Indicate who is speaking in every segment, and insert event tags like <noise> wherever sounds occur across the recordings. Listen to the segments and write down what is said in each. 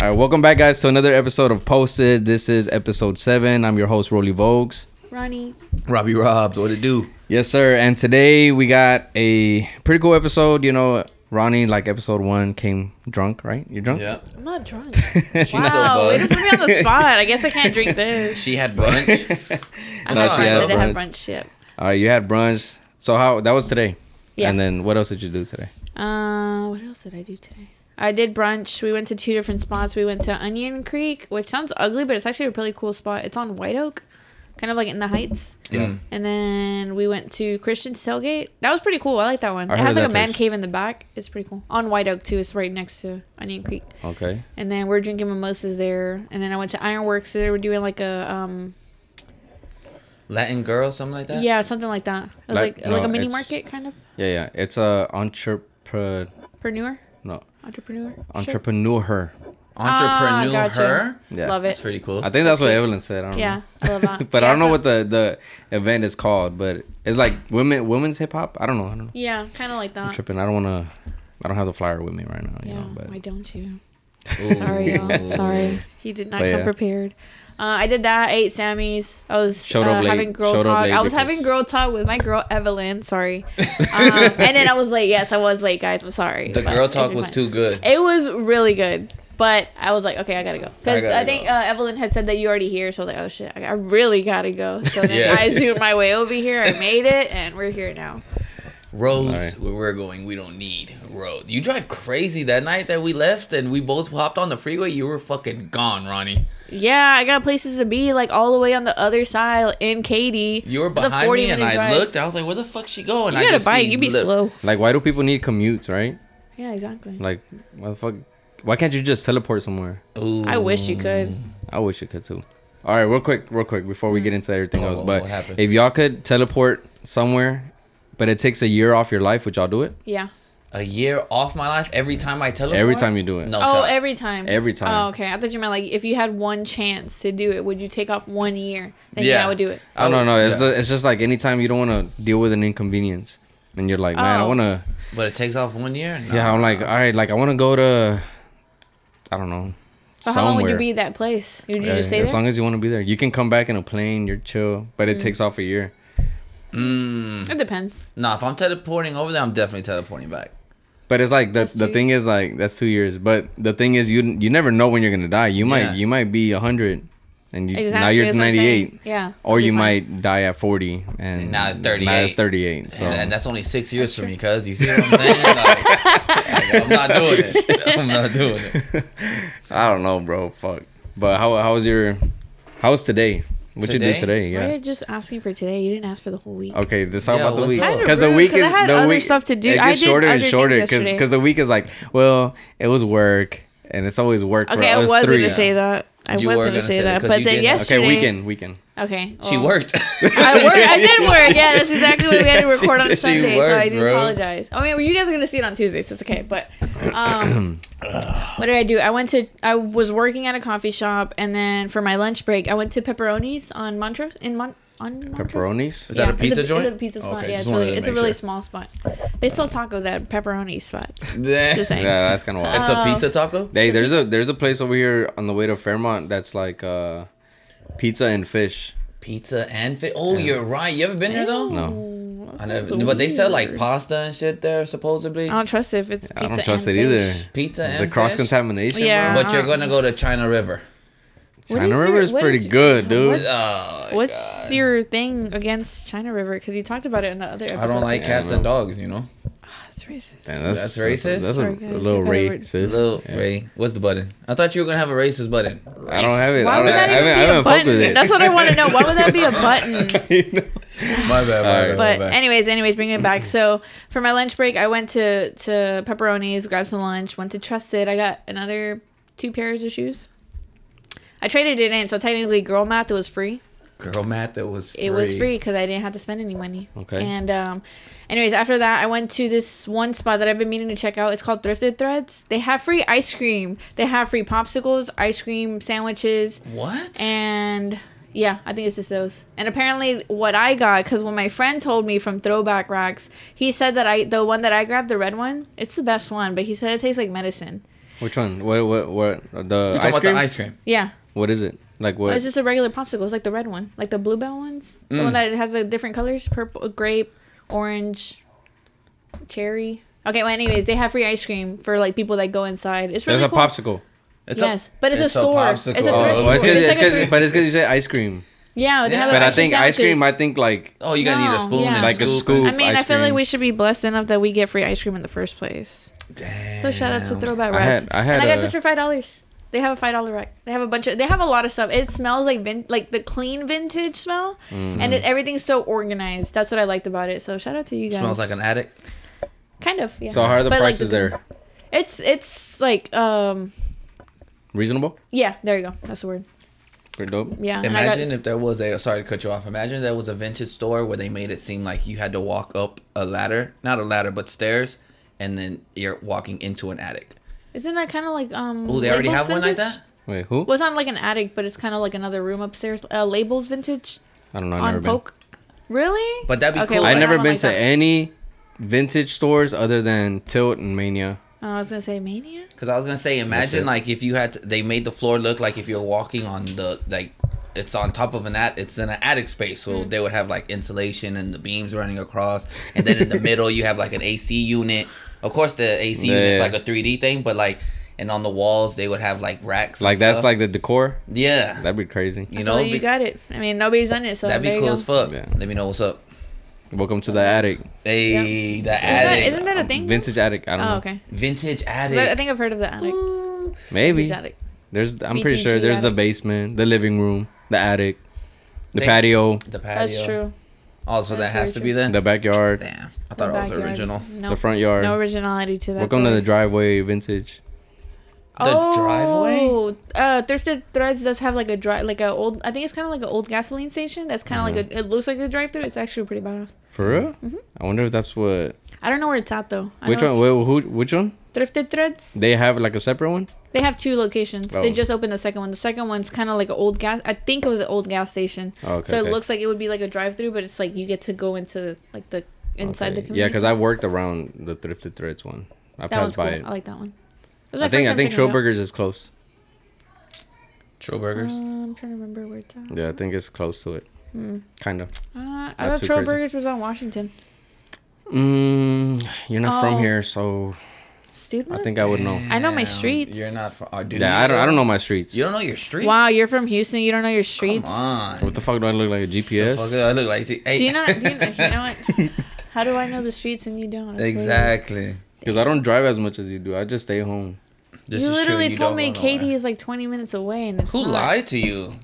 Speaker 1: All right, welcome back, guys, to another episode of Posted. This is episode seven. I'm your host, Roly Vogues.
Speaker 2: Ronnie.
Speaker 3: Robbie Robs, what it do?
Speaker 1: Yes, sir. And today we got a pretty cool episode. You know, Ronnie, like episode one, came drunk, right? You're <laughs> drunk?
Speaker 3: Yeah.
Speaker 2: I'm not drunk.
Speaker 3: She
Speaker 2: wow,
Speaker 3: still
Speaker 2: it put
Speaker 3: buzzed.
Speaker 2: me on the spot. I guess I can't
Speaker 1: <laughs>
Speaker 2: drink this.
Speaker 3: She had brunch.
Speaker 2: I
Speaker 1: No,
Speaker 2: thought
Speaker 1: she
Speaker 2: I
Speaker 1: had
Speaker 2: did have
Speaker 1: brunch.
Speaker 2: brunch ship.
Speaker 1: All right, you had brunch. So, how that was today.
Speaker 2: Yeah.
Speaker 1: And then what else did you do today?
Speaker 2: Uh, what else did I do today? I did brunch. We went to two different spots. We went to Onion Creek, which sounds ugly, but it's actually a really cool spot. It's on White Oak, kind of like in the Heights.
Speaker 3: Yeah.
Speaker 2: And then we went to Christian's Tailgate. That was pretty cool. I like that one.
Speaker 1: I
Speaker 2: it
Speaker 1: heard
Speaker 2: has
Speaker 1: of
Speaker 2: like a
Speaker 1: that
Speaker 2: man
Speaker 1: place.
Speaker 2: cave in the back. It's pretty cool. On White Oak too. It's right next to Onion Creek.
Speaker 1: Okay.
Speaker 2: And then we're drinking mimosas there. And then I went to Ironworks. They were doing like a um
Speaker 3: Latin girl, something like that?
Speaker 2: Yeah, something like that. It was
Speaker 1: Like-
Speaker 2: like like,
Speaker 1: no,
Speaker 2: a mini
Speaker 1: it's-
Speaker 2: market kind of
Speaker 1: Yeah, yeah. It's a entrepreneur.
Speaker 2: preneur,
Speaker 1: No,
Speaker 2: entrepreneur. Sure.
Speaker 1: entrepreneur.
Speaker 3: Entrepreneur
Speaker 2: Ah, gotcha.
Speaker 3: her.
Speaker 1: Yeah.
Speaker 2: Love
Speaker 3: That's
Speaker 2: it.
Speaker 3: pretty cool.
Speaker 1: I think that's what Evelyn said. I don't
Speaker 2: Yeah,
Speaker 1: know.
Speaker 2: I love
Speaker 1: <laughs>
Speaker 2: that.
Speaker 1: but I
Speaker 2: Yeah,
Speaker 1: don't know
Speaker 2: so-
Speaker 1: what the the event is called. But it's like women women's hip hop. I don't know. I don't know.
Speaker 2: Yeah, kind of like
Speaker 1: I'm
Speaker 2: that.
Speaker 1: tripping. I don't want to. I don't have the flyer with me right now. You
Speaker 2: Uh. Yeah.
Speaker 1: know, but
Speaker 2: Why don't you? <laughs>
Speaker 3: Ooh.
Speaker 1: <laughs>
Speaker 2: Sorry, y'all. Sorry. He did not
Speaker 1: But
Speaker 2: come
Speaker 1: yeah.
Speaker 2: prepared. Uh, I did that. I ate Sammy's. I was
Speaker 1: Showed up
Speaker 2: uh,
Speaker 1: late.
Speaker 2: having girl
Speaker 1: Showed up
Speaker 2: talk.
Speaker 1: late
Speaker 2: I was
Speaker 1: because-
Speaker 2: having girl talk with my girl
Speaker 1: <laughs>
Speaker 2: Evelyn. Sorry. um, and then I was late. Yes, I was late, guys. I'm sorry.
Speaker 3: The
Speaker 2: But
Speaker 3: girl
Speaker 2: it's
Speaker 3: talk
Speaker 2: been
Speaker 3: was
Speaker 2: fun.
Speaker 3: too good.
Speaker 2: It was really good, but I was like, okay, I gotta go
Speaker 3: I
Speaker 2: because
Speaker 3: gotta
Speaker 2: I, think
Speaker 3: go.
Speaker 2: uh, Evelyn had said that you already here, so I was like, oh shit, I, I really gotta go. So then
Speaker 3: Yeah.
Speaker 2: I zoomed my way over here, I made it, and we're here now.
Speaker 3: Roads
Speaker 1: Sorry.
Speaker 3: where we're going, we don't need road. You drive crazy that night that we left and we both hopped on the freeway. You were fucking gone, Ronnie.
Speaker 2: Yeah, I got places to be, like all the way on the other side like, in Katy.
Speaker 3: You were
Speaker 2: It's a
Speaker 3: behind me and
Speaker 2: 40-minute
Speaker 3: I
Speaker 2: drive.
Speaker 3: looked. I was like, where the fuck's she going?
Speaker 2: You
Speaker 3: I
Speaker 2: got a
Speaker 3: just
Speaker 2: bike,
Speaker 3: seen
Speaker 2: you be
Speaker 3: lip-
Speaker 2: slow.
Speaker 1: like, why do people need commutes, right?
Speaker 2: Yeah, exactly.
Speaker 3: Mm.
Speaker 1: Like, why the fuck? Why can't you just teleport somewhere?
Speaker 3: Ooh.
Speaker 2: I wish you could.
Speaker 1: I wish it could too. All right, real quick, real quick, before we get into everything
Speaker 3: Oh,
Speaker 1: else,
Speaker 3: what
Speaker 1: but
Speaker 3: happened?
Speaker 1: if y'all could teleport somewhere, but it takes a year off your life, would y'all do it?
Speaker 2: Yeah.
Speaker 3: A year off my life every time I teleport?
Speaker 1: Every time you do it.
Speaker 3: No
Speaker 2: Oh,
Speaker 3: shot.
Speaker 2: every time.
Speaker 1: Every time.
Speaker 2: Oh, okay. I thought you meant like if you had one chance to do it, would you take off one year? Then yeah,
Speaker 3: Yeah.
Speaker 2: I would do it.
Speaker 1: I don't know. Oh, It's,
Speaker 3: Oh, yeah.
Speaker 1: the- it's just like anytime you don't want to deal with an inconvenience, and you're like, man, I
Speaker 2: Oh.
Speaker 1: want to.
Speaker 3: But it takes off one year? No.
Speaker 1: Yeah, I'm
Speaker 2: Uh,
Speaker 1: like, all right, like I want to go to, I don't know,
Speaker 2: But how long would you be at that place? Would you
Speaker 1: Yeah,
Speaker 2: just stay
Speaker 1: as
Speaker 2: there? Mm.
Speaker 1: long as you want to be there, you can come back in a plane. You're chill, but it takes off a year.
Speaker 2: it depends.
Speaker 3: Nah, if I'm teleporting over there, I'm definitely teleporting back.
Speaker 1: But it's like that's
Speaker 2: That's
Speaker 1: the
Speaker 2: two
Speaker 1: thing is like that's two years. But the thing is, you you never know when you're gonna die. You might
Speaker 3: Yeah.
Speaker 1: you might be hundred, and you,
Speaker 2: Exactly.
Speaker 1: now you're
Speaker 2: that's what I'm
Speaker 1: ninety
Speaker 2: saying.
Speaker 1: eight,
Speaker 2: Yeah.
Speaker 1: or
Speaker 2: it'll
Speaker 1: you
Speaker 2: be fine.
Speaker 1: might die at forty, and
Speaker 3: now at 38.
Speaker 1: it's thirty eight. So
Speaker 3: And, and that's only six years for me, cuz. You see what I'm
Speaker 2: <laughs>
Speaker 3: saying? Like, like, I'm not doing
Speaker 1: <laughs>
Speaker 3: it. I'm not doing it.
Speaker 1: I don't know, bro. Fuck. But how how was your how was today? What you do
Speaker 3: Today?
Speaker 1: today?
Speaker 2: Why are
Speaker 1: Yeah. Oh,
Speaker 2: you just asking for today? You didn't ask for the whole week.
Speaker 1: Okay, this how
Speaker 3: Yeah,
Speaker 1: about the
Speaker 3: what's
Speaker 1: week?
Speaker 3: up? Kinda
Speaker 1: the
Speaker 2: rude,
Speaker 1: week
Speaker 2: 'cause I
Speaker 1: is
Speaker 2: had
Speaker 1: the
Speaker 2: other
Speaker 1: week
Speaker 2: stuff to do.
Speaker 1: It
Speaker 2: I
Speaker 1: gets
Speaker 2: did
Speaker 1: shorter
Speaker 2: other
Speaker 1: and
Speaker 2: things
Speaker 1: shorter because
Speaker 2: yesterday.
Speaker 1: because the week is like well it was work and it's always work. for
Speaker 2: Okay, I
Speaker 1: us
Speaker 2: was not
Speaker 1: three.
Speaker 2: gonna say that. I
Speaker 3: You
Speaker 2: was
Speaker 3: were
Speaker 2: gonna
Speaker 3: gonna
Speaker 2: say
Speaker 3: say that
Speaker 2: that,
Speaker 3: 'cause
Speaker 2: but
Speaker 3: you
Speaker 2: then
Speaker 3: did.
Speaker 2: yesterday.
Speaker 1: Okay, weekend, weekend.
Speaker 2: Okay,
Speaker 3: She
Speaker 2: well, <laughs>
Speaker 3: worked.
Speaker 2: I worked. I
Speaker 1: <laughs>
Speaker 2: did work. Yeah, that's exactly what we had to record on
Speaker 3: She
Speaker 2: Sunday, so I
Speaker 3: worked,
Speaker 2: do
Speaker 3: bro.
Speaker 2: apologize. I mean, well, you guys are gonna see it on Tuesday, so it's okay. But um, what did I do? I went to. I was working at a coffee shop, and then for my lunch break, I went to Pepperoni's on Montrose in Mon on Montrose?
Speaker 1: Pepperonis.
Speaker 3: Is that a
Speaker 2: it's
Speaker 3: pizza
Speaker 2: it's
Speaker 3: joint?
Speaker 2: a pizza spot.
Speaker 3: Okay,
Speaker 2: yeah,
Speaker 3: just
Speaker 2: it's
Speaker 3: wanted
Speaker 2: really,
Speaker 3: to
Speaker 2: it's a
Speaker 3: make
Speaker 2: really
Speaker 3: sure.
Speaker 2: small spot. They sell tacos at pepperoni spot. Just saying.
Speaker 1: <laughs>
Speaker 2: Um,
Speaker 1: Yeah, that's kind of wild.
Speaker 3: It's a pizza taco?
Speaker 1: Hey, there's a there's a place over here on the way to Fairmont that's like uh pizza and fish.
Speaker 3: Pizza and fit. Oh, you're right. You ever been there, though?
Speaker 1: No.
Speaker 3: I never, but they sell like pasta and shit there, supposedly.
Speaker 2: Oh, I don't trust it if it's pizza.
Speaker 1: I don't trust it
Speaker 2: and fish.
Speaker 1: either.
Speaker 3: Pizza and
Speaker 1: The cross
Speaker 3: fish?
Speaker 1: contamination.
Speaker 2: Yeah.
Speaker 3: But you're
Speaker 2: Uh-huh.
Speaker 3: gonna go to China River.
Speaker 1: bro.
Speaker 2: What
Speaker 1: China
Speaker 2: is
Speaker 1: River
Speaker 2: your-
Speaker 1: is
Speaker 2: what
Speaker 1: pretty
Speaker 2: is-
Speaker 1: good, dude.
Speaker 2: what's-
Speaker 3: Oh, my
Speaker 2: What's
Speaker 3: God.
Speaker 2: your thing against China River? Because you talked about it in the other episode.
Speaker 3: I don't like
Speaker 1: Yeah, I
Speaker 3: cats
Speaker 1: know.
Speaker 3: and dogs, you know?
Speaker 2: That's racist.
Speaker 1: Man, that's,
Speaker 3: That's racist?
Speaker 1: That's, a-
Speaker 2: Sorry,
Speaker 1: that's a,
Speaker 2: guys,
Speaker 1: little
Speaker 2: I gotta re-
Speaker 1: racist.
Speaker 3: Little
Speaker 1: Yeah.
Speaker 3: Ray, what's the button? I thought you were gonna have a racist button.
Speaker 1: I don't have it.
Speaker 2: Why
Speaker 1: I
Speaker 2: would
Speaker 1: don't,
Speaker 2: that
Speaker 1: I
Speaker 2: even
Speaker 1: haven't, I
Speaker 2: be a
Speaker 1: haven't fucked
Speaker 2: button?
Speaker 1: with it.
Speaker 2: That's what I want to know. Why would that
Speaker 1: <laughs>
Speaker 2: be a
Speaker 3: <laughs>
Speaker 2: button?
Speaker 3: My bad, my
Speaker 1: Alright.
Speaker 3: bad, my
Speaker 2: But
Speaker 3: bad.
Speaker 2: anyways, anyways, bringing it back. So for my lunch break, I went to to Pepperoni's, grabbed some lunch, went to Trusted. I got another two pairs of shoes. I traded it in, so technically, girl math it was free.
Speaker 3: Girl math that was free.
Speaker 2: It was free because I didn't have to spend any money.
Speaker 1: Okay.
Speaker 2: And um, anyways, after that, I went to this one spot that I've been meaning to check out. It's called Thrifted Threads. They have free ice cream. They have free popsicles, ice cream sandwiches,
Speaker 3: What?
Speaker 2: and yeah, I think it's just those. And apparently, what I got because when my friend told me from Throwback Racks, he said that I the one that I grabbed, the red one, it's the best one. But he said it tastes like medicine.
Speaker 1: Which one? What? What? What? The
Speaker 3: You're talking
Speaker 1: ice
Speaker 3: about
Speaker 1: cream.
Speaker 3: the ice cream.
Speaker 2: Yeah.
Speaker 1: What is it? Like what?
Speaker 2: It's just a regular popsicle. It's like the red one, like the bluebell ones. The
Speaker 1: Mm.
Speaker 2: one that has like different colors: purple, grape, orange, cherry. Okay. Well, anyways, they have free ice cream for like people that go inside. It's really
Speaker 1: That's
Speaker 2: cool.
Speaker 1: a popsicle.
Speaker 3: It's
Speaker 2: yes, but it's, a store. It's a
Speaker 3: popsicle.
Speaker 2: thrift
Speaker 1: Oh,
Speaker 2: store.
Speaker 1: oh, it's 'cause-
Speaker 2: It's
Speaker 1: it's
Speaker 2: like a
Speaker 1: 'cause-
Speaker 2: thrift-
Speaker 1: but it's because you said ice cream.
Speaker 2: yeah, they
Speaker 3: Yeah.
Speaker 2: have
Speaker 1: But
Speaker 2: the
Speaker 1: I think ice
Speaker 2: sandwiches.
Speaker 1: cream. I think like
Speaker 3: Oh, you gotta need a
Speaker 2: No,
Speaker 3: spoon
Speaker 2: yeah.
Speaker 3: and
Speaker 2: Like
Speaker 1: a
Speaker 2: I
Speaker 1: scoop.
Speaker 2: mean, I
Speaker 1: ice
Speaker 2: feel like
Speaker 1: cream.
Speaker 2: we should be blessed enough that we get free ice cream in the first place.
Speaker 3: Damn.
Speaker 2: So shout out to Throwback
Speaker 1: I
Speaker 2: Rats.
Speaker 1: had- I had
Speaker 2: and I got
Speaker 1: a-
Speaker 2: this for five dollars. They have a five dollar rack. They have a bunch of. They have a lot of stuff. It smells like vin- like the clean vintage smell,
Speaker 1: Mm-hmm.
Speaker 2: and it, everything's so organized. That's what I liked about it. So shout out to you guys. Uh-huh.
Speaker 3: Smells like an attic.
Speaker 2: kind of. Yeah.
Speaker 1: so how are the
Speaker 2: But, like,
Speaker 1: prices
Speaker 2: the-
Speaker 1: there?
Speaker 2: It's it's like um
Speaker 1: Reasonable?
Speaker 2: yeah there you go that's the word
Speaker 1: Pretty dope.
Speaker 2: yeah and I got-
Speaker 3: Imagine if there was a sorry to cut you off. Imagine there was a vintage store where they made it seem like you had to walk up a ladder, not a ladder, but stairs, and then you're walking into an attic.
Speaker 2: isn't that kind of like um
Speaker 3: Oh, they already
Speaker 2: Labels
Speaker 3: have one like
Speaker 2: Vintage?
Speaker 3: that.
Speaker 1: Wait, who?
Speaker 2: Well, it's not like an attic, but it's kind of like another room upstairs. Uh, labels vintage
Speaker 1: I don't know. I've
Speaker 2: on
Speaker 1: never been.
Speaker 2: Polk. Really?
Speaker 3: But that'd be cool.
Speaker 2: well,
Speaker 1: I've
Speaker 3: like-
Speaker 2: I
Speaker 1: never
Speaker 2: don't
Speaker 1: been
Speaker 2: like
Speaker 1: to
Speaker 2: that.
Speaker 1: any vintage stores other than Tilt and Mania.
Speaker 2: Oh, I was gonna say mania.
Speaker 3: Because I was gonna say,
Speaker 1: it.
Speaker 3: imagine like if you had to, they made the floor look like if you're walking on the like it's on top of an at it's in an attic space, so
Speaker 2: Mm.
Speaker 3: they would have like insulation and the beams running across, and then in the middle you have like an AC unit. Of course, the AC
Speaker 1: Yeah,
Speaker 3: unit's
Speaker 1: yeah.
Speaker 3: like a 3D thing, but like and on the walls they would have like racks. and
Speaker 1: Like that's
Speaker 3: stuff.
Speaker 1: like the decor.
Speaker 3: yeah,
Speaker 1: That'd be crazy.
Speaker 3: you
Speaker 2: No,
Speaker 3: know,
Speaker 2: you
Speaker 3: be-
Speaker 2: got it. I mean, nobody's done it, so
Speaker 3: that'd
Speaker 2: Oh, there
Speaker 3: be
Speaker 2: you
Speaker 3: cool
Speaker 2: go.
Speaker 3: as fuck.
Speaker 1: Yeah.
Speaker 3: Let me know what's up.
Speaker 1: Welcome to the attic.
Speaker 3: Hey, the
Speaker 2: Isn't that-
Speaker 3: attic,
Speaker 2: isn't that a thing?
Speaker 1: Vintage attic. I don't know.
Speaker 2: Oh, okay.
Speaker 3: vintage
Speaker 2: But I
Speaker 3: attic.
Speaker 2: think I've heard of the attic.
Speaker 1: Maybe
Speaker 2: Vintage attic.
Speaker 1: there's. I'm pretty
Speaker 2: VTG
Speaker 1: sure there's the
Speaker 2: attic.
Speaker 1: basement, the living room, the attic, the
Speaker 3: They-
Speaker 1: patio,
Speaker 3: The patio.
Speaker 2: That's true.
Speaker 3: Also, that
Speaker 2: That's
Speaker 3: has
Speaker 2: very
Speaker 3: to
Speaker 2: true.
Speaker 3: be there.
Speaker 1: the backyard,
Speaker 3: Damn, I
Speaker 2: The
Speaker 3: thought it was
Speaker 2: backyards.
Speaker 3: original.
Speaker 2: No,
Speaker 1: the front yard.
Speaker 2: No originality to that.
Speaker 1: Welcome to the driveway vintage.
Speaker 3: The
Speaker 2: Oh.
Speaker 3: driveway?
Speaker 2: Uh, Thrifted Threads does have like a drive, like a old. I think it's kind of like an old gasoline station. That's kind of
Speaker 3: Mm-hmm.
Speaker 2: like a. It looks like a drive-through. It's actually pretty badass.
Speaker 1: For real? I wonder if that's what.
Speaker 2: Mm-hmm. I don't know where it's at though. I
Speaker 1: Which
Speaker 2: know
Speaker 1: one?
Speaker 2: it's
Speaker 1: Wait, who? Which one?
Speaker 2: Thrifted Threads.
Speaker 1: They have like a separate one.
Speaker 2: They have two locations. They
Speaker 1: Oh.
Speaker 2: just opened the second one. The second one's kind of like an old gas. I think it was an old gas station.
Speaker 1: Oh, okay,
Speaker 2: so
Speaker 1: okay.
Speaker 2: it looks like it would be like a drive-through, but it's like you get to go into like the inside the
Speaker 1: Okay.
Speaker 2: community.
Speaker 1: Yeah, because
Speaker 2: center.
Speaker 1: I worked around the thrifted threads one. I
Speaker 2: that one's
Speaker 1: passed
Speaker 2: cool.
Speaker 1: by
Speaker 2: I like that one.
Speaker 1: it.
Speaker 2: That was my
Speaker 1: I think
Speaker 2: first
Speaker 1: I
Speaker 2: time
Speaker 1: think
Speaker 2: checking it out.
Speaker 1: Schroburgers is close.
Speaker 3: True burgers.
Speaker 2: Uh, I'm trying to remember where it's at.
Speaker 1: Yeah, I think it's close to it.
Speaker 2: Hmm.
Speaker 1: Kind of.
Speaker 2: Uh, I
Speaker 1: Not
Speaker 2: thought
Speaker 1: too
Speaker 2: Troll
Speaker 1: crazy.
Speaker 2: Burgers was on Washington.
Speaker 1: Mm, you're not from
Speaker 2: Oh.
Speaker 1: here, so
Speaker 2: Student?
Speaker 1: I think I would know.
Speaker 2: I know my
Speaker 3: Damn,
Speaker 2: streets.
Speaker 3: You're not from. Dude,
Speaker 1: Yeah, I don't. I don't know my streets.
Speaker 3: You don't know your streets.
Speaker 2: Wow, you're from Houston. You don't know your
Speaker 3: Come
Speaker 2: streets.
Speaker 3: on.
Speaker 1: What the fuck do I look like a GPS?
Speaker 3: Fuck, I look like. Hey.
Speaker 2: Do you not?
Speaker 3: <laughs>
Speaker 2: Do you, know- you know what? How do I know the streets and you don't? I swear to God.
Speaker 3: exactly.
Speaker 1: Because I don't drive as much as you do. I just stay home.
Speaker 3: This
Speaker 2: you
Speaker 3: is true,
Speaker 2: literally
Speaker 3: you
Speaker 2: told
Speaker 3: don't
Speaker 2: me
Speaker 3: go nowhere.
Speaker 2: Katie is like 20 minutes away, and it's
Speaker 3: Who
Speaker 2: not
Speaker 3: lied to you?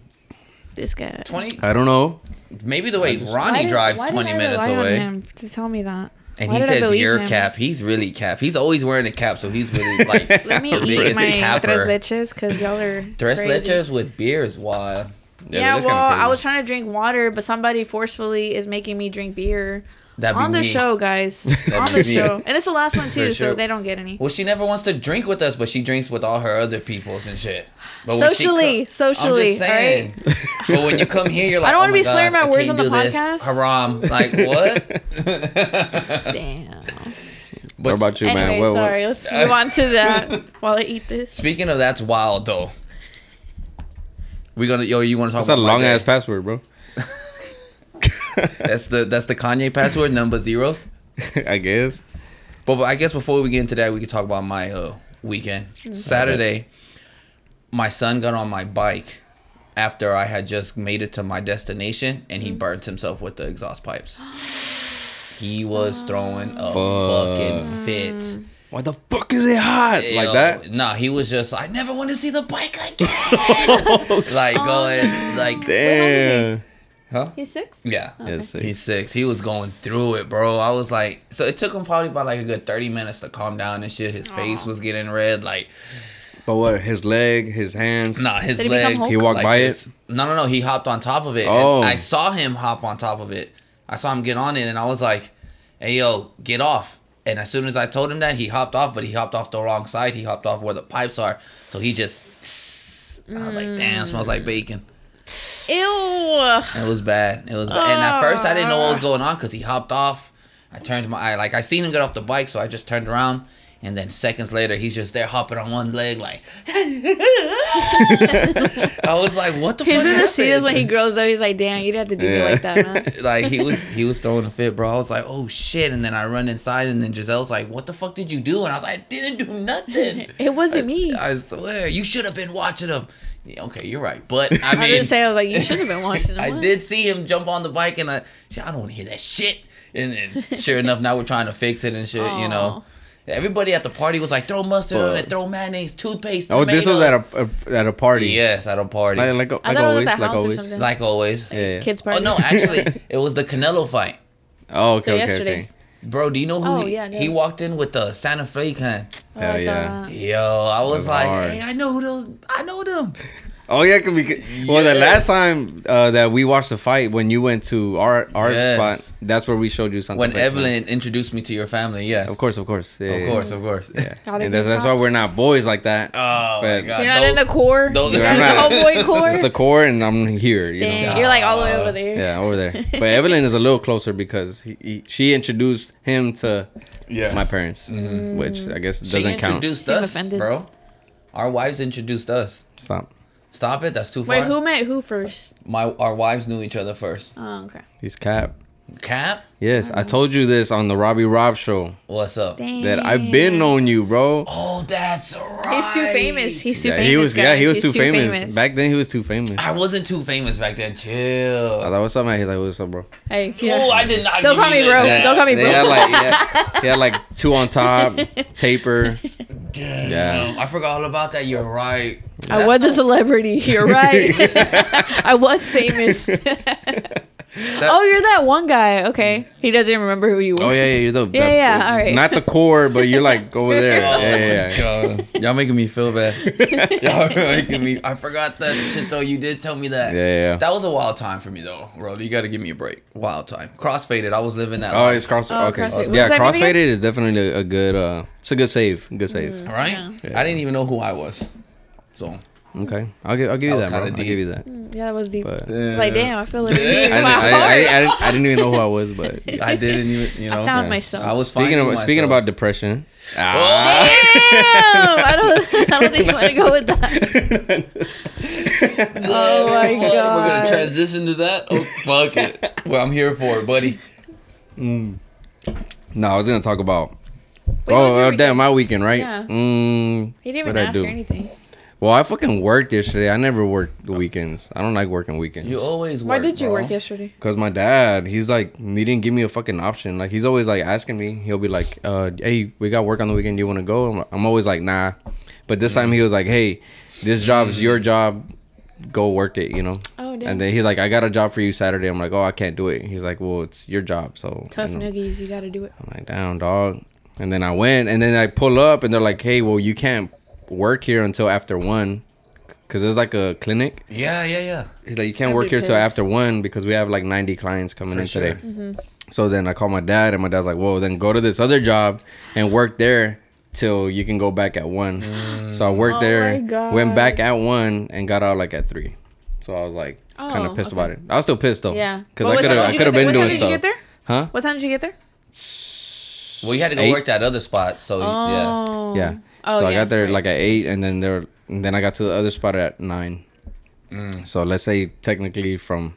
Speaker 2: This guy.
Speaker 3: Twenty.
Speaker 1: I don't know.
Speaker 3: Maybe the way
Speaker 2: Why
Speaker 3: Ronnie
Speaker 2: did-
Speaker 3: drives
Speaker 2: why did
Speaker 3: twenty
Speaker 2: I
Speaker 3: minutes
Speaker 2: rely on
Speaker 3: away,
Speaker 2: him to tell me that.
Speaker 3: and
Speaker 2: Why
Speaker 3: he
Speaker 2: did I
Speaker 3: says
Speaker 2: believe
Speaker 3: your
Speaker 2: him?
Speaker 3: cap. He's really cap. He's always wearing a cap, so he's
Speaker 2: <laughs>
Speaker 3: really like.
Speaker 2: Let me
Speaker 3: the
Speaker 2: eat
Speaker 3: biggest
Speaker 2: my
Speaker 3: capper.
Speaker 2: tres leches because y'all are
Speaker 3: Tres
Speaker 2: crazy.
Speaker 3: leches with beer is wild.
Speaker 2: Yeah,
Speaker 1: that
Speaker 2: well,
Speaker 1: is kinda
Speaker 2: I
Speaker 1: crazy.
Speaker 2: was trying to drink water, but somebody forcefully is making me drink beer.
Speaker 3: That'd be
Speaker 2: on the
Speaker 3: me.
Speaker 2: show,
Speaker 3: <laughs>
Speaker 2: guys. on
Speaker 3: be
Speaker 2: the
Speaker 3: me.
Speaker 2: show, and it's the last one too,
Speaker 3: <laughs> For
Speaker 2: so
Speaker 3: sure.
Speaker 2: they don't get any.
Speaker 3: Well, she never wants to drink with us, but she drinks with all her other peoples and shit. But when she
Speaker 2: Socially, socially,
Speaker 3: I'm just saying. but when you come here, you're like, "Oh
Speaker 2: I don't
Speaker 3: want
Speaker 2: wanna
Speaker 3: to
Speaker 2: be slurring my words on the podcast." <laughs>
Speaker 3: Haram, like what?
Speaker 2: Damn.
Speaker 1: What
Speaker 3: But
Speaker 1: about you,
Speaker 2: Anyway,
Speaker 1: man? What, what-
Speaker 2: sorry. Let's move on to that while I eat this.
Speaker 3: speaking of that's wild though. We gonna yo, you want to talk?
Speaker 1: That's a
Speaker 3: about Oh my
Speaker 1: long ass
Speaker 3: day?
Speaker 1: password, bro.
Speaker 3: That's the that's the Kanye password number zeros.
Speaker 1: <laughs> I guess.
Speaker 3: But, but I guess before we get into that, we can talk about my uh, weekend.
Speaker 2: Mm-hmm.
Speaker 3: Saturday, my son got on my bike after I had just made it to my destination, and
Speaker 2: Mm-hmm.
Speaker 3: he burnt himself with the exhaust pipes.
Speaker 2: <gasps>
Speaker 3: He was throwing a fucking fit.
Speaker 1: Why the fuck is it hot like that?
Speaker 3: Nah, he was just. I never want to see the bike again.
Speaker 1: <laughs>
Speaker 3: <laughs> like going, like,
Speaker 1: Damn.
Speaker 3: huh?
Speaker 2: He's
Speaker 3: <laughs>
Speaker 2: six.
Speaker 3: Yeah,
Speaker 1: Yes, sir.
Speaker 3: He's six. He was going through it, bro. I was like, so it took him probably about like a good thirty minutes to calm down and shit. His face was getting red, like
Speaker 1: But what? His leg, his hands.
Speaker 3: nah, his
Speaker 2: Did he become
Speaker 3: leg.
Speaker 2: Hulk?
Speaker 1: He walked
Speaker 3: like
Speaker 1: by
Speaker 3: this.
Speaker 1: it.
Speaker 3: No, no, no. He hopped on top of it. and
Speaker 1: Oh.
Speaker 3: I saw him hop on top of it. I saw him get on it, and I was like, "Hey, yo, get off!" And as soon as I told him that, he hopped off, but he hopped off the wrong side. He hopped off where the pipes are, so he just. I
Speaker 2: Mm.
Speaker 3: was like, "Damn, smells like bacon."
Speaker 2: Ew.
Speaker 3: It was bad. It was bad. And at first, I didn't know what was going on because he hopped off. I turned my, I like, I seen him get off the bike, so I just turned around And then seconds later, he's just there hopping on one leg, like. <laughs> I was like, "What the
Speaker 2: He's
Speaker 3: fuck?"
Speaker 2: gonna see this
Speaker 3: happened?
Speaker 2: when he grows up. He's like, damn, you'd have to do
Speaker 1: Yeah.
Speaker 2: me like that, man.
Speaker 3: <laughs> like he was he was throwing a fit, bro. I was like, oh shit, and then I run inside, and then Giselle's like, what the fuck did you do? And I was like, I didn't
Speaker 2: <laughs>
Speaker 3: do nothing.
Speaker 2: It wasn't
Speaker 3: I-
Speaker 2: me. I,
Speaker 3: I swear, you should have been watching him. Yeah, okay, you're right, but I mean, I,
Speaker 2: didn't say <laughs> I was like, you should have been watching him. What?
Speaker 3: did see him jump on the bike, and I, shit, I don't want to hear that shit. And then, sure enough, now we're trying to fix it and shit. You
Speaker 2: Aw.
Speaker 3: know, everybody at the party was like, throw mustard on
Speaker 1: Fuck.
Speaker 3: it, throw mayonnaise,
Speaker 1: <laughs>
Speaker 3: toothpaste.
Speaker 1: Oh, this was
Speaker 3: tomatoes."
Speaker 1: at a, a at a party.
Speaker 3: yes, at a party,
Speaker 1: Like like, like
Speaker 2: I thought it was
Speaker 1: always,
Speaker 2: at that
Speaker 1: like
Speaker 2: house or
Speaker 1: always.
Speaker 2: something.
Speaker 3: like always.
Speaker 1: Yeah. yeah.
Speaker 2: Kids party.
Speaker 3: Oh no,
Speaker 2: <laughs>
Speaker 3: actually, it was the Canelo fight.
Speaker 1: Oh, okay,
Speaker 2: So
Speaker 1: okay,
Speaker 2: yesterday.
Speaker 1: okay.
Speaker 3: Bro, do you know who
Speaker 2: Oh,
Speaker 3: he,
Speaker 2: yeah, I
Speaker 3: he
Speaker 2: did.
Speaker 3: walked in with the Santa Fe can?
Speaker 2: Oh,
Speaker 1: Hell
Speaker 2: I saw
Speaker 1: yeah.
Speaker 2: that.
Speaker 3: Yo, I was
Speaker 1: was
Speaker 3: like,
Speaker 1: hard.
Speaker 3: hey, I know who those, I know them.
Speaker 1: Oh yeah, could be. Well, the
Speaker 3: Yeah.
Speaker 1: last time uh, that we watched the fight when you went to our our
Speaker 3: Yes.
Speaker 1: spot, that's where we showed you something.
Speaker 3: When
Speaker 1: like that.
Speaker 3: Evelyn introduced me to your family, yes,
Speaker 1: of course, of course, yeah,
Speaker 3: of
Speaker 1: yeah,
Speaker 3: course, of course. Yeah.
Speaker 2: Gotta
Speaker 1: yeah. And
Speaker 2: give
Speaker 1: that's, that's why
Speaker 2: props.
Speaker 1: we're not boys like that.
Speaker 3: <laughs>
Speaker 2: Uh,
Speaker 3: Oh my
Speaker 1: But-
Speaker 3: god,
Speaker 2: You're not in the core.
Speaker 3: those-
Speaker 2: You're not in
Speaker 1: I'm not.
Speaker 2: the homeboy core.
Speaker 1: it's the core, and I'm here. You know.
Speaker 2: Dang, you're like all the way over there.
Speaker 1: Yeah, over
Speaker 2: <laughs>
Speaker 1: there. But Evelyn is a little closer because he, he, she introduced him to
Speaker 3: Yes.
Speaker 1: my parents, which I guess
Speaker 3: Mm-hmm. She
Speaker 1: doesn't count.
Speaker 3: introduced
Speaker 2: Seem
Speaker 3: us,
Speaker 2: offended.
Speaker 3: bro. Our wives introduced us.
Speaker 1: Stop.
Speaker 3: Stop it, that's too far.
Speaker 2: Wait, who met who first?
Speaker 3: My our wives knew each other first.
Speaker 2: Oh, okay.
Speaker 1: He's cap.
Speaker 3: Cap,
Speaker 1: Yes,
Speaker 2: Oh.
Speaker 1: I told you this on the Robbie Rob show
Speaker 3: what's up?
Speaker 1: that I've been known you, bro.
Speaker 3: Oh, that's right.
Speaker 2: He's too famous. He's too
Speaker 1: yeah,
Speaker 2: famous.
Speaker 1: he was. Yeah,
Speaker 2: guys.
Speaker 1: he was too,
Speaker 2: He's
Speaker 1: famous. Back then, he was too famous.
Speaker 3: I wasn't too famous back then. Chill.
Speaker 1: I thought, what's up, man? He's like, what's up, bro?
Speaker 2: Hey,
Speaker 3: Oh,
Speaker 2: yeah.
Speaker 3: I did not.
Speaker 2: Don't
Speaker 3: give
Speaker 2: call
Speaker 3: you
Speaker 2: me
Speaker 3: that-
Speaker 2: bro.
Speaker 3: that-
Speaker 2: Don't call me
Speaker 1: They
Speaker 2: bro.
Speaker 1: had like,
Speaker 2: <laughs>
Speaker 1: yeah, he had like two on top, taper.
Speaker 3: Damn,
Speaker 1: Yeah.
Speaker 3: I forgot all about that. You're right.
Speaker 2: I was a celebrity. You're right. <laughs> I was famous. oh, you're that one guy. Okay, he doesn't even remember who you were.
Speaker 1: Oh yeah, yeah, you're the
Speaker 2: Yeah,
Speaker 1: the-
Speaker 2: yeah, all right.
Speaker 1: Not the core, but you're like over
Speaker 2: <laughs>
Speaker 1: there. yeah, yeah, yeah.
Speaker 3: Oh God.
Speaker 1: <laughs>
Speaker 3: Y'all making me feel bad. <laughs> Y'all are making me. I forgot that shit though. You did tell me that.
Speaker 1: Yeah, yeah, yeah.
Speaker 3: That was a wild time for me though, bro. You got to give me a break. Wild time. Crossfaded. I was living that.
Speaker 1: <laughs> Oh,
Speaker 3: life,
Speaker 1: it's cross.
Speaker 2: Oh,
Speaker 1: okay,
Speaker 2: crossfade. What
Speaker 1: yeah,
Speaker 2: was that name
Speaker 1: crossfaded
Speaker 2: again?
Speaker 1: is definitely a, a good. uh It's a good save. Good save.
Speaker 2: Mm.
Speaker 3: right?
Speaker 2: Yeah.
Speaker 3: I didn't even know who I was. So.
Speaker 1: Okay, I'll give. I'll give you
Speaker 3: That was
Speaker 1: that. Bro. I'll
Speaker 3: kinda
Speaker 1: give
Speaker 3: deep.
Speaker 1: you that.
Speaker 2: yeah, that was deep.
Speaker 1: But
Speaker 3: <laughs>
Speaker 1: I,
Speaker 3: Yeah.
Speaker 2: like, damn, I feel like
Speaker 3: Yeah.
Speaker 1: didn't-
Speaker 2: my
Speaker 1: I,
Speaker 2: heart.
Speaker 1: I- I didn't, I didn't even know who I was.
Speaker 3: <laughs>
Speaker 1: But
Speaker 3: I didn't even. You know.
Speaker 2: found
Speaker 1: yeah.
Speaker 2: myself.
Speaker 3: I was
Speaker 1: speaking
Speaker 3: finding
Speaker 1: about speaking
Speaker 3: myself.
Speaker 1: about depression. ah,
Speaker 3: Oh!
Speaker 2: <laughs> Damn! I don't. <laughs> I don't think you want to go with that. Oh my
Speaker 3: Well, We're
Speaker 2: god.
Speaker 3: gonna transition to that. Oh fuck it. Well, I'm here for it, buddy.
Speaker 1: No, I was gonna talk about.
Speaker 2: Wait, what was
Speaker 1: oh,
Speaker 2: your
Speaker 1: uh, damn,
Speaker 2: weekend?
Speaker 1: my weekend, right?
Speaker 2: Yeah.
Speaker 1: Mm,
Speaker 2: He didn't even
Speaker 1: what'd I
Speaker 2: ask
Speaker 1: do?
Speaker 2: or anything.
Speaker 1: Well, I fucking worked yesterday. I never work the weekends. I don't like working weekends.
Speaker 3: You always.
Speaker 2: Why
Speaker 3: work,
Speaker 2: did you
Speaker 3: bro.
Speaker 2: work yesterday?
Speaker 1: Cause my dad, he's like, he didn't give me a fucking option. Like he's always like asking me. He'll be like, uh, "Hey, we got work on the weekend. You want to go?" I'm, I'm always like, "Nah," but this time he was like, "Hey, this job's your job. Go work it." You know.
Speaker 2: Oh, damn.
Speaker 1: And then he's like, "I got a job for you Saturday." I'm like, "Oh, I can't do it." He's like, "Well, it's your job, so."
Speaker 2: Tough
Speaker 1: you know." Oh.
Speaker 2: noogies, you gotta do it.
Speaker 1: I'm like, "Down, dog." And then I went, and then I pull up, and they're like, "Hey, well, you can't work here until after one, cause there's like a clinic."
Speaker 3: Yeah, yeah, yeah.
Speaker 1: He's like, you can't
Speaker 2: I'd
Speaker 1: work
Speaker 2: be
Speaker 1: here till
Speaker 2: pissed.
Speaker 1: after one because we have like 90 clients coming
Speaker 3: For
Speaker 1: in
Speaker 3: sure. Mm-hmm.
Speaker 1: today. So then I call my dad, and my dad's like, "Whoa, then go to this other job and work there till you can go back at one." So I worked
Speaker 2: Oh my
Speaker 1: there,
Speaker 2: God.
Speaker 1: went back at one, and got out like at three. So I was like, kind
Speaker 2: Oh,
Speaker 1: of pissed
Speaker 2: okay.
Speaker 1: about it. I was still pissed though.
Speaker 2: Yeah.
Speaker 1: because
Speaker 2: But
Speaker 1: I
Speaker 2: what
Speaker 1: could
Speaker 2: time
Speaker 1: have,
Speaker 2: did
Speaker 1: I
Speaker 2: you
Speaker 1: could have
Speaker 2: get there?
Speaker 1: been doing
Speaker 2: What time did you
Speaker 1: stuff.
Speaker 2: get there?
Speaker 1: Huh?
Speaker 2: What time did you get there?
Speaker 3: Well, you had to go
Speaker 1: Eight.
Speaker 3: work that other spot. So yeah.
Speaker 2: Oh.
Speaker 1: Yeah.
Speaker 2: Oh,
Speaker 1: so I
Speaker 2: yeah,
Speaker 1: got there
Speaker 2: right.
Speaker 1: like at eight, and then there, and then I got to the other spot at nine. So let's say technically from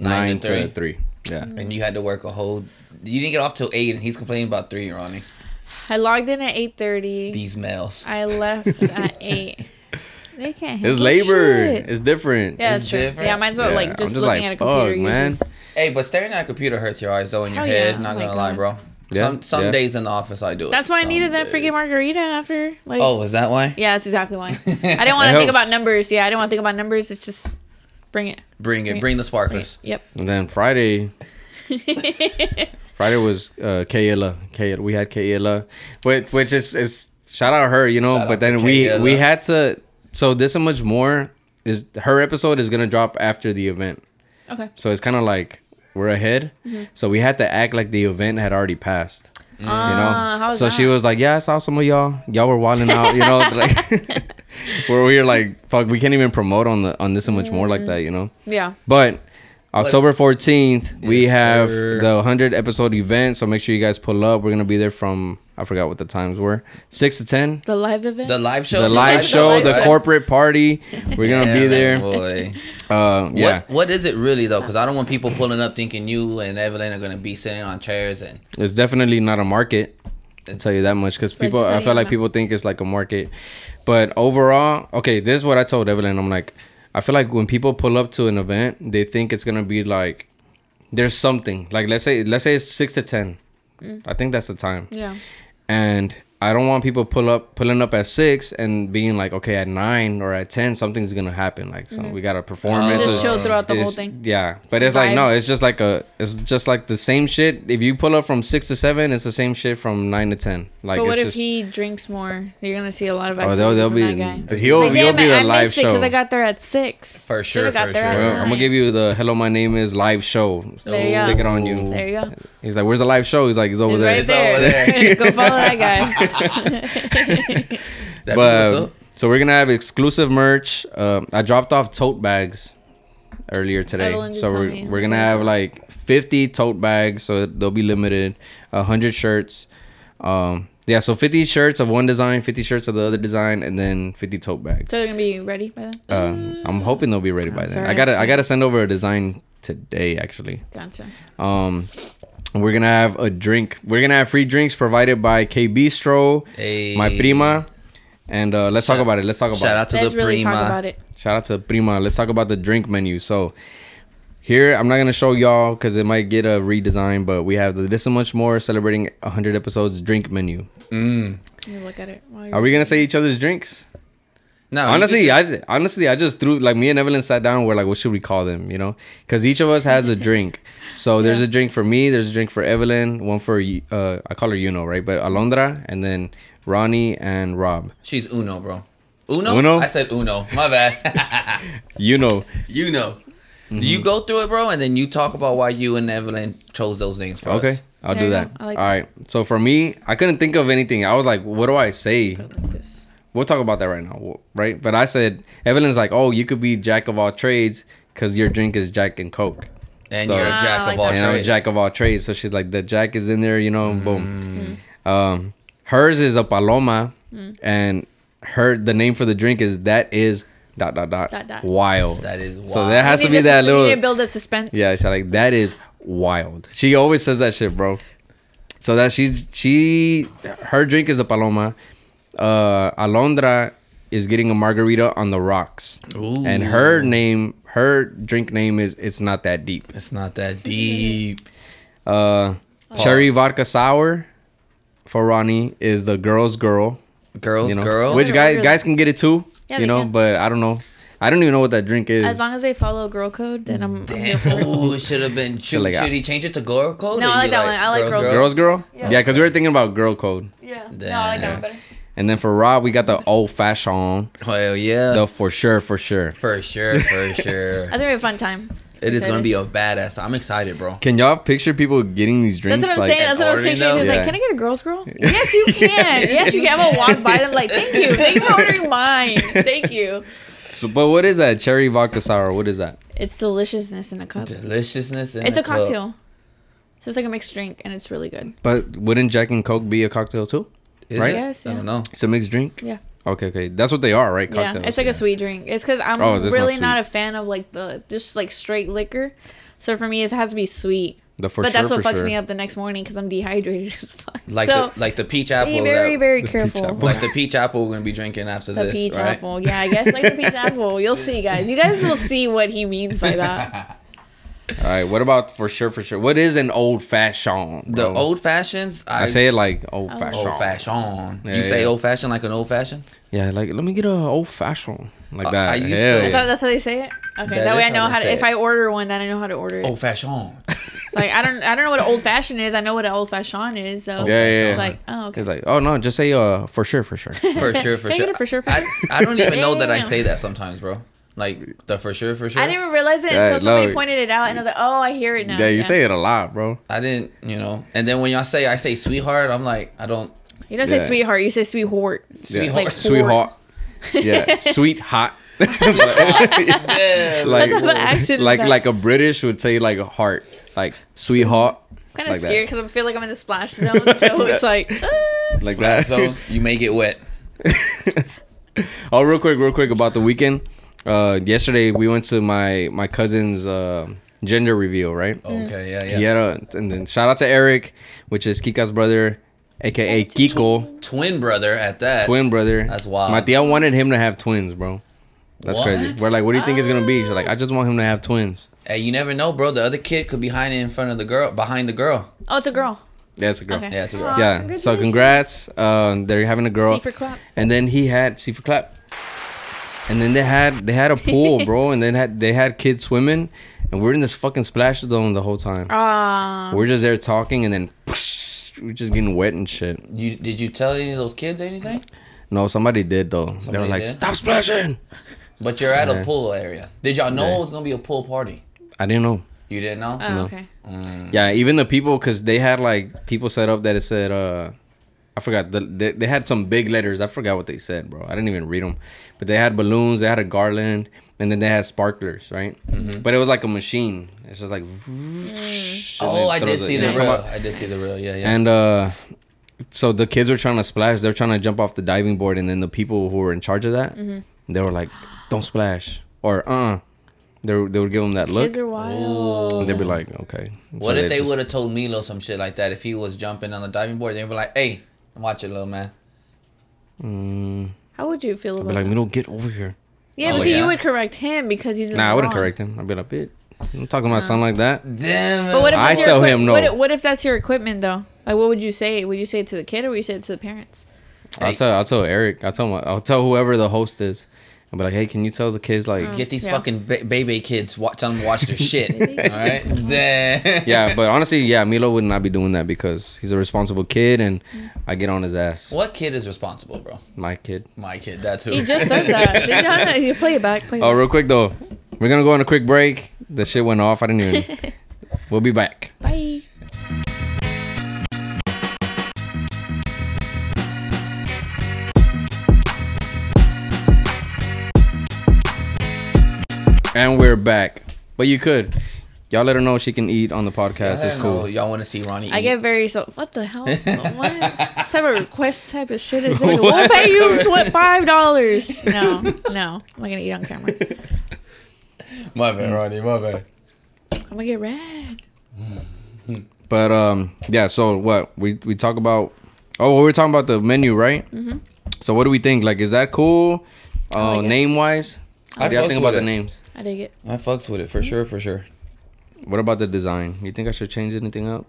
Speaker 3: Mm. Nine
Speaker 1: nine,
Speaker 3: to
Speaker 1: to three. Yeah.
Speaker 2: Mm.
Speaker 3: and you had to work a whole. You didn't get off till eight, and he's complaining about three, Ronnie.
Speaker 2: I logged in at eight thirty.
Speaker 3: These males.
Speaker 2: I left
Speaker 1: <laughs>
Speaker 2: at eight. They can't.
Speaker 1: It's
Speaker 2: handle
Speaker 1: labor.
Speaker 2: shit.
Speaker 1: It's different.
Speaker 2: yeah,
Speaker 3: it's
Speaker 2: that's true.
Speaker 3: different.
Speaker 2: Yeah, might as well
Speaker 1: Yeah,
Speaker 2: like
Speaker 1: I'm
Speaker 2: just,
Speaker 1: just like,
Speaker 2: looking at a computer.
Speaker 1: fuck,
Speaker 2: you
Speaker 1: man.
Speaker 2: Just,
Speaker 3: Hey, but staring at a computer hurts your eyes though, and your
Speaker 2: Hell
Speaker 3: head.
Speaker 2: yeah.
Speaker 3: Not
Speaker 2: Oh my
Speaker 3: gonna lie,
Speaker 2: God.
Speaker 3: bro.
Speaker 1: Yeah,
Speaker 3: Some some
Speaker 1: yeah.
Speaker 3: days in the office I do it.
Speaker 2: that's why I
Speaker 3: Some
Speaker 2: needed that
Speaker 3: days.
Speaker 2: freaking margarita after. Like,
Speaker 3: Oh, is that why?
Speaker 2: yeah, that's exactly
Speaker 3: <laughs>
Speaker 2: why. I didn't want
Speaker 1: It
Speaker 2: to think
Speaker 1: helps.
Speaker 2: about numbers. Yeah, I didn't want to think about numbers. It's just bring it.
Speaker 3: Bring it. Bring the sparklers.
Speaker 2: Yep.
Speaker 1: And then Friday,
Speaker 2: <laughs>
Speaker 1: Friday was uh, Kayla. Kayla. We had Kayla, which which is is shout out her, you know.
Speaker 3: Shout out
Speaker 1: but then
Speaker 3: to
Speaker 1: we
Speaker 3: Kayla.
Speaker 1: we had to. So this and much more is her episode is gonna drop after the event.
Speaker 2: Okay.
Speaker 1: So it's kind of like we're ahead.
Speaker 2: Mm-hmm.
Speaker 1: So we had to act like the event had already passed. You know,
Speaker 2: Ah, how was
Speaker 1: so she
Speaker 2: that?
Speaker 1: was like, "Yeah, I saw some of y'all. Y'all were wilding out. You
Speaker 2: <laughs>
Speaker 1: know, like <laughs>
Speaker 2: Mm.
Speaker 1: where we were like, fuck, we can't even promote on the on this and much more like that. You know."
Speaker 2: Yeah.
Speaker 1: But October 14th, we
Speaker 3: Yes,
Speaker 1: have
Speaker 3: sir.
Speaker 1: the 100 episode event. So make sure you guys pull up. We're going to be there from, I forgot what the times were, 6 to 10.
Speaker 2: The live event.
Speaker 3: The live show.
Speaker 1: The live show, the
Speaker 3: Right?
Speaker 1: corporate party. We're going to be
Speaker 3: Yeah,
Speaker 1: there.
Speaker 3: Boy.
Speaker 1: Uh, <laughs> yeah.
Speaker 3: What What is it really though? Because I don't want people pulling up thinking you and Evelyn are gonna be sitting on chairs and
Speaker 1: It's definitely not a market. I'll tell you that much because
Speaker 2: Like,
Speaker 1: people,
Speaker 2: just how
Speaker 1: I
Speaker 2: you
Speaker 1: feel like
Speaker 2: know.
Speaker 1: people think it's like a market. But overall, okay, this is what I told Evelyn. I'm like, I feel like when people pull up to an event, they think it's gonna be like, there's something. Like let's say, let's say it's six to ten.
Speaker 2: Mm.
Speaker 1: I think that's the time.
Speaker 2: yeah.
Speaker 1: And I don't want people pull up pulling up at six and being like, okay, at nine or at ten, something's gonna happen. Like, so we got a performance.
Speaker 2: Just
Speaker 1: or-
Speaker 2: show throughout the whole
Speaker 1: it's-
Speaker 2: thing.
Speaker 1: Yeah, but
Speaker 2: Just
Speaker 1: it's like no,
Speaker 2: vibes.
Speaker 1: it's just like a, it's just like the same shit. If you pull up from six to seven, it's the same shit from nine to ten. Like,
Speaker 2: but
Speaker 1: it's
Speaker 2: what if
Speaker 1: just,
Speaker 2: he drinks more? You're gonna see a lot of.
Speaker 1: Oh, they'll-
Speaker 2: activity
Speaker 1: they'll
Speaker 2: from
Speaker 1: be-
Speaker 2: that guy.
Speaker 1: but
Speaker 3: Oh,
Speaker 1: he'll-
Speaker 2: Like,
Speaker 1: he'll
Speaker 2: damn
Speaker 1: be
Speaker 2: it,
Speaker 1: the
Speaker 2: I
Speaker 1: live
Speaker 2: missed it 'cause
Speaker 1: show.
Speaker 2: I got there at six.
Speaker 3: For sure,
Speaker 2: Should've got
Speaker 3: for
Speaker 2: there at
Speaker 3: sure.
Speaker 1: Well, I'm gonna
Speaker 2: nine.
Speaker 1: give you the hello, my name is live show.
Speaker 2: There you
Speaker 1: Stick
Speaker 2: go.
Speaker 1: it on you.
Speaker 2: There you go.
Speaker 1: He's like, where's the live show? He's like, it's over
Speaker 2: He's
Speaker 1: there.
Speaker 2: right
Speaker 3: It's over
Speaker 2: there. <laughs>
Speaker 3: there.
Speaker 2: Go follow
Speaker 1: <laughs>
Speaker 2: that guy.
Speaker 3: that
Speaker 1: But
Speaker 3: what's up.
Speaker 1: so we're gonna have exclusive merch. Um, I dropped off tote bags earlier today,
Speaker 2: Evelyn did
Speaker 1: so
Speaker 2: tell
Speaker 1: we're,
Speaker 2: me.
Speaker 1: we're
Speaker 2: I'm
Speaker 1: gonna
Speaker 2: sorry.
Speaker 1: have like 50 tote bags, so they'll be limited. 100 shirts. Um, yeah, so 50 shirts of one design, 50 shirts of the other design, and then 50 tote bags.
Speaker 2: so they're gonna be ready by then.
Speaker 1: Uh, I'm
Speaker 2: Mm.
Speaker 1: hoping they'll be ready by then.
Speaker 2: sorry,
Speaker 1: I gotta I
Speaker 2: shit.
Speaker 1: gotta send over a design today actually.
Speaker 2: Gotcha.
Speaker 1: Um, we're gonna have a drink. We're gonna have free drinks provided by K Bistro,
Speaker 3: Hey.
Speaker 1: my prima, and uh, let's talk about it. Let's talk about
Speaker 3: Shout
Speaker 1: it.
Speaker 3: out to
Speaker 2: Let's
Speaker 3: the
Speaker 2: really
Speaker 3: prima.
Speaker 2: talk about it.
Speaker 1: Shout out to Prima. Let's talk about the drink menu. So here, I'm not gonna show y'all because it might get a redesign, but we have the this and much more celebrating 100 episodes drink menu.
Speaker 3: Mm.
Speaker 2: You look at it. while
Speaker 1: Are
Speaker 2: you're-
Speaker 1: we gonna say each other's drinks?
Speaker 3: No, you
Speaker 1: Honestly,
Speaker 3: can-
Speaker 1: I honestly I just threw like me and Evelyn sat down. We're like, what should we call them? You know, because each of us has a drink. So there's a drink for me. There's a drink for Evelyn. One for uh, I call her Yuno, right? But Alondra, and then Ronnie and Rob.
Speaker 3: she's Uno, bro. Uno?
Speaker 1: Uno?
Speaker 3: I said Uno. My bad. <laughs>
Speaker 1: You know,
Speaker 3: you know. You
Speaker 1: Mm-hmm.
Speaker 3: go through it, bro, and then you talk about why you and Evelyn chose those things for
Speaker 1: Okay,
Speaker 3: us.
Speaker 1: I'll
Speaker 2: There
Speaker 1: do
Speaker 2: you go.
Speaker 1: that.
Speaker 2: I like
Speaker 1: All
Speaker 2: that.
Speaker 1: right. So for me, I couldn't think of anything. I was like, what do I say?
Speaker 2: Like this.
Speaker 1: We'll talk about that right now, w- right? But I said, Evelyn's like, oh, you could be jack of all trades because your drink is Jack and Coke.
Speaker 3: And
Speaker 1: So-
Speaker 3: you're a
Speaker 1: Ah,
Speaker 3: jack
Speaker 2: Oh, I like
Speaker 3: of all
Speaker 2: that.
Speaker 1: and I'm
Speaker 3: trades.
Speaker 1: jack of all trades. So she's like, the jack is in there, you know,
Speaker 2: Mm-hmm.
Speaker 1: boom. Um, hers is a paloma,
Speaker 2: Mm.
Speaker 1: and her the name for the drink is that is dot dot dot,
Speaker 2: Dot, dot.
Speaker 1: wild.
Speaker 3: That is
Speaker 1: So
Speaker 3: wild.
Speaker 1: that
Speaker 3: I
Speaker 1: has to
Speaker 2: Maybe
Speaker 1: be
Speaker 2: this
Speaker 1: that
Speaker 2: is- we need
Speaker 1: little
Speaker 2: to build a suspense.
Speaker 1: yeah, she's like that is wild. She always says that shit, bro. So that she's she her drink is a paloma. Uh Alondra is getting a margarita on the rocks.
Speaker 3: Ooh.
Speaker 1: And her name her drink name is it's not that deep.
Speaker 3: it's not that deep.
Speaker 1: Uh
Speaker 3: Oh.
Speaker 1: Cherry Vodka Sour for Ronnie is the girl's girl.
Speaker 3: Girls,
Speaker 1: You know,
Speaker 3: girl.
Speaker 1: which
Speaker 2: Order,
Speaker 1: guys
Speaker 2: order that.
Speaker 1: guys can get it too.
Speaker 2: Yeah,
Speaker 1: you
Speaker 2: they
Speaker 1: know,
Speaker 2: can.
Speaker 1: but I don't know. I don't even know what that drink is.
Speaker 2: As long as they follow girl code, then I'm. I'm here for it.
Speaker 3: Ooh, it should
Speaker 1: <laughs>
Speaker 3: have been. Should,
Speaker 1: like, I-
Speaker 3: should he change it to girl code?
Speaker 2: No,
Speaker 3: or
Speaker 2: I
Speaker 3: you
Speaker 2: like that one. I like girls
Speaker 1: girl's girl?
Speaker 2: Yeah.
Speaker 1: yeah, because we were thinking about girl code.
Speaker 2: Yeah. No, I like that
Speaker 3: Yeah.
Speaker 2: one better.
Speaker 1: And then for Rob, we got the old fashioned,
Speaker 3: Hell yeah.
Speaker 1: the for sure, for sure.
Speaker 3: for
Speaker 1: <laughs>
Speaker 3: sure, for sure.
Speaker 2: That's gonna be a fun time.
Speaker 3: it is gonna
Speaker 2: Excited.
Speaker 3: be a badass. I'm excited, bro.
Speaker 1: Can y'all picture people getting these drinks?
Speaker 2: That's what I'm saying. That's what I was
Speaker 3: already
Speaker 2: picturing.
Speaker 3: know.
Speaker 2: It's like,
Speaker 1: Yeah.
Speaker 2: can I get a girl's girl? yes, you can. Yes, you can. I'm gonna walk by them like, thank you, thank you for ordering mine. Thank you.
Speaker 1: So- but what is that cherry vodka sour? What is that?
Speaker 2: It's deliciousness in a cup.
Speaker 3: Deliciousness. In
Speaker 2: It's a
Speaker 3: cup.
Speaker 2: cocktail. So it's like a mixed drink, and it's really good.
Speaker 1: But wouldn't Jack and Coke be a cocktail too?
Speaker 3: Is
Speaker 1: Right?
Speaker 3: it?
Speaker 2: Yes,
Speaker 3: I
Speaker 2: yeah.
Speaker 3: don't know.
Speaker 1: It's a mixed drink.
Speaker 2: Yeah.
Speaker 1: Okay, okay, that's what they are, right? Cocktails.
Speaker 2: yeah, it's like a sweet drink. It's because I'm
Speaker 1: Oh, this
Speaker 2: really
Speaker 1: one's
Speaker 2: not
Speaker 1: sweet.
Speaker 2: a fan of like the just like straight liquor. So for me, it has to be sweet.
Speaker 1: The for
Speaker 2: but
Speaker 1: sure,
Speaker 2: that's what
Speaker 1: for
Speaker 2: fucks
Speaker 1: sure.
Speaker 2: me up the next morning because I'm dehydrated <laughs> as fuck.
Speaker 3: Like
Speaker 2: so
Speaker 3: the like the peach apple.
Speaker 2: be very,
Speaker 3: that-
Speaker 2: very
Speaker 1: peach
Speaker 2: careful.
Speaker 1: apple.
Speaker 3: like the peach apple we're gonna be drinking after
Speaker 2: The
Speaker 3: this,
Speaker 2: peach
Speaker 3: right?
Speaker 2: apple. Yeah, I guess like the
Speaker 1: <laughs>
Speaker 2: peach apple. You'll see, guys. You guys will see what he means by
Speaker 3: <laughs>
Speaker 2: that.
Speaker 1: All right. What about for sure, for sure? What is an old fashioned?
Speaker 3: The
Speaker 1: bro?
Speaker 3: old fashions. I,
Speaker 1: Oh. I say it like old
Speaker 2: Oh.
Speaker 1: fashioned.
Speaker 3: old fashioned.
Speaker 1: Yeah,
Speaker 3: you say
Speaker 1: yeah.
Speaker 3: old fashioned like an old fashioned.
Speaker 1: Yeah, like let me get a old fashioned like
Speaker 3: I-
Speaker 1: that.
Speaker 3: Uh, I used to-
Speaker 1: Hell
Speaker 2: I
Speaker 1: yeah.
Speaker 2: thought that's how they say it. Okay,
Speaker 3: That
Speaker 2: that, way
Speaker 3: is
Speaker 2: I know
Speaker 3: how they
Speaker 2: how to.
Speaker 3: say
Speaker 2: If
Speaker 3: it.
Speaker 2: I order one, then I know how to order it.
Speaker 3: Old fashioned.
Speaker 2: Like I don't, I don't know what an old fashioned is. I know what an old fashioned is. So
Speaker 1: Yeah, yeah,
Speaker 2: it's
Speaker 1: yeah.
Speaker 2: Like oh, okay.
Speaker 1: It's like, oh no, just say uh for sure, <laughs> for
Speaker 2: <laughs>
Speaker 1: sure.
Speaker 3: For sure, for
Speaker 2: Can I
Speaker 3: sure.
Speaker 2: get it for sure, for
Speaker 3: I,
Speaker 2: sure?
Speaker 3: I don't even know that I
Speaker 2: Damn.
Speaker 3: say that sometimes, bro. Like the for sure, for sure.
Speaker 2: I didn't realize it
Speaker 1: Yeah,
Speaker 2: until somebody
Speaker 1: no.
Speaker 2: pointed it out, and I was like, oh, I hear it now.
Speaker 1: yeah, you say it a lot, bro.
Speaker 3: I didn't, you know. And then when y'all say I say sweetheart, I'm like, I
Speaker 2: <laughs>
Speaker 3: don't
Speaker 2: You don't say
Speaker 1: Yeah.
Speaker 2: sweetheart. You say sweetheart.
Speaker 1: Yeah.
Speaker 3: sweetheart.
Speaker 2: Like- <laughs>
Speaker 1: sweetheart. Yeah, sweet hot.
Speaker 3: Yeah,
Speaker 1: like
Speaker 2: What type of accent is
Speaker 1: like
Speaker 2: that?
Speaker 1: like a British would say like a heart, like sweetheart,
Speaker 2: kind of
Speaker 1: like that.
Speaker 2: scared because I feel like I'm in the splash zone, <laughs> so it's like. uh,
Speaker 1: like that.
Speaker 3: so you may get wet.
Speaker 1: <laughs> oh, real quick, real quick about the weekend. Uh, yesterday we went to my my cousin's uh, gender reveal, right?
Speaker 3: Okay, yeah, Oh, yeah.
Speaker 1: Yeah, and then shout out to Eric, which is Kika's brother, aka Kiko,
Speaker 3: Twin brother at that.
Speaker 1: twin brother.
Speaker 3: That's wild.
Speaker 1: My tia wanted him to have twins, bro. That's
Speaker 3: What?
Speaker 1: crazy. We're like, what do you think it's gonna be? She's like, I just want him to have twins.
Speaker 3: Hey, you never know, bro. The other kid could be hiding in front of the girl, behind the girl.
Speaker 2: oh, it's a girl.
Speaker 1: That's a girl.
Speaker 2: Okay.
Speaker 3: Yeah, it's a girl.
Speaker 2: Aw,
Speaker 1: Yeah. So congrats. Uh, they're having a girl.
Speaker 2: See for Oh, clap.
Speaker 1: And then he had see for clap. And then they had they had a pool, bro. And then had they had kids swimming, and we're in this fucking splash zone the whole time.
Speaker 2: Ah,
Speaker 1: We're just there talking, and then we're just getting wet and shit.
Speaker 3: You did you tell any of those kids anything?
Speaker 1: No, somebody did though. they were
Speaker 3: Somebody
Speaker 1: like,
Speaker 3: did?
Speaker 1: "Stop splashing!"
Speaker 3: But you're at
Speaker 1: Yeah.
Speaker 3: a pool area. Did y'all know
Speaker 1: Yeah.
Speaker 3: it was gonna be a pool party?
Speaker 1: I didn't know.
Speaker 3: You didn't know?
Speaker 2: oh,
Speaker 1: no.
Speaker 2: okay.
Speaker 1: Yeah, even the people, cause they had like people set up that it said, uh, I forgot the they, they had some big letters. I forgot what they said, bro. I didn't even read them, but they had balloons, they had a garland, and then they had sparklers, right?
Speaker 3: Mm-hmm.
Speaker 1: But it was like a machine. It's just like.
Speaker 3: Mm. oh, I did
Speaker 1: throws it,
Speaker 3: see
Speaker 1: you
Speaker 3: the
Speaker 1: know what I'm
Speaker 3: reel.
Speaker 1: talking about?
Speaker 3: I did see the reel. Yeah, yeah.
Speaker 1: And uh, so the kids were trying to splash. They're trying to jump off the diving board, and then the people who were in charge of that,
Speaker 3: Mm-hmm.
Speaker 1: they were like, "Don't splash," or "Uh." They they would give them that look.
Speaker 2: Kids are wild.
Speaker 1: and they'd be like, "Okay."
Speaker 3: what if they would have told Milo some shit like that? If he was jumping on the diving board, they'd be like, "Hey, watch it, little man."
Speaker 2: How would you feel
Speaker 1: I'd be
Speaker 2: about
Speaker 1: like,
Speaker 2: that?
Speaker 1: "Middle, get over here."
Speaker 2: Yeah,
Speaker 3: Oh,
Speaker 2: but see,
Speaker 3: yeah.
Speaker 2: you would correct him because he's. in
Speaker 1: Nah,
Speaker 2: the
Speaker 1: I wouldn't
Speaker 2: wrong.
Speaker 1: correct him. I'd be like, bitch, don't talk to my son like that.
Speaker 3: Damn.
Speaker 2: But what if
Speaker 1: I
Speaker 2: that's your
Speaker 1: tell
Speaker 2: equi-
Speaker 1: him no.
Speaker 2: What if, what if that's your equipment though? Like, what would you say? Would you say it to the kid or would you say it to
Speaker 1: <laughs>
Speaker 2: the parents?
Speaker 1: I'll
Speaker 3: Hey.
Speaker 1: tell I'll tell Eric. I'll tell my I'll tell whoever the host is. I'll be like, hey, can you tell the kids like
Speaker 3: Get these
Speaker 2: Yeah.
Speaker 3: fucking ba- baby kids. Wa- tell them to watch their shit. All right. Damn.
Speaker 1: <laughs> Yeah, but honestly, yeah, Milo would not be doing that because he's a responsible kid and I get on his ass.
Speaker 3: Mm. What kid is responsible, bro?
Speaker 1: My kid.
Speaker 3: My kid. That's who.
Speaker 2: He just said that. Did y'all
Speaker 1: <laughs>
Speaker 2: know? You play it back. Play it
Speaker 1: Oh,
Speaker 2: back.
Speaker 1: real quick though. We're gonna go on a quick break. The shit went off. I didn't
Speaker 3: <laughs>
Speaker 1: even We'll be back.
Speaker 2: Bye.
Speaker 1: And we're back. But you could. Y'all let her know she can eat on the podcast. It's
Speaker 3: I
Speaker 1: cool.
Speaker 3: know. Y'all want to see Ronnie?
Speaker 2: I
Speaker 3: eat.
Speaker 2: get very so. What
Speaker 1: <laughs>
Speaker 2: the hell? What type of request type of shit is this? We'll
Speaker 1: <laughs>
Speaker 2: pay you tw- five dollars. No, no, I'm not gonna eat on camera.
Speaker 3: My bad, Ronnie. My bad.
Speaker 2: I'm gonna get red.
Speaker 1: But um, yeah. So what we we talk about? Oh, we were talking about the menu, right? Mm-hmm. So what do we think? Like, is that cool? Uh,
Speaker 2: like it.
Speaker 1: name wise,
Speaker 3: I
Speaker 1: what do y'all
Speaker 3: fucks
Speaker 1: think about
Speaker 3: with
Speaker 1: the
Speaker 3: it.
Speaker 1: names?
Speaker 2: I dig it.
Speaker 3: I fucks with it for sure, for sure.
Speaker 1: What about the design? You think I should change anything up?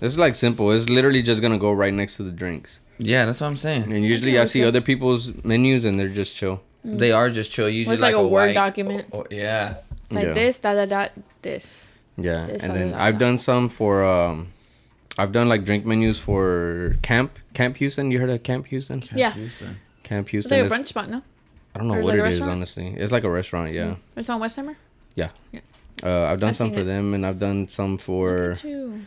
Speaker 1: This is like simple. It's literally just gonna go right next to the drinks.
Speaker 3: Yeah, that's what I'm saying.
Speaker 1: And usually
Speaker 2: Okay,
Speaker 1: I see
Speaker 2: okay.
Speaker 1: other people's menus and they're just chill.
Speaker 3: They are just chill. Usually,
Speaker 2: Mm. It's like a Word
Speaker 3: white-
Speaker 2: document.
Speaker 3: or- yeah.
Speaker 2: It's like
Speaker 1: Yeah.
Speaker 2: this, da da da, this.
Speaker 1: Yeah.
Speaker 2: There's
Speaker 1: and
Speaker 2: something
Speaker 1: then
Speaker 2: like
Speaker 1: I've
Speaker 2: that.
Speaker 1: done some for um, I've done like drink menus for Camp Camp Houston. You heard of Camp Houston?
Speaker 2: Yeah.
Speaker 3: Houston.
Speaker 1: Camp
Speaker 2: It's
Speaker 1: Houston.
Speaker 2: like a
Speaker 1: is-
Speaker 2: brunch spot, no?
Speaker 1: I don't know
Speaker 2: or is
Speaker 1: what
Speaker 2: like
Speaker 1: it
Speaker 2: a
Speaker 1: is
Speaker 2: restaurant? Mm-hmm.
Speaker 1: honestly. It's like a restaurant. Yeah.
Speaker 2: It's on Westheimer.
Speaker 1: Yeah.
Speaker 2: Yeah.
Speaker 1: Uh, I've done
Speaker 2: I've
Speaker 1: some
Speaker 2: seen
Speaker 1: for
Speaker 2: it.
Speaker 1: them, and I've done some for.
Speaker 2: Look at you.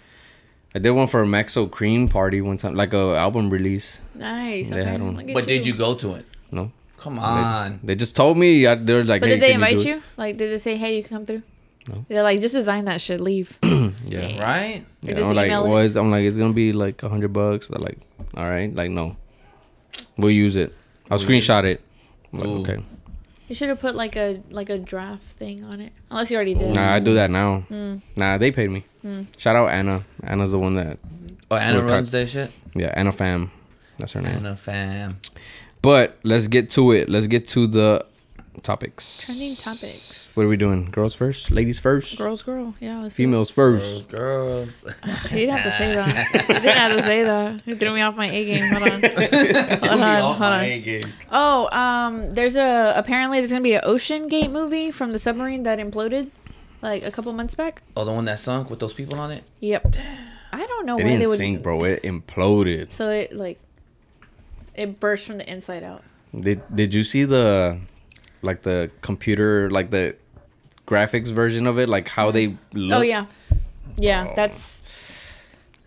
Speaker 1: I did one for a Maxo Cream party one time, like a album release.
Speaker 2: Nice.
Speaker 1: They
Speaker 2: Okay.
Speaker 1: had one.
Speaker 2: look at
Speaker 3: But did you go to it?
Speaker 1: No,
Speaker 3: Come on.
Speaker 1: they just told me. I, they're like,
Speaker 2: But
Speaker 1: "Hey,
Speaker 2: did they
Speaker 1: can
Speaker 2: invite
Speaker 1: do
Speaker 2: you? Like, did they say, "Hey, you can come through"?
Speaker 1: No.
Speaker 2: They're like, just design that
Speaker 1: <clears throat>
Speaker 2: shit. Leave.
Speaker 1: it?" Yeah.
Speaker 3: Right?
Speaker 1: Yeah,
Speaker 2: just
Speaker 1: I'm like,
Speaker 2: email it?
Speaker 1: well, it's, I'm like, it's gonna be like a hundred bucks. They're like, all right, like no, we'll use it. I'll screenshot it. I'm like,
Speaker 3: Ooh.
Speaker 1: okay.
Speaker 2: you should have put like a like a draft thing on it. Unless you already did.
Speaker 1: Nah, I do that now.
Speaker 2: Mm.
Speaker 1: Nah, they paid me. Shout out Anna. Anna's the one that.
Speaker 3: Oh, Anna
Speaker 1: We're cut.
Speaker 3: runs that shit.
Speaker 1: Yeah, Anna Fam. That's her name.
Speaker 3: Anna fam.
Speaker 1: But let's get to it. Let's get to the topics.
Speaker 2: Trending topics.
Speaker 1: What are we doing? Girls first, ladies first,
Speaker 2: Girls, girl. Yeah. Let's do it.
Speaker 1: females
Speaker 3: Girls,
Speaker 1: first.
Speaker 3: girls.
Speaker 2: You didn't have to
Speaker 1: <laughs>
Speaker 2: say that. You didn't have to say that. You threw me off my A game. Hold on. <laughs> Hold on. Hold on. <laughs> Oh, um, there's a apparently there's gonna be an Ocean Gate movie from the submarine that imploded, like a couple months back.
Speaker 3: Oh, the one that sunk with those people on it?
Speaker 2: Yep. I don't know
Speaker 1: It
Speaker 2: why they
Speaker 1: didn't
Speaker 2: would.
Speaker 1: sink, bro. It imploded.
Speaker 2: So it like, it burst from the inside out.
Speaker 1: Did Did you see the, like the computer, like the graphics version of it, like how they look?
Speaker 2: Oh yeah, yeah. That's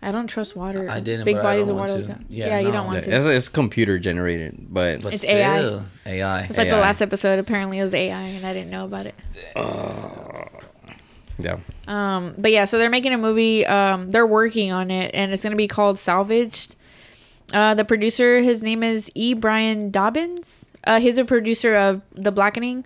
Speaker 2: I don't trust water.
Speaker 3: I didn't,
Speaker 2: Big
Speaker 3: but I
Speaker 2: bodies
Speaker 3: don't
Speaker 2: of
Speaker 3: want
Speaker 2: water.
Speaker 3: to.
Speaker 2: with-
Speaker 3: Yeah,
Speaker 2: Yeah, you
Speaker 3: no.
Speaker 2: don't want
Speaker 1: It's,
Speaker 2: to.
Speaker 1: it's computer generated, but,
Speaker 3: But
Speaker 2: It's AI.
Speaker 3: still, AI.
Speaker 2: It's like the
Speaker 1: AI.
Speaker 2: last episode apparently was AI, and I didn't know about it.
Speaker 1: yeah,
Speaker 2: Um, but yeah, so they're making a movie. Um, they're working on it, and it's gonna be called Salvaged. Uh, the producer, his name is E. Brian Dobbins. Uh, he's a producer of The Blackening.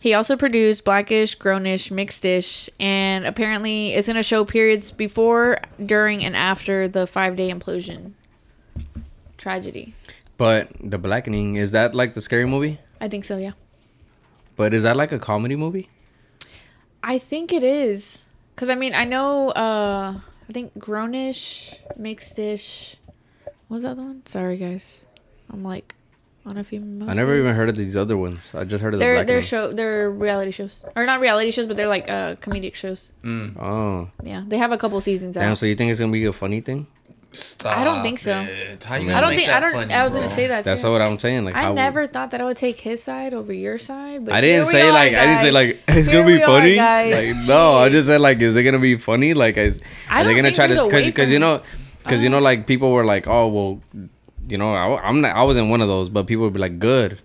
Speaker 2: He also produced Blackish, Grownish, Mixedish, and apparently it's gonna show periods before, during, and after the five-day implosion tragedy.
Speaker 1: but the blackening is that like the scary movie?
Speaker 2: I think so. Yeah,
Speaker 1: But is that like a comedy movie?
Speaker 2: I think it is. Cause I mean, I know. Uh, I think Grownish, Mixedish. What was that the one? Sorry, guys. I'm like on a few.
Speaker 1: I never even heard of these other ones. I just heard of the
Speaker 2: They're
Speaker 1: blackening.
Speaker 2: they're show they're reality shows or not reality shows, but they're like uh comedic shows.
Speaker 1: oh,
Speaker 2: Yeah, they have a couple seasons
Speaker 1: damn!
Speaker 2: out.
Speaker 1: So you think it's gonna be a funny thing?
Speaker 3: Stop
Speaker 2: don't think so.
Speaker 3: it. How you gonna
Speaker 2: I don't
Speaker 3: make
Speaker 2: think
Speaker 3: that
Speaker 2: I don't.
Speaker 3: funny,
Speaker 2: I was
Speaker 3: bro?
Speaker 2: gonna say that.
Speaker 1: That's
Speaker 2: too.
Speaker 1: what I'm saying. Like
Speaker 2: I
Speaker 1: how-
Speaker 2: never thought that I would take his side over your side, but
Speaker 1: I didn't
Speaker 2: here we
Speaker 1: say
Speaker 2: are,
Speaker 1: like I didn't say
Speaker 2: guys.
Speaker 1: like <laughs> it's
Speaker 2: Here
Speaker 1: gonna be
Speaker 2: we are,
Speaker 1: funny. Like
Speaker 2: guys.
Speaker 1: no, I just said like is it gonna be funny? Like is,
Speaker 2: I
Speaker 1: are they
Speaker 2: don't
Speaker 1: gonna
Speaker 2: think
Speaker 1: try to
Speaker 2: there's a way
Speaker 1: because because you
Speaker 2: for-
Speaker 1: know because you know like people were like oh well you know I, am not I wasn't one of those but people would be like good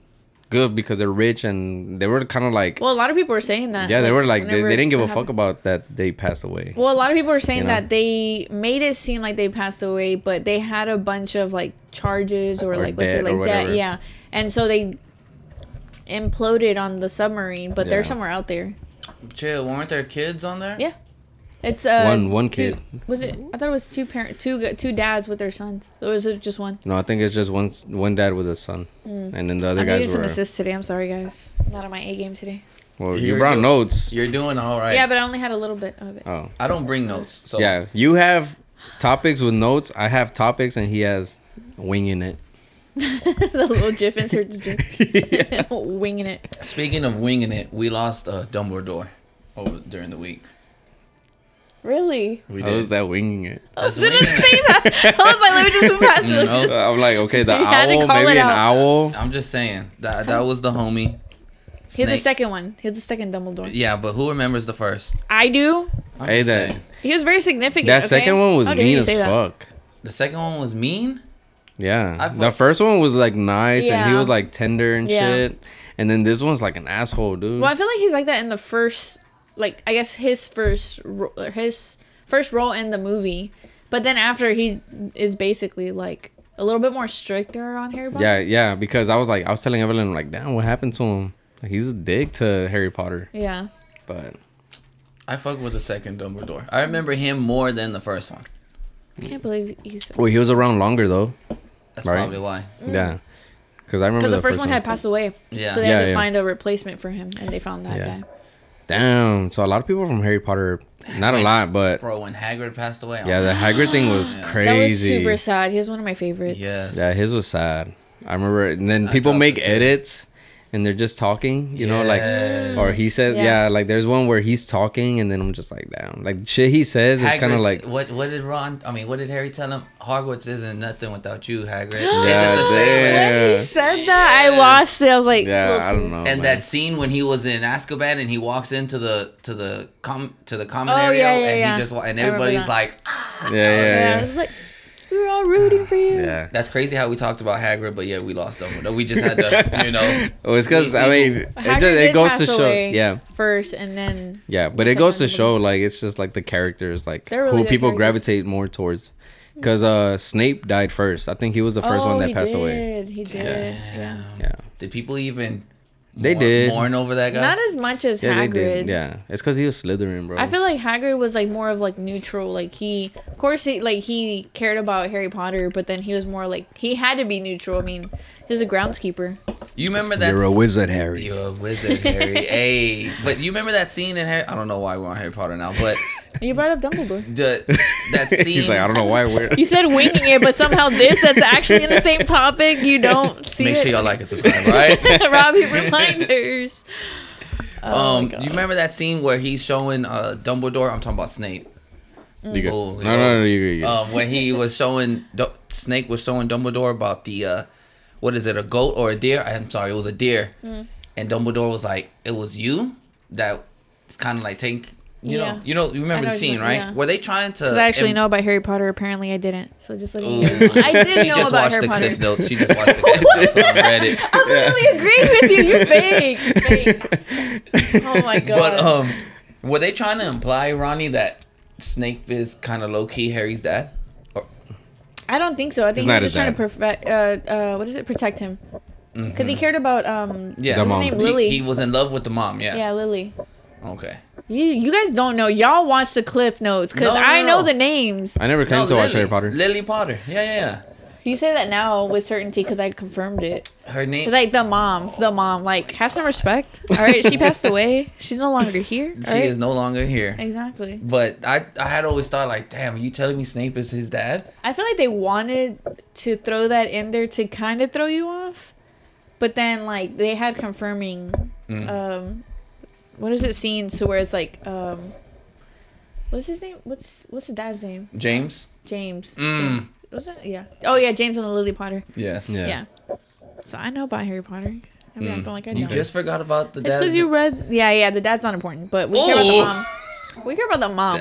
Speaker 1: good because they're rich and they were kind of like
Speaker 2: Well, a lot of people are saying that.
Speaker 1: yeah they were like they,
Speaker 2: whenever
Speaker 1: they didn't give
Speaker 2: that
Speaker 1: a fuck
Speaker 2: happened.
Speaker 1: about that they passed away.
Speaker 2: Well, a lot of people are saying
Speaker 1: You know?
Speaker 2: that they made it seem like they passed away, but they had a bunch of like charges or,
Speaker 1: Or
Speaker 2: like let's say
Speaker 1: debt or
Speaker 2: like that,
Speaker 1: whatever.
Speaker 2: yeah. And so they imploded on the submarine, but they're
Speaker 1: Yeah.
Speaker 2: somewhere out there.
Speaker 3: Chill. Weren't there kids on there?
Speaker 2: Yeah. It's uh,
Speaker 1: One- one
Speaker 2: two-
Speaker 1: kid.
Speaker 2: Was it? I thought it was two parent, two g- two dads with their sons. Or was it just one?
Speaker 1: No, I think it's just one one dad with a son, and then the other
Speaker 2: Mm. I needed
Speaker 1: guys
Speaker 2: some
Speaker 1: were.
Speaker 2: assists today. I'm sorry, guys. I'm not on my A game today.
Speaker 1: Well,
Speaker 3: Here
Speaker 1: you brought
Speaker 3: you go.
Speaker 1: notes.
Speaker 3: You're doing all right.
Speaker 2: Yeah, but I only had a little bit of it.
Speaker 1: Oh,
Speaker 3: I don't bring notes. So
Speaker 1: yeah. You have topics with notes. I have topics, and he has winging it.
Speaker 2: <laughs> the little GIF <laughs> insert the
Speaker 1: <laughs>
Speaker 3: <laughs>
Speaker 2: GIF. Winging it.
Speaker 3: Speaking of winging it, we lost uh, Dumbledore over during the week.
Speaker 2: <laughs> Really?
Speaker 3: We
Speaker 1: How Oh, is that winging it?
Speaker 3: That's
Speaker 2: Didn't
Speaker 3: winging it.
Speaker 2: say that. I was like, let me Oh, just
Speaker 1: <laughs>
Speaker 2: move past
Speaker 3: You
Speaker 2: this.
Speaker 3: know?
Speaker 1: Uh, I'm like, okay, the
Speaker 2: You Oh. <laughs> had to
Speaker 1: owl,
Speaker 2: call
Speaker 1: maybe
Speaker 2: it
Speaker 1: an
Speaker 2: out.
Speaker 1: owl.
Speaker 3: I'm just saying that that was the homie.
Speaker 2: Here's the
Speaker 3: Snake.
Speaker 2: second one. Here's the second Dumbledore.
Speaker 3: Yeah, but who remembers the first?
Speaker 2: I do.
Speaker 3: I'm
Speaker 1: Hey,
Speaker 3: just
Speaker 1: that
Speaker 3: saying.
Speaker 2: He was very significant.
Speaker 1: that
Speaker 2: okay?
Speaker 1: second one was
Speaker 2: How dare
Speaker 1: mean
Speaker 2: you
Speaker 1: as
Speaker 2: say that.
Speaker 1: fuck.
Speaker 3: the second one was mean.
Speaker 1: Yeah,
Speaker 3: I fuck-
Speaker 1: the first one was like nice, and he
Speaker 2: Yeah.
Speaker 1: was like tender and
Speaker 2: Yeah.
Speaker 1: shit. And then this one's like an asshole, dude.
Speaker 2: Well, I feel like he's like that in the first, like I guess his first, ro- or his first role in the movie, but then after he is basically like a little bit more stricter on Harry Potter.
Speaker 1: Yeah, yeah. Because I was like, I was telling Evelyn, like, damn, what happened to him? Like, he's a dick to Harry Potter.
Speaker 2: Yeah.
Speaker 1: But
Speaker 3: I fuck with the second Dumbledore. I remember him more than the first one.
Speaker 2: I can't believe you said.
Speaker 1: well, he was around longer though.
Speaker 3: That's
Speaker 1: Right.
Speaker 3: probably why.
Speaker 1: Yeah, because I remember
Speaker 2: Mm. Because the, first one had passed away,
Speaker 3: Yeah.
Speaker 2: so they
Speaker 1: Yeah,
Speaker 2: had to
Speaker 1: yeah.
Speaker 2: find a replacement for him, and they found that
Speaker 1: Yeah.
Speaker 2: guy.
Speaker 1: Damn. So a lot of people from Harry Potter, not a lot, but
Speaker 3: Bro, when Hagrid passed away. I'm
Speaker 1: yeah, the
Speaker 3: like,
Speaker 1: Hagrid thing was
Speaker 2: That was
Speaker 1: crazy.
Speaker 2: super sad. He was one of my favorites.
Speaker 3: Yes.
Speaker 1: Yeah, his was sad. I remember, and then
Speaker 3: I
Speaker 1: people
Speaker 3: dropped
Speaker 1: make
Speaker 3: it too.
Speaker 1: edits, and they're just talking. You know, like
Speaker 3: Yes.
Speaker 1: or he says,
Speaker 2: Yeah.
Speaker 1: yeah. like there's one where he's talking, and then I'm just like, damn, like shit he says is kind of
Speaker 3: Hagrid-
Speaker 1: like.
Speaker 3: what? What did Ron? I mean, what did Harry tell him? Hogwarts isn't nothing without
Speaker 2: <gasps>
Speaker 3: you, Hagrid.
Speaker 1: Yeah,
Speaker 3: Is it the same?
Speaker 1: damn.
Speaker 2: When
Speaker 1: Yeah.
Speaker 2: he said that, I lost it. I was like,
Speaker 1: Yeah,
Speaker 2: little
Speaker 1: I
Speaker 2: too-
Speaker 1: don't know.
Speaker 3: And
Speaker 1: man.
Speaker 3: that scene when he was in Azkaban and he walks into the to the com to the common
Speaker 2: Oh, yeah,
Speaker 3: area
Speaker 2: yeah,
Speaker 3: and
Speaker 2: yeah.
Speaker 3: he just wa- and
Speaker 2: I remember
Speaker 3: everybody's
Speaker 2: that.
Speaker 3: like, "Ah."
Speaker 1: yeah,
Speaker 2: Yeah,
Speaker 1: yeah,
Speaker 2: it's like we were all rooting for you.
Speaker 1: yeah. yeah.
Speaker 3: that's crazy how we talked about Hagrid, but yeah, we lost Dumbledore. We just
Speaker 1: <laughs>
Speaker 3: had to, you know.
Speaker 1: Well, it's because I
Speaker 3: We-
Speaker 1: mean, it just it goes to show, yeah,
Speaker 2: First, and then
Speaker 1: yeah, but it
Speaker 2: Except
Speaker 1: goes
Speaker 2: for
Speaker 1: to
Speaker 2: Dumbledore.
Speaker 1: show like it's just like the characters like
Speaker 2: They're really
Speaker 1: who
Speaker 2: good
Speaker 1: people
Speaker 2: characters.
Speaker 1: gravitate more towards. Because uh, Snape died first. I think he was the first
Speaker 2: one
Speaker 1: one that passed away.
Speaker 2: Oh, He did. Yeah.
Speaker 1: Yeah,
Speaker 3: Did people even?
Speaker 1: They
Speaker 3: mourn,
Speaker 1: did.
Speaker 3: mourn over that guy.
Speaker 2: Not as much as
Speaker 1: yeah, they
Speaker 2: Hagrid.
Speaker 1: did. Yeah, it's because he was Slytherin, bro.
Speaker 2: I feel like Hagrid was like more of like neutral. Like he, of course, he like he cared about Harry Potter, but then he was more like he had to be neutral. I mean, he was a groundskeeper.
Speaker 3: you remember that?
Speaker 1: you're a
Speaker 3: s-
Speaker 1: wizard, Harry.
Speaker 3: You're a wizard,
Speaker 2: <laughs>
Speaker 3: Harry. hey, but you remember that scene in Harry? I don't know why we're on Harry Potter now, but
Speaker 2: You brought up Dumbledore.
Speaker 3: the that scene.
Speaker 1: <laughs> He's like, I don't know why we're.
Speaker 2: <laughs> You said winging it, but somehow this that's actually in the same topic. You don't see
Speaker 3: Make
Speaker 2: it.
Speaker 3: sure y'all like and subscribe, all right?
Speaker 2: Robbie
Speaker 3: <laughs>
Speaker 2: reminders. <laughs> Oh my
Speaker 3: um,
Speaker 2: God.
Speaker 3: you remember that scene where he's showing uh, Dumbledore? I'm talking about Snape.
Speaker 1: <laughs> You go.
Speaker 3: Oh,
Speaker 1: no,
Speaker 3: yeah.
Speaker 1: no, no, you go. You go.
Speaker 3: Um, when he was showing Du- Snake was showing Dumbledore about the uh, what is it, a goat or a deer? I'm sorry, it was a
Speaker 2: Mm.
Speaker 3: deer. And Dumbledore was like, "It was you that it's kind of like taking
Speaker 2: Yeah.
Speaker 3: You know, you know, you remember
Speaker 2: I know
Speaker 3: the
Speaker 2: what you
Speaker 3: scene,
Speaker 2: mean,
Speaker 3: right?
Speaker 2: yeah.
Speaker 3: Were they trying to?
Speaker 2: Because I actually
Speaker 3: em-
Speaker 2: know about Harry Potter. Apparently, I didn't. So just like
Speaker 3: Ooh.
Speaker 2: <laughs> I did
Speaker 3: <laughs> She
Speaker 2: know
Speaker 3: just
Speaker 2: about
Speaker 3: watched
Speaker 2: Harry
Speaker 3: the
Speaker 2: Potter.
Speaker 3: Cliff Notes. She just watched the Cliff Notes on
Speaker 2: <laughs>
Speaker 3: Reddit.
Speaker 2: I literally agree with you.
Speaker 3: <laughs>
Speaker 2: You fake, fake. Oh my god.
Speaker 3: But um, were they trying to imply, Ronnie, that Snape is kind of low key Harry's dad? Or,
Speaker 2: I don't think so. I think he
Speaker 1: not
Speaker 2: was just trying
Speaker 1: his
Speaker 2: to perfect. Uh, uh, what is it? Protect him. Because
Speaker 3: Mm-hmm.
Speaker 2: he cared about um.
Speaker 3: yeah,
Speaker 1: The
Speaker 2: What's
Speaker 1: mom.
Speaker 2: his name?
Speaker 3: He-
Speaker 2: Lily.
Speaker 3: He, was in love with the mom. Yes.
Speaker 2: Yeah, Lily.
Speaker 3: okay.
Speaker 2: You you guys don't know. Y'all watch the Cliff Notes because
Speaker 3: No, no,
Speaker 2: I know
Speaker 3: no.
Speaker 2: the names.
Speaker 1: I
Speaker 3: Um,
Speaker 1: never claimed to watch
Speaker 3: Lily.
Speaker 1: Harry Potter.
Speaker 3: Lily Potter. Yeah, yeah,
Speaker 2: You say that now with certainty because I confirmed it.
Speaker 3: yeah. Her
Speaker 2: It's
Speaker 3: name.
Speaker 2: like the mom, the mom. Like have some respect. All right,
Speaker 3: <laughs>
Speaker 2: she passed away. She's no longer here.
Speaker 3: she
Speaker 2: all right?
Speaker 3: is no longer here.
Speaker 2: Exactly.
Speaker 3: But I, I had always thought like, damn, are you telling me Snape is his dad?
Speaker 2: I feel like they wanted to throw that in there to kind of throw you off, but then like they had confirming,
Speaker 3: Mm.
Speaker 2: um, what is it scene to where it's like, um, what's his name? What's what's the dad's name?
Speaker 3: James.
Speaker 2: James.
Speaker 3: Mm.
Speaker 2: Was that yeah? Oh yeah, James and the Lily Potter.
Speaker 3: Yes.
Speaker 1: Yeah.
Speaker 2: Yeah. So I know about Harry Potter. I mean, I feel like I
Speaker 3: Mm. You
Speaker 2: know.
Speaker 3: just forgot about the
Speaker 2: it's
Speaker 3: dad.
Speaker 2: because you read. Yeah, yeah. The dad's not important, but we care
Speaker 3: Oh!
Speaker 2: about the mom. We care about the mom, right?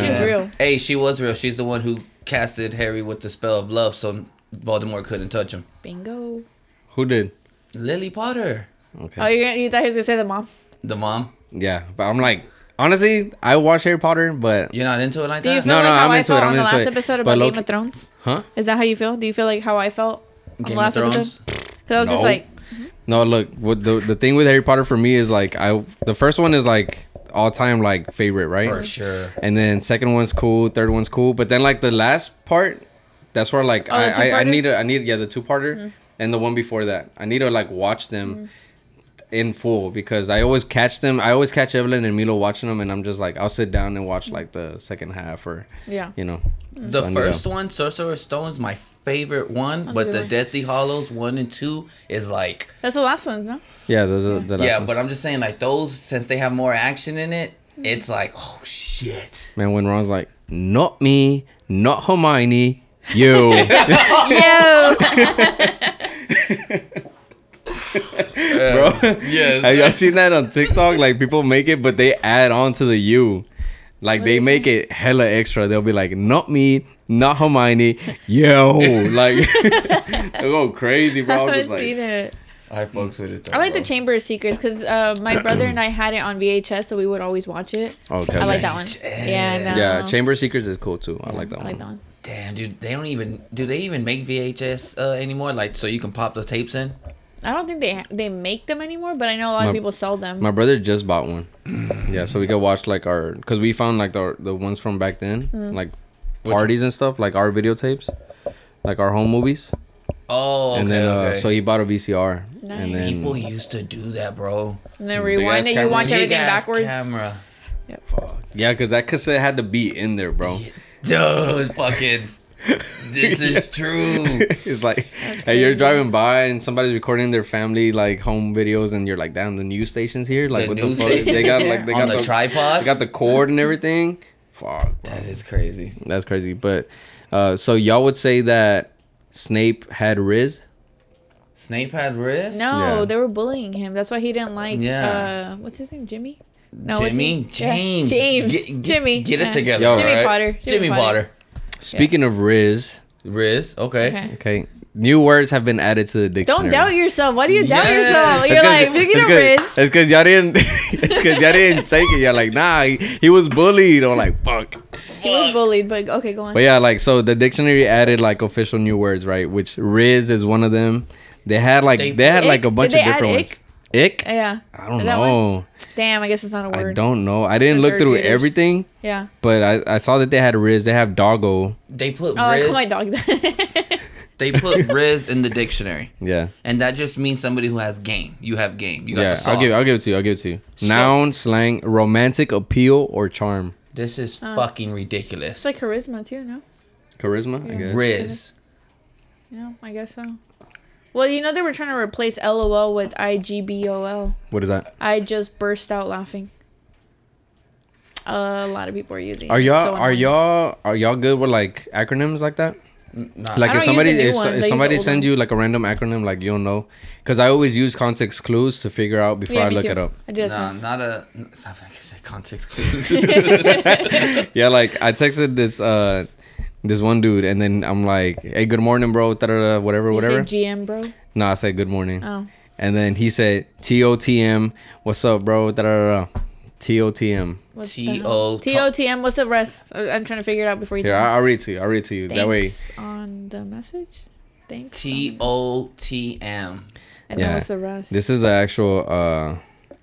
Speaker 2: She
Speaker 1: Damn.
Speaker 2: was real.
Speaker 3: Hey, she was real. She's the one who casted Harry with the spell of love, so Voldemort couldn't touch him.
Speaker 2: Bingo.
Speaker 1: Who did?
Speaker 3: Lily Potter,
Speaker 1: Okay.
Speaker 2: Oh, you're gonna, you thought he was gonna say the mom?
Speaker 3: the mom.
Speaker 1: yeah, but I'm like, honestly, I watched Harry Potter, but
Speaker 3: You're not into it like
Speaker 2: Do you
Speaker 3: that.
Speaker 2: feel
Speaker 1: No,
Speaker 2: like
Speaker 1: no,
Speaker 2: how
Speaker 1: I'm
Speaker 2: i
Speaker 1: into it,
Speaker 2: felt
Speaker 1: I'm
Speaker 2: on the
Speaker 1: into
Speaker 2: last
Speaker 1: it.
Speaker 2: episode
Speaker 1: But
Speaker 2: about Game
Speaker 1: low-key-
Speaker 2: of Thrones?
Speaker 1: huh?
Speaker 2: Is that how you feel? Do you feel like how I felt on
Speaker 3: Game
Speaker 2: the last
Speaker 3: of Thrones.
Speaker 2: <laughs> episode? Because I was just
Speaker 1: No.
Speaker 2: like,
Speaker 1: No, look, what the the thing with Harry Potter for me is like I the first one is like all time like favorite, right?
Speaker 3: For sure.
Speaker 1: And then second one's cool, third one's cool, but then like the last part, that's where like
Speaker 2: Oh, the
Speaker 1: I, I I
Speaker 2: two-parter? Mm-hmm.
Speaker 1: need a, I need yeah the two parter and the one before that I need to like watch them.
Speaker 2: Mm-hmm.
Speaker 1: In full because I always catch them. I always catch Evelyn and Milo watching them, and I'm just like, I'll sit down and watch like the second half or,
Speaker 2: Yeah.
Speaker 1: you know,
Speaker 3: The
Speaker 1: So I need to-
Speaker 3: first one, Sorcerer's Stone's my favorite one,
Speaker 2: That's a
Speaker 3: but
Speaker 2: good
Speaker 3: the
Speaker 2: one.
Speaker 3: Deathly Hollows one and two is like
Speaker 2: that's the last
Speaker 3: <laughs>
Speaker 2: ones, <laughs> no?
Speaker 1: Yeah, those are the last
Speaker 3: yeah.
Speaker 1: ones.
Speaker 3: But I'm just saying like those since they have more action in it,
Speaker 2: Mm.
Speaker 3: it's like oh shit.
Speaker 1: Man, when Ron's like, not me, not Hermione, you.
Speaker 3: <laughs>
Speaker 2: Yo!
Speaker 1: Bro.
Speaker 3: Yes.
Speaker 1: Have y'all seen that on TikTok? Like, people make it, but they add on to the you. Like, they
Speaker 2: is
Speaker 1: make it hella extra. They'll be like, not me, not Hermione,
Speaker 2: <laughs>
Speaker 1: yo. Like, <laughs> they go crazy,
Speaker 2: I
Speaker 1: bro. I'm just
Speaker 2: haven't
Speaker 1: like,
Speaker 2: seen it.
Speaker 3: I fucks with it.
Speaker 2: I like the Chamber of Secrets because uh,
Speaker 1: <clears throat>
Speaker 2: my brother and I had it on VHS, so we would always watch it.
Speaker 1: okay.
Speaker 2: I like that one. Yeah, I know.
Speaker 1: Oh, yeah, Chamber of Secrets is cool too. I like that
Speaker 2: I
Speaker 1: one.
Speaker 2: like that one.
Speaker 3: Damn, dude, they don't even do they even make VHS uh, anymore? Like, so you can pop the tapes in.
Speaker 2: I don't think they ha- they make them anymore, but I know a lot
Speaker 1: My-
Speaker 2: of people sell them.
Speaker 1: My brother just bought one. yeah, so we could watch like our because we found like the the ones from back then,
Speaker 2: Mm-hmm.
Speaker 1: like
Speaker 3: Which-
Speaker 1: parties and stuff, like our videotapes, like our home movies.
Speaker 3: Oh, okay,
Speaker 1: and then uh,
Speaker 3: okay.
Speaker 1: so he bought a VCR,
Speaker 2: Nice.
Speaker 1: and then
Speaker 3: People used to do that, bro.
Speaker 2: and then
Speaker 1: Big
Speaker 2: rewind
Speaker 1: ass
Speaker 2: it. You
Speaker 1: camera.
Speaker 2: watch
Speaker 1: Big
Speaker 2: everything
Speaker 3: Big-ass
Speaker 2: backwards.
Speaker 3: Camera,
Speaker 1: fuck. yeah, because that cassette had to be in there, bro.
Speaker 3: <laughs> dude. Fucking, this is
Speaker 1: <laughs>
Speaker 3: true.
Speaker 1: it's like hey, you're driving by and somebody's recording their family like home videos, and you're like, damn, the news stations here, like
Speaker 3: The
Speaker 1: what the
Speaker 3: news
Speaker 1: fuck? They
Speaker 3: stations
Speaker 1: got
Speaker 3: here <laughs>
Speaker 1: like they
Speaker 3: on
Speaker 1: got
Speaker 3: the tripod?
Speaker 1: they got the cord and everything. Fuck, bro.
Speaker 3: That is crazy.
Speaker 1: That's crazy. But uh, so y'all would say that Snape had Riz?
Speaker 3: Snape had wrist.
Speaker 2: No,
Speaker 1: Yeah.
Speaker 2: they were bullying him. That's why he didn't like.
Speaker 3: Yeah.
Speaker 2: Uh, what's his name? Jimmy. No, what's
Speaker 3: Jimmy,
Speaker 2: his- yeah,
Speaker 3: James,
Speaker 2: James,
Speaker 3: Get- get-
Speaker 2: Jimmy.
Speaker 3: Get it
Speaker 2: yeah.
Speaker 3: together,
Speaker 1: Yo,
Speaker 2: Jimmy
Speaker 3: alright?
Speaker 2: Potter.
Speaker 3: Jimmy, Potter.
Speaker 1: Speaking of Riz,
Speaker 3: Riz, okay.
Speaker 2: Okay.
Speaker 1: okay, new words have been added to the dictionary.
Speaker 2: Don't doubt yourself. Why do you doubt
Speaker 3: Yes.
Speaker 2: yourself?
Speaker 3: That's
Speaker 2: You're like picking up Riz.
Speaker 1: It's because y'all didn't. <laughs> it's because y'all didn't take it. You're like, nah, he, he was bullied or like, fuck.
Speaker 2: He was bullied, but okay, go on.
Speaker 1: But yeah, like so the dictionary added like official new words, right? Which Riz is one of them. They had like
Speaker 3: They-
Speaker 1: they, had like a
Speaker 2: Ick?
Speaker 1: bunch
Speaker 2: Did
Speaker 1: of
Speaker 2: they add
Speaker 1: different
Speaker 2: ick?
Speaker 1: ones. Ick?
Speaker 2: yeah.
Speaker 1: I don't
Speaker 2: Is that one?
Speaker 1: know.
Speaker 2: Damn, I guess it's not a word.
Speaker 1: I don't know. I didn't
Speaker 2: the
Speaker 1: look
Speaker 2: third
Speaker 1: through
Speaker 2: graders.
Speaker 1: everything,
Speaker 2: Yeah.
Speaker 1: but I, I saw that they had Riz. They have Doggo.
Speaker 3: They put
Speaker 2: Oh, I
Speaker 3: Riz.
Speaker 2: call my dog that. <laughs>
Speaker 3: They put Riz in the dictionary,
Speaker 1: Yeah.
Speaker 3: and that just means somebody who has game. You have game. You got the
Speaker 1: Yeah,
Speaker 3: sauce.
Speaker 1: I'll give, I'll give it to you. I'll give it to you.
Speaker 3: So-
Speaker 1: Noun, slang, romantic appeal or charm.
Speaker 3: This is fucking ridiculous.
Speaker 2: Uh, it's like charisma too, no?
Speaker 1: Charisma, I guess.
Speaker 3: Riz.
Speaker 2: Yeah, I guess so. Well, you know they were trying to replace LOL with IGBOL.
Speaker 1: What is that?
Speaker 2: I just burst out laughing. A lot of people are using. it.
Speaker 1: Are
Speaker 2: It's
Speaker 1: y'all
Speaker 2: so
Speaker 1: are
Speaker 2: annoying.
Speaker 1: y'all are y'all good with like acronyms like that?
Speaker 3: Not,
Speaker 2: Uh, I
Speaker 1: like
Speaker 2: don't
Speaker 1: if
Speaker 2: use
Speaker 1: somebody
Speaker 2: the new
Speaker 1: if,
Speaker 2: ones, I
Speaker 1: if
Speaker 2: use
Speaker 1: somebody
Speaker 2: the old
Speaker 1: sends you
Speaker 2: ones.
Speaker 1: like a random acronym like you don't know because i always use context clues to figure out before i
Speaker 2: me
Speaker 1: look
Speaker 2: too.
Speaker 1: it up
Speaker 2: I do that.
Speaker 3: nah,
Speaker 2: sometimes.
Speaker 3: not a. It's not like I said context clues.
Speaker 2: <laughs>
Speaker 1: yeah like i texted this uh this one dude and then i'm like hey good morning bro da-da-da, whatever
Speaker 2: You say
Speaker 1: whatever
Speaker 2: GM, bro.
Speaker 1: no i said good morning
Speaker 2: Oh.
Speaker 1: and then he said totm what's up bro da-da-da-da. totm
Speaker 2: What's the
Speaker 3: T
Speaker 2: hell?
Speaker 3: O.
Speaker 2: T O T M. What's the rest? I- I'm trying to figure it out before you.
Speaker 1: here
Speaker 2: tell me.
Speaker 1: I- i'll read to you i'll read to you that way
Speaker 2: Thanks on the message. Thanks.
Speaker 3: T
Speaker 2: on-
Speaker 3: O T M.
Speaker 2: And
Speaker 1: Yeah.
Speaker 2: then what's the rest?
Speaker 1: this is the actual uh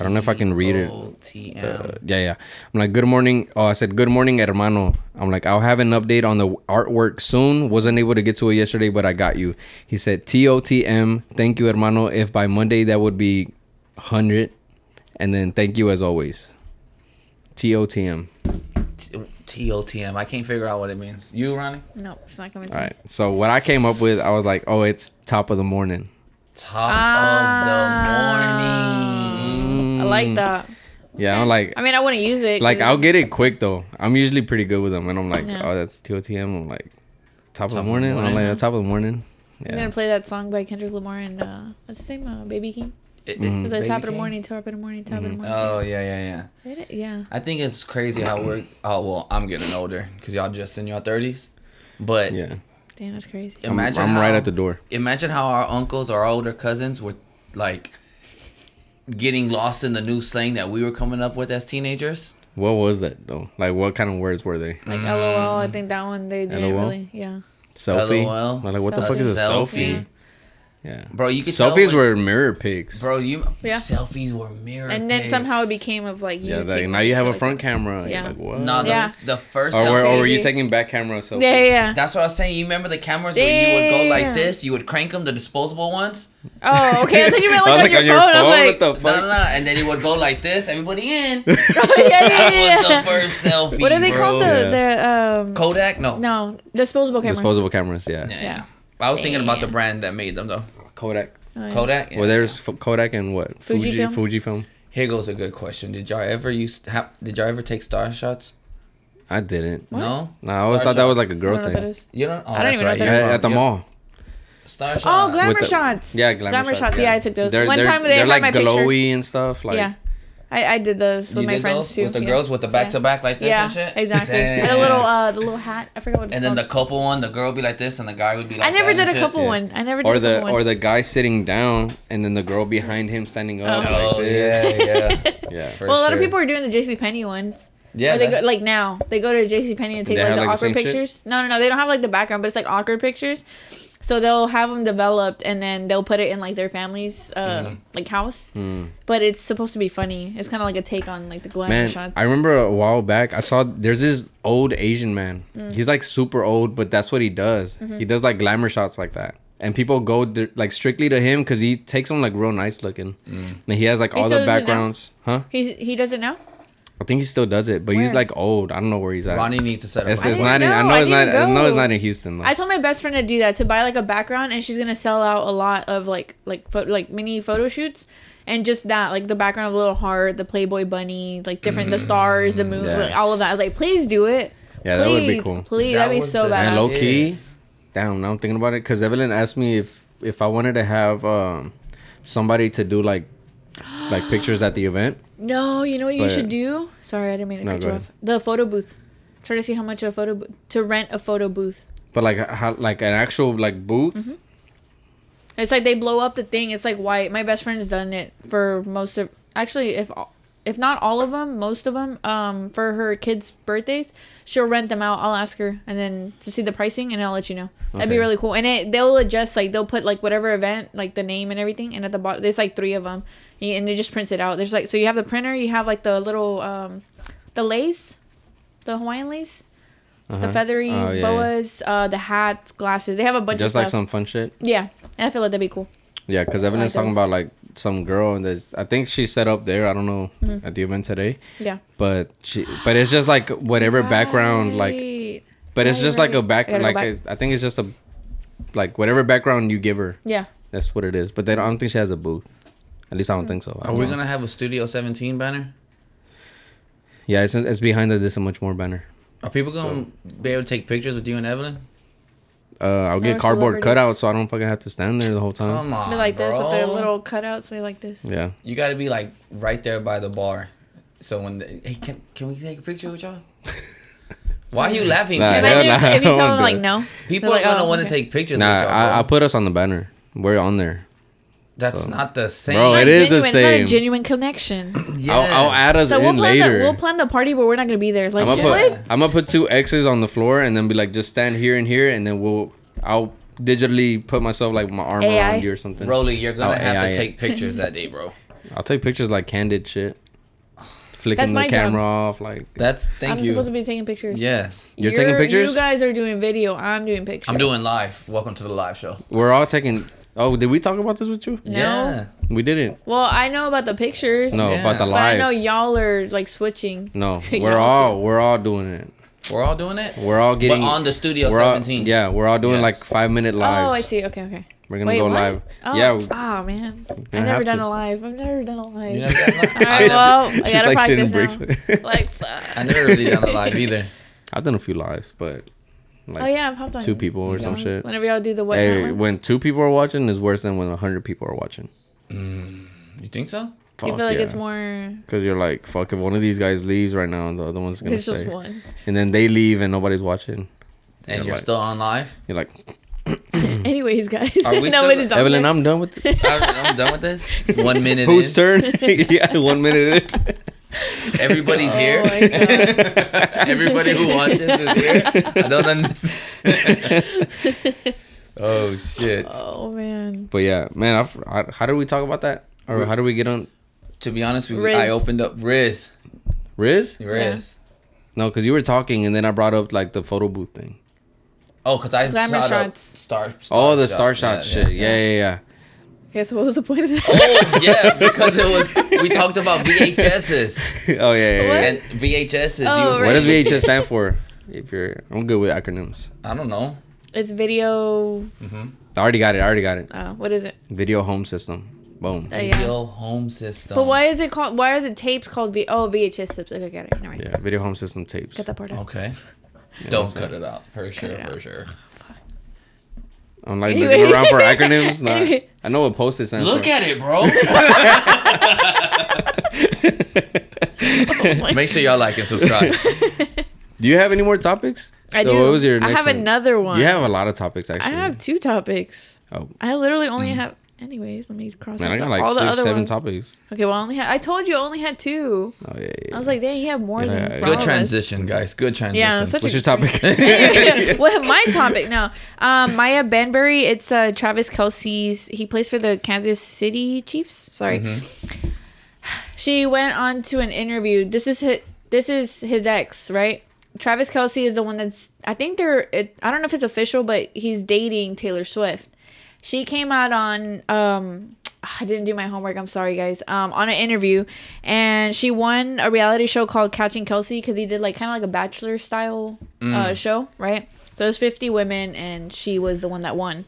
Speaker 1: I don't know if I can read it.
Speaker 3: T O T
Speaker 1: Uh,
Speaker 3: M.
Speaker 1: yeah, yeah. I'm like, good morning. Oh, I said, good morning, hermano. I'm like, I'll have an update on the artwork soon. Wasn't able to get to it yesterday, but I got you. He said, TOTM, thank you, hermano. If by Monday, that would be 100. And then thank you as always. TOTM.
Speaker 3: T O T M. I can't figure out what it means. You, Ronnie?
Speaker 2: no, it's not coming to
Speaker 1: All
Speaker 2: me.
Speaker 1: right. So what I came up with, I was like, oh, it's top of the morning.
Speaker 3: Top
Speaker 2: Ah.
Speaker 3: of the morning.
Speaker 2: I like
Speaker 3: Mm.
Speaker 2: that.
Speaker 1: Yeah, I'm like,
Speaker 2: I mean, I wouldn't use it.
Speaker 1: like
Speaker 2: 'cause
Speaker 1: I'll
Speaker 2: it's-
Speaker 1: get it quick though. I'm usually pretty good with them, and I'm like,
Speaker 2: Yeah.
Speaker 1: oh, that's TOTM. I'm like, top, of the morning. I'm
Speaker 3: morning.
Speaker 1: like, top of the morning.
Speaker 2: I'm
Speaker 1: Yeah.
Speaker 2: gonna play that song by Kendrick Lamar and uh, what's his name? Uh, Baby King.
Speaker 3: It- it-
Speaker 1: Mm. Mm-hmm.
Speaker 2: It's like
Speaker 3: Baby
Speaker 2: top of the
Speaker 3: King?
Speaker 2: morning, top of the morning, top of the morning.
Speaker 3: Oh yeah, yeah, yeah.
Speaker 2: Did it? Yeah.
Speaker 3: I think it's crazy how we're. Oh well, I'm getting older because y'all just in your thirties, but
Speaker 1: Yeah.
Speaker 2: Damn, that's crazy.
Speaker 1: I'm-
Speaker 3: imagine
Speaker 1: I'm,
Speaker 3: how,
Speaker 1: right at the door.
Speaker 3: Imagine how our uncles or our older cousins were like getting lost in the new slang that we were coming up with as teenagers.
Speaker 1: What was that though? Like, what kind of words were they?
Speaker 2: Like LOL, I think that one they didn't
Speaker 1: Mm. LOL?
Speaker 2: really. Yeah.
Speaker 1: Selfie.
Speaker 3: LOL.
Speaker 1: Like, what the
Speaker 2: Selfie.
Speaker 1: fuck is a
Speaker 3: Selfie.
Speaker 1: selfie? Yeah.
Speaker 3: Bro, you could tell
Speaker 1: selfies
Speaker 3: when-
Speaker 1: were mirror pics.
Speaker 3: Bro, you
Speaker 2: Yeah.
Speaker 3: selfies were mirror.
Speaker 2: And then
Speaker 3: pics.
Speaker 2: somehow it became of like you.
Speaker 1: yeah. Like,
Speaker 2: taking
Speaker 1: now you have a
Speaker 2: picture
Speaker 1: front camera. Yeah.
Speaker 2: Yeah.
Speaker 1: Like, what?
Speaker 3: No, the,
Speaker 2: Yeah.
Speaker 3: the first.
Speaker 1: or, were, or
Speaker 3: selfie-
Speaker 1: were you
Speaker 2: Maybe.
Speaker 1: taking back camera selfies?
Speaker 2: like that. Yeah,
Speaker 1: <laughs>
Speaker 2: yeah. yeah.
Speaker 3: that's what I was saying. You remember the cameras where you would go like
Speaker 2: Damn.
Speaker 3: this? You would crank them, the disposable ones.
Speaker 2: Oh, okay. I thought you meant like, on, your phone. I was like,
Speaker 1: what the
Speaker 3: No, no,
Speaker 1: fuck?
Speaker 3: no. And then you would go like this. Everybody
Speaker 1: <laughs>
Speaker 3: in.
Speaker 2: oh, <laughs> yeah, yeah,
Speaker 3: That was
Speaker 2: yeah,
Speaker 3: the
Speaker 2: yeah.
Speaker 3: first selfie.
Speaker 2: What are they
Speaker 3: bro.
Speaker 2: called? The, the um.
Speaker 3: Kodak? No.
Speaker 2: no, disposable cameras.
Speaker 1: Disposable cameras. Yeah.
Speaker 3: Yeah. yeah. I was thinking about the brand that made them though.
Speaker 1: Kodak.
Speaker 2: Oh, yeah.
Speaker 3: Kodak. Yeah.
Speaker 1: Well, there's f- Kodak and what? Fuji.
Speaker 2: Fujifilm?
Speaker 1: Fujifilm.
Speaker 3: Here goes a good question. Did y'all ever use? Ha- did y'all ever take star shots?
Speaker 1: I didn't.
Speaker 3: No.
Speaker 1: No, I always
Speaker 3: Star
Speaker 1: thought that was like
Speaker 3: shots.
Speaker 1: a
Speaker 2: I
Speaker 1: girl
Speaker 2: don't know what that
Speaker 1: thing.
Speaker 2: is.
Speaker 3: You don't. Oh,
Speaker 2: I don't
Speaker 3: that's
Speaker 2: even know
Speaker 3: right.
Speaker 2: what
Speaker 1: Yeah,
Speaker 2: that is.
Speaker 3: You're-
Speaker 1: at the
Speaker 3: you're-
Speaker 1: mall.
Speaker 3: Star
Speaker 2: Oh,
Speaker 3: shots.
Speaker 2: glamour
Speaker 1: With the-
Speaker 2: shots.
Speaker 1: Yeah, glamour,
Speaker 2: shots. Yeah. I took those.
Speaker 1: They're-
Speaker 2: One
Speaker 1: they're-
Speaker 2: time they
Speaker 1: they're
Speaker 2: had
Speaker 1: like
Speaker 2: my
Speaker 1: glowy
Speaker 2: picture.
Speaker 1: and stuff. Like,
Speaker 2: yeah, I, I did those with
Speaker 3: You
Speaker 2: my
Speaker 3: did
Speaker 2: friends
Speaker 3: those
Speaker 2: too.
Speaker 3: with the
Speaker 2: yeah.
Speaker 3: girls with the back to back like this
Speaker 2: Yeah,
Speaker 3: and shit.
Speaker 2: exactly. And a
Speaker 3: Damn.
Speaker 2: little uh, the little hat. I forgot what it's
Speaker 3: And then the
Speaker 2: called.
Speaker 3: couple one, the girl would be like this, and the guy would be like.
Speaker 2: I never
Speaker 3: that and
Speaker 2: did a
Speaker 3: shit.
Speaker 2: couple
Speaker 1: Yeah.
Speaker 2: one. I never did
Speaker 1: or
Speaker 2: a couple
Speaker 1: the
Speaker 2: one.
Speaker 1: or the guy sitting down and then the girl behind him standing up.
Speaker 2: Oh.
Speaker 1: like
Speaker 3: Oh
Speaker 1: this.
Speaker 3: yeah,
Speaker 2: <laughs>
Speaker 3: yeah.
Speaker 1: yeah.
Speaker 3: For
Speaker 2: well, a lot of
Speaker 3: sure.
Speaker 2: people are doing the J.C. Penney ones.
Speaker 3: Yeah.
Speaker 2: Where they
Speaker 3: that-
Speaker 2: go, like now they go to J.C. Penney and take
Speaker 1: They
Speaker 2: like
Speaker 1: have,
Speaker 2: the
Speaker 1: like, the same
Speaker 2: awkward
Speaker 1: shit?
Speaker 2: pictures. No, no, no. They don't have like the background, but it's like awkward pictures. So they'll have them developed and then they'll put it in like their family's uh,
Speaker 1: Hmm.
Speaker 2: like house. But it's supposed to be funny. It's kind of like a take on like the glamour
Speaker 1: Man,
Speaker 2: shots.
Speaker 1: I remember a while back I saw there's this old Asian man.
Speaker 2: Mm.
Speaker 1: He's like super old, but that's what he does.
Speaker 2: Mm-hmm.
Speaker 1: He does like glamour shots like that. And people go th- like strictly to him because he takes them like real nice looking.
Speaker 3: Mm.
Speaker 1: And he has like
Speaker 2: He
Speaker 1: all
Speaker 2: still
Speaker 1: the
Speaker 2: does it now?
Speaker 1: backgrounds. Huh?
Speaker 2: He he does it now.
Speaker 1: I think he still does it, but he's
Speaker 2: Where?
Speaker 1: like old. I don't know where he's at.
Speaker 3: Ronnie needs to set up.
Speaker 1: It's,
Speaker 3: a-
Speaker 1: it's
Speaker 2: didn't
Speaker 1: not in, I
Speaker 2: know.
Speaker 1: know
Speaker 2: I
Speaker 1: it's not
Speaker 2: didn't
Speaker 1: I know it's
Speaker 2: go.
Speaker 1: not in Houston though.
Speaker 2: I told my best friend to do that to buy like a background, and she's gonna sell out a lot of like like pho- like mini photo shoots, and just that like the background of a little heart, the Playboy bunny, like different the stars, the moon,
Speaker 1: Yeah.
Speaker 2: like, all of that. I was like, please do it.
Speaker 1: Mm-hmm. Yeah, that would be
Speaker 2: Please,
Speaker 1: cool.
Speaker 2: Please,
Speaker 3: That
Speaker 2: that would be
Speaker 3: was
Speaker 2: so
Speaker 3: the-
Speaker 2: bad.
Speaker 1: And
Speaker 3: Yeah.
Speaker 1: low key, damn. Now I'm thinking about it because Evelyn asked me if if I wanted to have um somebody to do like like pictures at the event.
Speaker 2: No, you know what you
Speaker 1: But-
Speaker 2: should do? Sorry, I didn't mean to
Speaker 1: No,
Speaker 2: cut
Speaker 1: go
Speaker 2: you
Speaker 1: ahead.
Speaker 2: off. The photo booth. Try to see how much a photo booth to rent a photo booth.
Speaker 1: But like how, like an actual like booth.
Speaker 2: Mm-hmm. It's like they blow up the thing. It's like white. My best friend's done it for most of actually if all- if not all of them, most of them um for her kids' birthdays, she'll rent them out. I'll ask her and then to see the pricing and I'll let you know. That'd be
Speaker 1: Okay.
Speaker 2: really cool. And it they'll adjust like they'll put like whatever event, like the name and everything and at the bottom there's like 3 of them and it just prints it out. There's like so you have the printer, you have like the little um the lace, the Hawaiian lace, the
Speaker 1: Uh-huh.
Speaker 2: feathery
Speaker 1: Oh, yeah, yeah.
Speaker 2: boas, uh the hats, glasses. They have a bunch
Speaker 1: Just
Speaker 2: of
Speaker 1: like
Speaker 2: stuff.
Speaker 1: some fun shit.
Speaker 2: yeah. And I feel like that'd be cool.
Speaker 1: Yeah, because Evelyn's talking
Speaker 2: those.
Speaker 1: about like some girl that I think she set up there. I don't know
Speaker 2: Mm-hmm.
Speaker 1: at the event today,
Speaker 2: Yeah.
Speaker 1: but she but it's just like whatever background like.
Speaker 2: Right.
Speaker 1: But it's
Speaker 2: Right,
Speaker 1: just
Speaker 2: right.
Speaker 1: like a back
Speaker 2: I gotta go
Speaker 1: like
Speaker 2: back.
Speaker 1: it's- I think it's just a like whatever background you give her.
Speaker 2: yeah
Speaker 1: That's what it is. But they don't, I don't think she has a booth. At least I don't think so. I
Speaker 3: Are
Speaker 1: don't
Speaker 3: we
Speaker 1: know.
Speaker 3: gonna have a Studio 17 banner?
Speaker 1: Yeah, it's, it's behind the This and Much More banner.
Speaker 3: Are people gonna be able to take pictures with you and Evelyn?
Speaker 1: Uh, I'll
Speaker 2: Or
Speaker 1: get cardboard
Speaker 2: celebrities.
Speaker 1: cutouts so I don't fucking have to stand there the whole time.
Speaker 3: Come on,
Speaker 2: Be
Speaker 1: Ah,
Speaker 2: like
Speaker 3: bro.
Speaker 2: this with their little cutouts. Be like this.
Speaker 1: Yeah.
Speaker 3: You got to be like right there by the bar. So when the, hey, can can we take a picture
Speaker 1: <laughs>
Speaker 3: with y'all? Why are you laughing?
Speaker 1: Nah,
Speaker 3: people
Speaker 1: hell
Speaker 2: Imagine if,
Speaker 1: nah, <laughs>
Speaker 2: if you
Speaker 1: I
Speaker 2: tell
Speaker 1: won't
Speaker 2: them
Speaker 1: do
Speaker 2: like
Speaker 1: it.
Speaker 2: no.
Speaker 3: People
Speaker 2: They're like,
Speaker 3: are gonna
Speaker 2: oh,
Speaker 3: want to
Speaker 2: okay.
Speaker 3: take pictures.
Speaker 1: Nah,
Speaker 3: with y'all,
Speaker 1: I, I
Speaker 3: bro.
Speaker 1: put us on the banner. We're on there.
Speaker 3: That's
Speaker 1: so-
Speaker 3: not the same.
Speaker 1: Bro,
Speaker 2: Not
Speaker 1: it is the
Speaker 2: genuine. It's not
Speaker 1: same.
Speaker 2: a genuine connection.
Speaker 3: Yeah.
Speaker 1: I'll, I'll add us
Speaker 2: So we'll
Speaker 1: in
Speaker 2: plan
Speaker 1: later.
Speaker 2: the we'll plan the party, but we're not gonna be there. Like
Speaker 1: I'm gonna
Speaker 2: what?
Speaker 1: put I'm gonna put two X's on the floor and then be like, just stand here and here, and then we'll I'll digitally put myself like my arm
Speaker 2: AI.
Speaker 1: around you or something.
Speaker 3: Rolly, you're gonna
Speaker 1: I'll
Speaker 3: have
Speaker 1: AI
Speaker 3: to
Speaker 1: it.
Speaker 3: take pictures that day,
Speaker 1: <laughs>
Speaker 3: bro.
Speaker 1: I'll take pictures like candid shit,
Speaker 2: That's
Speaker 1: flicking the
Speaker 2: my
Speaker 1: camera
Speaker 2: job.
Speaker 1: off. Like
Speaker 3: That's thank
Speaker 2: I'm
Speaker 3: you.
Speaker 2: supposed to be taking pictures.
Speaker 3: Yes,
Speaker 1: you're, taking pictures.
Speaker 2: You guys are doing video. I'm doing pictures.
Speaker 3: I'm doing live. Welcome to the live show.
Speaker 1: We're all taking. Oh, did we talk about this with you?
Speaker 2: No.
Speaker 3: Yeah.
Speaker 1: We didn't.
Speaker 2: Well, I know about the pictures.
Speaker 1: No,
Speaker 3: Yeah.
Speaker 1: about the
Speaker 3: But
Speaker 2: But I
Speaker 1: live.
Speaker 2: know y'all are like switching.
Speaker 1: no,
Speaker 2: <laughs> Y'all
Speaker 1: we're
Speaker 2: too.
Speaker 1: all we're all doing it.
Speaker 3: we're all doing it.
Speaker 1: We're all
Speaker 3: But
Speaker 1: getting.
Speaker 3: on the studio
Speaker 1: we're all-
Speaker 3: 17.
Speaker 1: yeah, we're all doing
Speaker 3: Yes.
Speaker 1: like five minute lives.
Speaker 2: Oh, I see. Okay, okay.
Speaker 1: We're gonna go
Speaker 2: what?
Speaker 1: live.
Speaker 2: Oh.
Speaker 1: Yeah, <laughs>
Speaker 2: Yeah.
Speaker 1: we-
Speaker 2: Oh man, I've
Speaker 1: gonna
Speaker 2: never
Speaker 1: have
Speaker 2: done
Speaker 1: to.
Speaker 2: a live. I've never done a live.
Speaker 3: You never done live?
Speaker 2: All right, well, I
Speaker 1: She's
Speaker 2: gotta
Speaker 1: like shitting
Speaker 2: practice
Speaker 1: bricks.
Speaker 2: now.
Speaker 1: <laughs>
Speaker 2: like, fuck.
Speaker 3: I never really done it live either.
Speaker 1: I've done a few lives, but like
Speaker 2: oh yeah, I've hopped on
Speaker 1: two people or some
Speaker 2: those.
Speaker 1: shit.
Speaker 2: Whenever y'all do the what?
Speaker 1: Hey, when two people are watching is worse than when a hundred people are watching.
Speaker 3: You think so?
Speaker 2: you feel
Speaker 1: Fuck
Speaker 2: like
Speaker 1: yeah.
Speaker 2: it's more.
Speaker 1: because you're like, fuck. If one of these guys leaves right now, the other one's gonna
Speaker 2: There's
Speaker 1: stay, <laughs>
Speaker 2: just one. <laughs>
Speaker 1: and then they leave and nobody's watching.
Speaker 3: And
Speaker 1: You're
Speaker 3: you're
Speaker 1: like-
Speaker 3: still on
Speaker 2: <laughs>
Speaker 3: live?
Speaker 1: You're like,
Speaker 2: Anyways, guys, <laughs>
Speaker 3: Are we still-
Speaker 2: nobody's on
Speaker 1: Evelyn,
Speaker 2: there.
Speaker 1: I'm done with
Speaker 2: <laughs>
Speaker 1: this.
Speaker 3: I'm, I'm done with
Speaker 1: <laughs>
Speaker 3: this. One minute.
Speaker 1: Whose
Speaker 3: in.
Speaker 1: turn? <laughs> yeah, one minute.
Speaker 2: <laughs>
Speaker 1: in.
Speaker 3: Everybody's
Speaker 2: Oh
Speaker 3: here.
Speaker 2: my God.
Speaker 3: <laughs> Everybody who watches is here. I don't understand. oh shit!
Speaker 2: oh man.
Speaker 1: <laughs> But yeah, man, I f- I, how did we talk about that? Or how did we get on
Speaker 3: To be honest, we,
Speaker 2: Riz.
Speaker 3: I opened up Riz.
Speaker 1: Riz?
Speaker 3: Riz.
Speaker 1: No, because you were talking, and then I brought up like the photo booth thing.
Speaker 3: Oh, cause I
Speaker 2: Glamour
Speaker 3: shot
Speaker 2: shots.
Speaker 3: up star,
Speaker 1: Oh, the star shot
Speaker 3: yeah,
Speaker 1: shit. Yeah, yeah, yeah.
Speaker 2: Okay, so what was the point of that?
Speaker 3: Oh yeah, because it was we talked about VHSs
Speaker 1: oh yeah, <laughs> yeah. yeah.
Speaker 3: and VHSs. you
Speaker 2: Oh,
Speaker 3: was-
Speaker 1: What
Speaker 2: right.
Speaker 1: does VHS
Speaker 2: <laughs>
Speaker 1: stand for? If you're, I'm good with acronyms.
Speaker 3: I don't know.
Speaker 2: <laughs> It's video.
Speaker 1: I already got it. I already got it.
Speaker 2: Uh, what is it?
Speaker 1: Video home system. Boom.
Speaker 2: Uh, yeah.
Speaker 3: Video home system.
Speaker 2: But why is it called? Why are the tapes called V? Oh, VHS tapes. Okay, got it. Never mind.
Speaker 1: Yeah, video home system tapes.
Speaker 2: Got that part out. <laughs>
Speaker 3: Okay. Don't
Speaker 1: okay.
Speaker 3: cut it out for sure.
Speaker 2: it out.
Speaker 3: For sure.
Speaker 1: I'm
Speaker 2: <laughs>
Speaker 1: like
Speaker 2: Anyway.
Speaker 1: looking around for acronyms. Nah,
Speaker 2: Anyway.
Speaker 1: I know what post it stands
Speaker 3: Look
Speaker 1: for.
Speaker 3: at it, bro. <laughs>
Speaker 1: <laughs>
Speaker 2: Oh
Speaker 3: Make sure y'all like
Speaker 2: <laughs>
Speaker 3: and subscribe.
Speaker 1: Do you have any more topics?
Speaker 2: I
Speaker 1: So
Speaker 2: do.
Speaker 1: What was your
Speaker 2: I
Speaker 1: next
Speaker 2: have
Speaker 1: one?
Speaker 2: another one.
Speaker 1: You have a lot of topics actually.
Speaker 2: I have two topics.
Speaker 1: Oh
Speaker 2: I literally only have. Anyways, let me cross
Speaker 1: man,
Speaker 2: out
Speaker 1: I got
Speaker 2: the-
Speaker 1: like
Speaker 2: all the
Speaker 1: six,
Speaker 2: other
Speaker 1: seven
Speaker 2: ones.
Speaker 1: topics.
Speaker 2: Okay, well, I only had. I told you I only had two.
Speaker 1: Oh yeah. yeah.
Speaker 2: I was like, dang, you have more
Speaker 1: Yeah,
Speaker 2: than.
Speaker 1: yeah,
Speaker 2: for
Speaker 1: yeah.
Speaker 2: all of
Speaker 3: Good
Speaker 2: us.
Speaker 3: transition, guys. Good transition.
Speaker 2: Yeah, such
Speaker 1: What's your
Speaker 2: <laughs>
Speaker 1: topic?
Speaker 2: well, my topic now. Um, Maya Banbury. It's uh, Travis Kelsey's. He plays for the Kansas City Chiefs. Sorry. <sighs> She went on to an interview. This is his, this is his ex, right? Travis Kelsey is the one that's. I think they're. It, I don't know if it's official, but he's dating Taylor Swift. She came out on. Um, I didn't do my homework. I'm sorry, guys. Um, on an interview, and she won a reality show called Catching Kelsey because he did like kind of like a Bachelor style uh,
Speaker 1: Mm.
Speaker 2: show, right? So there's 50 women, and she was the one that won.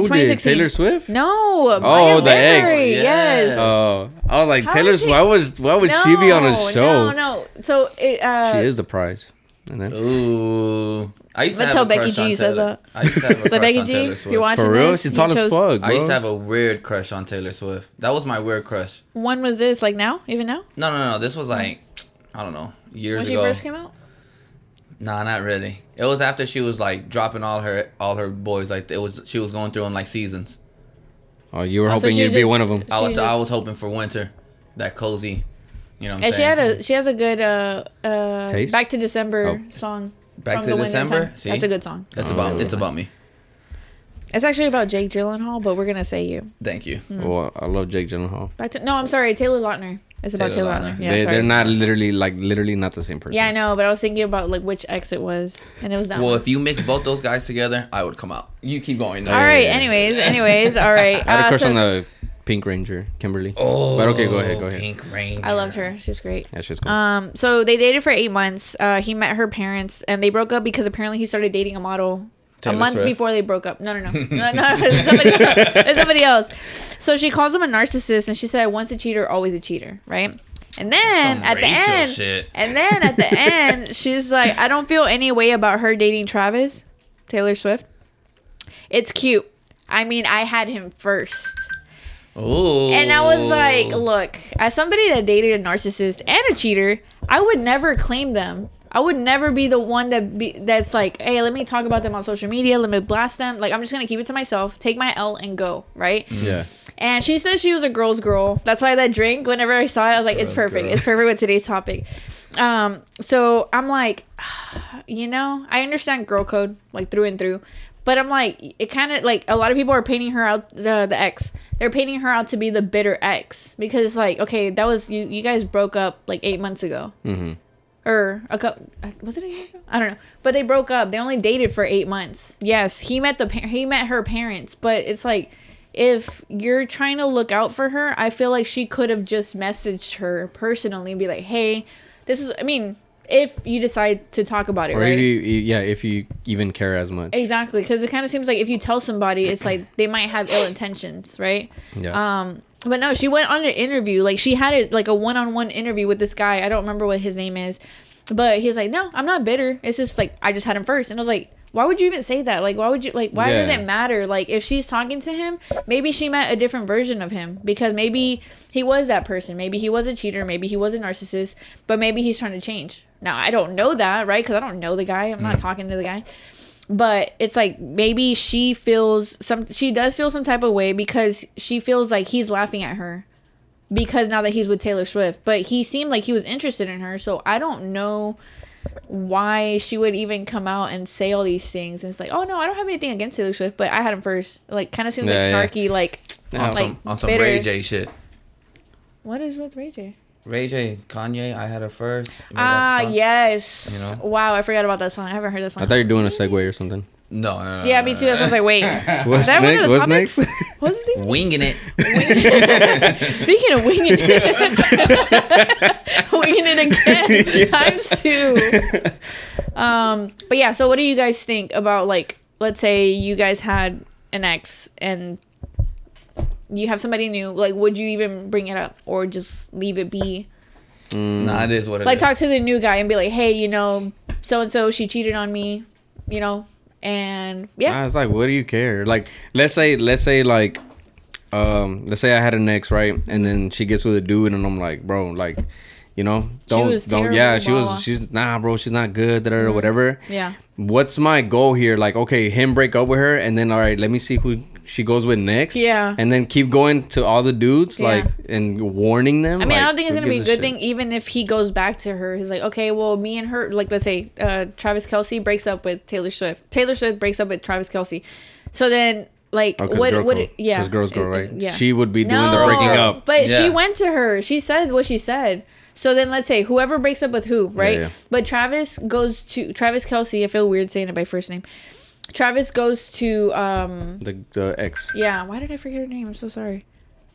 Speaker 1: Who did
Speaker 2: 2016.
Speaker 1: Taylor Swift?
Speaker 2: No. Maya
Speaker 1: the ex.
Speaker 2: Banbury,
Speaker 3: Yes.
Speaker 2: Yes.
Speaker 1: Oh, I was like
Speaker 2: How
Speaker 1: Taylor.
Speaker 2: is she-
Speaker 1: Why was why would she be on a
Speaker 2: No,
Speaker 1: show?
Speaker 2: No, no. So it, uh,
Speaker 1: She is the prize. And then,
Speaker 3: Ooh. I
Speaker 2: Let's
Speaker 3: used to have
Speaker 2: tell
Speaker 3: a
Speaker 2: Becky
Speaker 3: crush on
Speaker 2: G said
Speaker 3: Taylor.
Speaker 2: that.
Speaker 3: I used to have
Speaker 2: <laughs>
Speaker 3: a
Speaker 2: So
Speaker 3: crush
Speaker 2: Becky
Speaker 3: on Taylor
Speaker 2: G,
Speaker 3: Swift.
Speaker 2: you're watching
Speaker 1: for real,
Speaker 2: this.
Speaker 1: she's
Speaker 2: you
Speaker 1: tall as
Speaker 2: chose-
Speaker 1: fuck. Bro.
Speaker 3: I used to have a weird crush on Taylor Swift. That was my weird crush.
Speaker 2: When was this? Like now? Even now?
Speaker 3: No, no, no. This was like, I don't know, years
Speaker 2: When she
Speaker 3: ago.
Speaker 2: first came out?
Speaker 3: Nah, not really. It was after she was like dropping all her all her boys. Like it was she was going through them like seasons.
Speaker 1: oh, you were
Speaker 2: Oh, so
Speaker 1: hoping
Speaker 2: she
Speaker 1: you'd
Speaker 2: was
Speaker 1: be
Speaker 2: just-
Speaker 1: one of them.
Speaker 3: I was
Speaker 2: She
Speaker 3: I
Speaker 2: just-
Speaker 3: was hoping for winter, that cozy. You know. What I'm
Speaker 2: And she
Speaker 3: saying?
Speaker 2: had a she has a good uh uh
Speaker 1: Taste?
Speaker 2: back to
Speaker 1: Oh.
Speaker 2: December song.
Speaker 3: Back
Speaker 2: from
Speaker 3: to
Speaker 2: the winter
Speaker 3: December.
Speaker 2: time.
Speaker 3: See,
Speaker 2: That's a good song.
Speaker 3: That's
Speaker 1: Oh,
Speaker 3: about
Speaker 1: yeah.
Speaker 3: it's about me.
Speaker 2: It's actually about Jake Gyllenhaal, but we're gonna say you.
Speaker 3: Thank you.
Speaker 2: Mm.
Speaker 1: Oh, I love Jake Gyllenhaal.
Speaker 2: Back to no, I'm sorry, Taylor Lautner. It's about Taylor,
Speaker 3: Taylor Lautner.
Speaker 2: Lautner. Yeah,
Speaker 1: they,
Speaker 2: sorry.
Speaker 1: they're not literally like literally not the same person.
Speaker 2: Yeah, I know, but I was thinking about like which X it was, and it was that.
Speaker 3: Well,
Speaker 2: one.
Speaker 3: if you mix both those guys together, I would come out. You keep going. Though.
Speaker 2: all right. Anyways, anyways, all right.
Speaker 1: <laughs> I had a
Speaker 2: Uh,
Speaker 1: crush
Speaker 2: so-
Speaker 1: on the Pink Ranger, Kimberly.
Speaker 3: Oh,
Speaker 1: but okay, go ahead, go ahead.
Speaker 3: Pink Ranger.
Speaker 2: I loved her. She's great.
Speaker 1: Yeah, she's cool.
Speaker 2: Um, so they dated for eight months. Uh, he met her parents, and they broke up because apparently he started dating a model
Speaker 3: Taylor
Speaker 2: a month
Speaker 3: Swift.
Speaker 2: before they broke up. No,
Speaker 3: <laughs>
Speaker 2: no, no, no, no. It's somebody, it's somebody else. So she calls him a narcissist, and she said, "Once a cheater, always a cheater." Right? And then
Speaker 3: Some
Speaker 2: at the
Speaker 3: Rachel
Speaker 2: end,
Speaker 3: shit.
Speaker 2: and then
Speaker 3: <laughs>
Speaker 2: at the end, she's like, I don't feel any way about her dating Travis, Taylor Swift. It's cute. I mean, I had him first.
Speaker 3: Ooh.
Speaker 2: And I was like, look, as somebody that dated a narcissist and a cheater, I would never claim them. I would never be the one that be, that's like, hey, let me talk about them on social media, let me blast them. Like, I'm just gonna keep it to myself, take my L and go, right?
Speaker 1: Yeah.
Speaker 2: And she said she was a girl's girl. That's why that drink, whenever I saw it, I was like, it's
Speaker 3: Girl's
Speaker 2: perfect.
Speaker 3: girl.
Speaker 2: It's perfect with today's topic. Um, so I'm like, <sighs> you know, I understand girl code like through and through, but I'm like, it kind of like a lot of people are painting her out the the ex. They're painting her out to be the bitter ex because like, okay, that was you. You guys broke up like eight months ago, mm-hmm. or a couple. Was it a year ago? I don't know. But they broke up. They only dated for eight months. Yes, he met the par- he met her parents, but it's like. If you're trying to look out for her, I feel like she could have just messaged her personally and be like, "Hey, this is." I mean, if you decide to talk about it,
Speaker 1: Or
Speaker 2: right?
Speaker 1: if you, you- yeah, if you even care as much.
Speaker 2: Exactly, because it kind of seems like if you tell somebody, it's like they might have ill intentions, right?
Speaker 1: Yeah.
Speaker 2: Um, but no, she went on an interview. Like she had it like a one-on-one interview with this guy. I don't remember what his name is, but he's like, "No, I'm not bitter. It's just like I just had him first. And I was like, "Why would you even say that? Like, why would you like? Why does
Speaker 1: Yeah.
Speaker 2: it matter? Like, if she's talking to him, maybe she met a different version of him because maybe he was that person. Maybe he was a cheater. Maybe he was a narcissist. But maybe he's trying to change. Now I don't know that, right? Because I don't know the guy. I'm not talking to the guy but it's like maybe she feels some she does feel some type of way because she feels like he's laughing at her because now that he's with Taylor Swift but he seemed like he was interested in her so I don't know why she would even come out and say all these things and it's like oh no I don't have anything against Taylor Swift but I had him first like kind of seems
Speaker 1: Yeah, yeah.
Speaker 2: like snarky like
Speaker 3: on
Speaker 1: Yeah.
Speaker 2: like
Speaker 3: some, on some
Speaker 2: oh bitter.
Speaker 3: Ray J shit.
Speaker 2: what is with Ray J
Speaker 3: Ray J, Kanye, I had her first. You know
Speaker 2: ah
Speaker 3: that song?
Speaker 2: yes
Speaker 3: You know?
Speaker 2: wow I forgot about that song I haven't heard that song
Speaker 1: I thought you were doing a segue or something.
Speaker 3: No, no, no.
Speaker 2: yeah
Speaker 3: no,
Speaker 2: me
Speaker 3: no,
Speaker 2: too that's why I was
Speaker 1: <laughs>
Speaker 2: like wait
Speaker 1: What's
Speaker 2: that one of
Speaker 1: next? What's
Speaker 2: the topics?
Speaker 1: next?
Speaker 2: what's
Speaker 1: <laughs>
Speaker 2: his
Speaker 3: no.
Speaker 2: name
Speaker 3: <laughs> Winging it.
Speaker 2: Speaking of winging it, <laughs> winging it again times two. Um, but yeah, so what do you guys think about like, let's say you guys had an ex and you have somebody new, like, would you even bring it up or just leave it be?
Speaker 3: Nah, it is what it is.
Speaker 2: Like, talk to the new guy and be like, hey, you know, so and so she cheated on me, you know, and yeah,
Speaker 1: I was like, what do you care? Like, let's say, let's say, like, um, let's say I had an ex, right? And then she gets with a dude, and I'm like, bro, like, you know, don't,
Speaker 2: was
Speaker 1: don't, yeah,
Speaker 2: terrible,
Speaker 1: she
Speaker 2: blah, blah.
Speaker 1: was, she's nah, bro, she's not good, da, da, da, whatever.
Speaker 2: yeah.
Speaker 1: What's my goal here? Like, okay, him break up with her, and then all right, let me see who she goes with next.
Speaker 2: Yeah.
Speaker 1: and then keep going to all the dudes,
Speaker 2: Yeah.
Speaker 1: like, and warning them.
Speaker 2: I mean, I don't think it's gonna be a good thing. Even if he goes back to her, he's like, okay, well, me and her, like, let's say uh, Travis Kelsey breaks up with Taylor Swift. Taylor Swift breaks up with Travis Kelsey. So then, like, what?
Speaker 1: Oh, girl
Speaker 2: what?
Speaker 1: code.
Speaker 2: Yeah,
Speaker 1: Because girls go
Speaker 2: Uh,
Speaker 1: right.
Speaker 2: Yeah,
Speaker 1: She would be doing the breaking up.
Speaker 2: But she
Speaker 3: Yeah.
Speaker 2: went to her. She said what she said. So then, let's say whoever breaks up with who, right?
Speaker 1: yeah.
Speaker 2: But Travis goes to Travis Kelsey. I feel weird saying it by first name. Travis goes to um
Speaker 1: the, the ex.
Speaker 2: yeah. Why did I forget her name? I'm so sorry.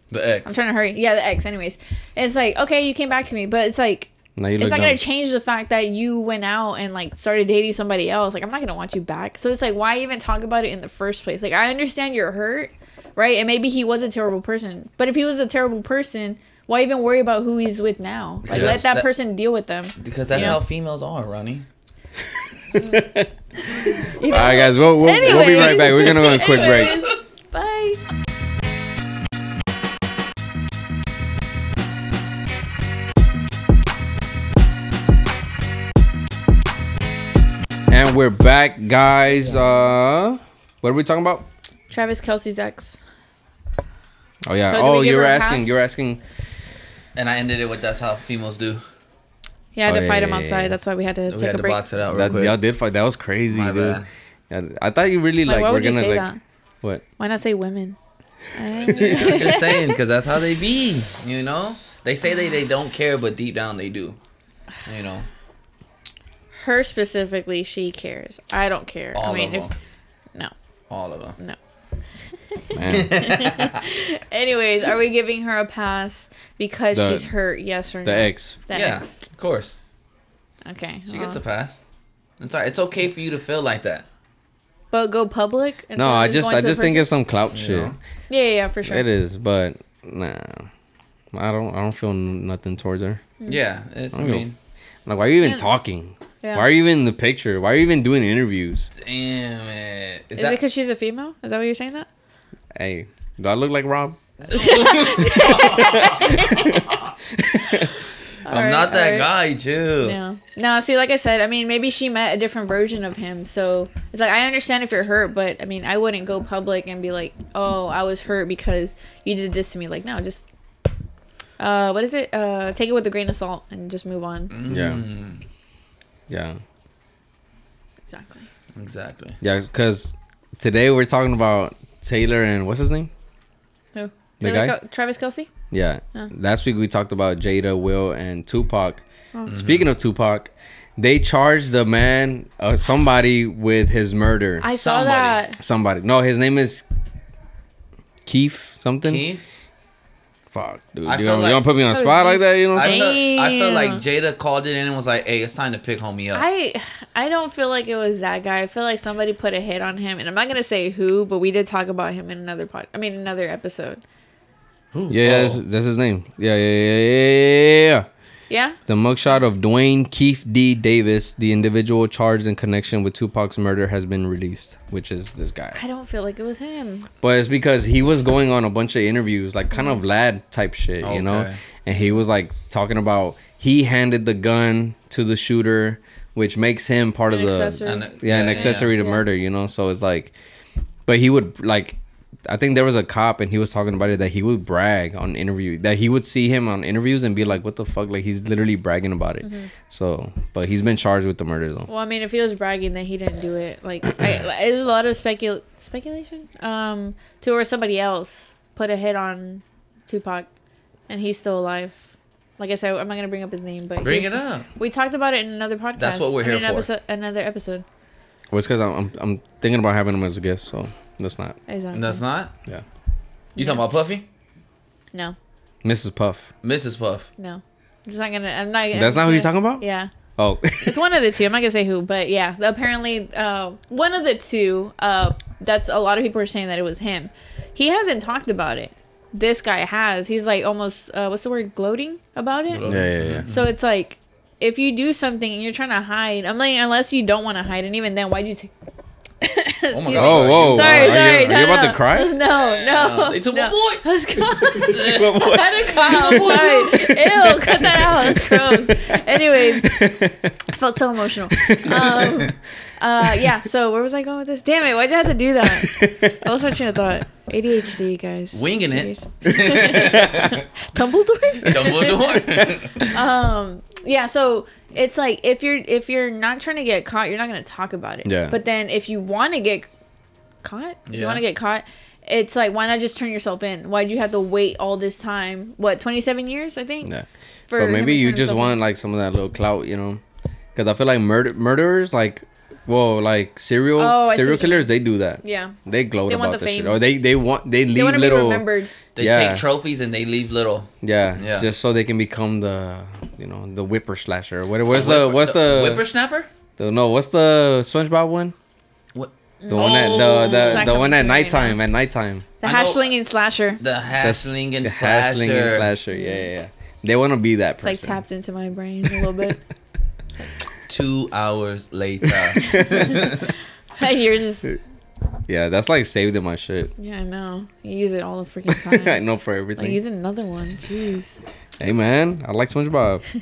Speaker 3: the ex.
Speaker 2: I'm trying to hurry. Yeah, the ex. Anyways, it's like okay, you came back to me, but it's like
Speaker 1: Now you look
Speaker 2: it's not
Speaker 1: dumb.
Speaker 2: gonna change the fact that you went out and like started dating somebody else. Like I'm not gonna want you back. So it's like why even talk about it in the first place? Like I understand you're hurt, right? And maybe he was a terrible person. But if he was a terrible person, why even worry about who he's with now? Like
Speaker 3: Because
Speaker 2: let that,
Speaker 3: that-
Speaker 2: person deal with them.
Speaker 3: Because that's
Speaker 2: Yeah.
Speaker 3: how females are, Ronnie.
Speaker 1: All right, guys, we'll, we'll, we'll be
Speaker 2: Anyways.
Speaker 1: right back. We're gonna go on a quick break.
Speaker 2: <laughs> Bye.
Speaker 1: And we're back, guys. Uh, what are we talking about?
Speaker 2: Travis Kelsey's ex.
Speaker 1: Oh yeah.
Speaker 2: So do we
Speaker 1: oh,
Speaker 2: give
Speaker 1: you were
Speaker 2: her a
Speaker 1: asking.
Speaker 2: pass?
Speaker 1: You were asking.
Speaker 3: And I ended it with that's how females do.
Speaker 2: Yeah, I had
Speaker 1: Oh,
Speaker 2: to
Speaker 1: yeah,
Speaker 2: fight
Speaker 1: yeah,
Speaker 2: him
Speaker 1: yeah,
Speaker 2: outside.
Speaker 1: yeah.
Speaker 2: That's why we had to
Speaker 3: We
Speaker 2: take
Speaker 3: had
Speaker 2: a
Speaker 3: to
Speaker 2: break.
Speaker 3: box it out real
Speaker 1: That,
Speaker 3: quick.
Speaker 1: y'all did fight. That was crazy,
Speaker 3: My
Speaker 1: dude. Yeah, I thought you really
Speaker 2: Like,
Speaker 1: like.
Speaker 2: why
Speaker 1: were
Speaker 2: would you
Speaker 1: gonna
Speaker 2: say
Speaker 1: like.
Speaker 2: that? <laughs>
Speaker 1: What?
Speaker 2: Why not
Speaker 1: <laughs>
Speaker 2: say women?
Speaker 3: I'm
Speaker 2: <laughs>
Speaker 3: just saying, because that's how they be. You know, they say they they don't care, but deep down they do. You know,
Speaker 2: Her specifically, she cares. I don't care.
Speaker 3: all
Speaker 2: I mean,
Speaker 3: of
Speaker 2: if,
Speaker 3: them,
Speaker 2: no,
Speaker 3: all of them.
Speaker 2: no.
Speaker 1: Man,
Speaker 2: Anyways, are we giving her a pass because
Speaker 1: The-
Speaker 2: she's hurt? Yes or no?
Speaker 1: the ex.
Speaker 2: The
Speaker 3: yeah,
Speaker 2: ex.
Speaker 3: of course,
Speaker 2: Okay. Uh-huh.
Speaker 3: she
Speaker 2: well,
Speaker 3: gets a pass. It's all right. It's okay for you to feel like that.
Speaker 2: but go public. instead
Speaker 1: No,
Speaker 2: of
Speaker 1: I just
Speaker 2: going
Speaker 1: I
Speaker 2: to the
Speaker 1: just think
Speaker 2: person?
Speaker 1: it's some clout shit.
Speaker 3: know?
Speaker 2: yeah, yeah, yeah, for sure.
Speaker 1: It is, but nah. I don't. I don't feel nothing towards her.
Speaker 2: Mm-hmm.
Speaker 3: Yeah, it's, I
Speaker 1: don't know.
Speaker 3: mean,
Speaker 1: Like, why are you even
Speaker 2: Yeah.
Speaker 1: talking?
Speaker 2: Yeah.
Speaker 1: Why are you even in the picture? Why are you even doing interviews?
Speaker 3: damn it.
Speaker 2: Is
Speaker 3: Is
Speaker 2: it
Speaker 3: that-
Speaker 2: because she's a female? Is that what you're saying? That
Speaker 1: Hey, do I look like Rob?
Speaker 3: I'm not that guy, too.
Speaker 2: No, no. See, like I said, I mean, maybe she met a different version of him. So it's like I understand if you're hurt, but I mean, I wouldn't go public and be like, "Oh, I was hurt because you did this to me." Like, no, just uh, what is it? Uh, take it with a grain of salt and just move on.
Speaker 3: Mm-hmm.
Speaker 1: Yeah. Hmm. Yeah.
Speaker 2: Exactly.
Speaker 3: Exactly.
Speaker 1: Yeah. Because today we're talking about Taylor and what's his name?
Speaker 2: Who?
Speaker 1: The
Speaker 2: Taylor
Speaker 1: guy?
Speaker 2: Kel- Travis Kelsey.
Speaker 1: Yeah.
Speaker 2: Huh.
Speaker 1: Last week we talked about Jada, Will, and Tupac.
Speaker 2: Oh.
Speaker 3: Mm-hmm.
Speaker 1: Speaking of Tupac, they charged the man, uh, somebody, with his murder.
Speaker 2: I saw
Speaker 3: Somebody.
Speaker 2: that.
Speaker 1: somebody. No, his name is Keith something.
Speaker 3: Keith?
Speaker 1: Fuck, dude.
Speaker 3: I
Speaker 1: you
Speaker 3: feel
Speaker 1: gonna,
Speaker 3: like-
Speaker 1: you gonna put me on a spot like that? You know what I'm
Speaker 3: I
Speaker 1: saying?
Speaker 3: feel, I feel like
Speaker 2: Damn.
Speaker 3: Jada called it in and was like, hey, it's time to pick homie up.
Speaker 2: I I don't feel like it was that guy. I feel like somebody put a hit on him, and I'm not gonna say who, but we did talk about him in another pod. I mean, another episode.
Speaker 3: Who?
Speaker 1: Yeah, yeah that's,
Speaker 3: Oh.
Speaker 1: that's his name. Yeah, yeah, yeah, yeah, yeah, yeah.
Speaker 2: Yeah.
Speaker 1: The mugshot of Dwayne Keith D. Davis, the individual charged in connection with Tupac's murder, has been released, which is this guy.
Speaker 2: I don't feel like it was him.
Speaker 1: But it's because he was going on a bunch of interviews, like kind of lad type shit, you know?
Speaker 3: Okay.
Speaker 1: And he was like talking about he handed the gun to the shooter, which makes him part
Speaker 2: An
Speaker 1: of the
Speaker 2: accessory.
Speaker 3: And-
Speaker 1: yeah, an accessory to
Speaker 2: Yeah.
Speaker 1: murder, you know. So it's like, but he would like, I think there was a cop and he was talking about it that he would brag on interview that he would see him on interviews and be like, what the fuck, like he's literally bragging about it.
Speaker 2: Mm-hmm.
Speaker 1: So, but he's been charged with the murder though.
Speaker 2: Well, I mean, if he was bragging that he didn't do it, like,
Speaker 3: <clears throat>
Speaker 2: I, like, there's a lot of specul speculation, um, to where somebody else put a hit on Tupac, and he's still alive. Like I said, I'm not gonna bring up his name, but
Speaker 3: Bring
Speaker 2: he's-
Speaker 3: it up.
Speaker 2: We talked about it in another podcast.
Speaker 3: That's what we're
Speaker 2: I mean,
Speaker 3: here
Speaker 2: an
Speaker 3: for.
Speaker 2: episode- another episode.
Speaker 1: Well, it's because I'm, I'm I'm thinking about having him as a guest, so that's not
Speaker 2: Exactly.
Speaker 3: And that's not?
Speaker 1: Yeah.
Speaker 3: You talking about Puffy?
Speaker 2: No,
Speaker 1: Mrs. Puff.
Speaker 3: Mrs. Puff.
Speaker 2: no. I'm just not gonna. I'm not. I'm
Speaker 1: That's
Speaker 2: just
Speaker 1: not who you're
Speaker 2: gonna-
Speaker 1: talking about.
Speaker 2: Yeah.
Speaker 1: Oh, <laughs>
Speaker 2: It's one of the two. I'm not gonna say who, but yeah, apparently uh, one of the two. Uh, that's a lot of people are saying that it was him. He hasn't talked about it. This guy has. He's like almost uh, what's the word gloating about it.
Speaker 1: yeah,
Speaker 3: Gloating.
Speaker 1: yeah,
Speaker 2: <laughs>
Speaker 1: yeah.
Speaker 2: So it's like if you do something and you're trying to hide, I'm like unless you don't want to hide, and even then, why'd you take?
Speaker 3: Oh
Speaker 2: Excuse
Speaker 3: my
Speaker 2: me.
Speaker 3: God.
Speaker 1: Oh, whoa.
Speaker 2: Sorry,
Speaker 1: Are you-
Speaker 2: sorry.
Speaker 1: are
Speaker 2: no,
Speaker 1: you about to
Speaker 2: <laughs> no.
Speaker 1: cry?
Speaker 2: No, no.
Speaker 3: <laughs> They took
Speaker 2: no.
Speaker 3: my
Speaker 2: <laughs>
Speaker 3: boy.
Speaker 2: Let's go.
Speaker 1: What- what-
Speaker 2: Had a cough. Sorry. Ew, cut that out. That's gross. Anyways, I felt so emotional. Um, uh, yeah, so where was I going with this? Damn it, why'd you have to do that? I lost my train of thought. ADHD, guys.
Speaker 3: Winging it.
Speaker 2: <laughs> ADHD. Tumbledore?
Speaker 3: Dumbledore.
Speaker 2: um yeah so it's like if you're if you're not trying to get caught you're not going to talk about it
Speaker 1: Yeah.
Speaker 2: but then if you want to get caught if you
Speaker 3: Yeah.
Speaker 2: want to get caught it's like why not just turn yourself in why'd you have to wait all this time what 27 years i think
Speaker 1: Yeah.
Speaker 2: for
Speaker 1: but
Speaker 2: him
Speaker 1: maybe
Speaker 2: to
Speaker 1: you
Speaker 2: turn
Speaker 1: just
Speaker 2: himself
Speaker 1: want like some of that little clout, you know? Because I feel like murder murderers, like, whoa, like serial
Speaker 2: Oh, I see
Speaker 1: serial
Speaker 2: what you
Speaker 1: killers, they do that.
Speaker 2: in. yeah
Speaker 1: They gloat
Speaker 2: They
Speaker 1: about
Speaker 2: want
Speaker 1: the
Speaker 2: the
Speaker 1: shit,
Speaker 2: fame.
Speaker 1: or they they want they leave
Speaker 2: they want to be
Speaker 1: little,
Speaker 2: remembered
Speaker 3: <laughs> they
Speaker 1: Yeah.
Speaker 3: take trophies and they leave little.
Speaker 1: yeah,
Speaker 3: Yeah.
Speaker 1: just so they can become the you know the whipper slasher. What what's the what's the,
Speaker 3: whippersnapper?
Speaker 1: the- no what's the SpongeBob one?
Speaker 3: What?
Speaker 1: The one at
Speaker 3: Oh.
Speaker 1: the
Speaker 2: It's not
Speaker 1: the, the one
Speaker 2: coming
Speaker 1: at
Speaker 2: to me right
Speaker 1: nighttime at nighttime.
Speaker 2: the
Speaker 3: I know-
Speaker 2: hashling and slasher
Speaker 3: The
Speaker 1: That's-
Speaker 3: hashling and
Speaker 1: the
Speaker 3: slasher.
Speaker 1: hashling and slasher. Yeah, yeah, yeah. They want to be that
Speaker 2: it's like
Speaker 1: person.
Speaker 2: tapped into my brain a little
Speaker 1: <laughs>
Speaker 2: bit <laughs>
Speaker 3: Two hours later.
Speaker 2: you're just
Speaker 1: <laughs> yeah, that's like saved in my shit.
Speaker 2: yeah i know you use it all the freaking
Speaker 1: <laughs> I
Speaker 2: time
Speaker 1: know for
Speaker 2: like
Speaker 1: everything.
Speaker 2: use another one jeez
Speaker 1: Hey man, I like SpongeBob.
Speaker 2: <laughs>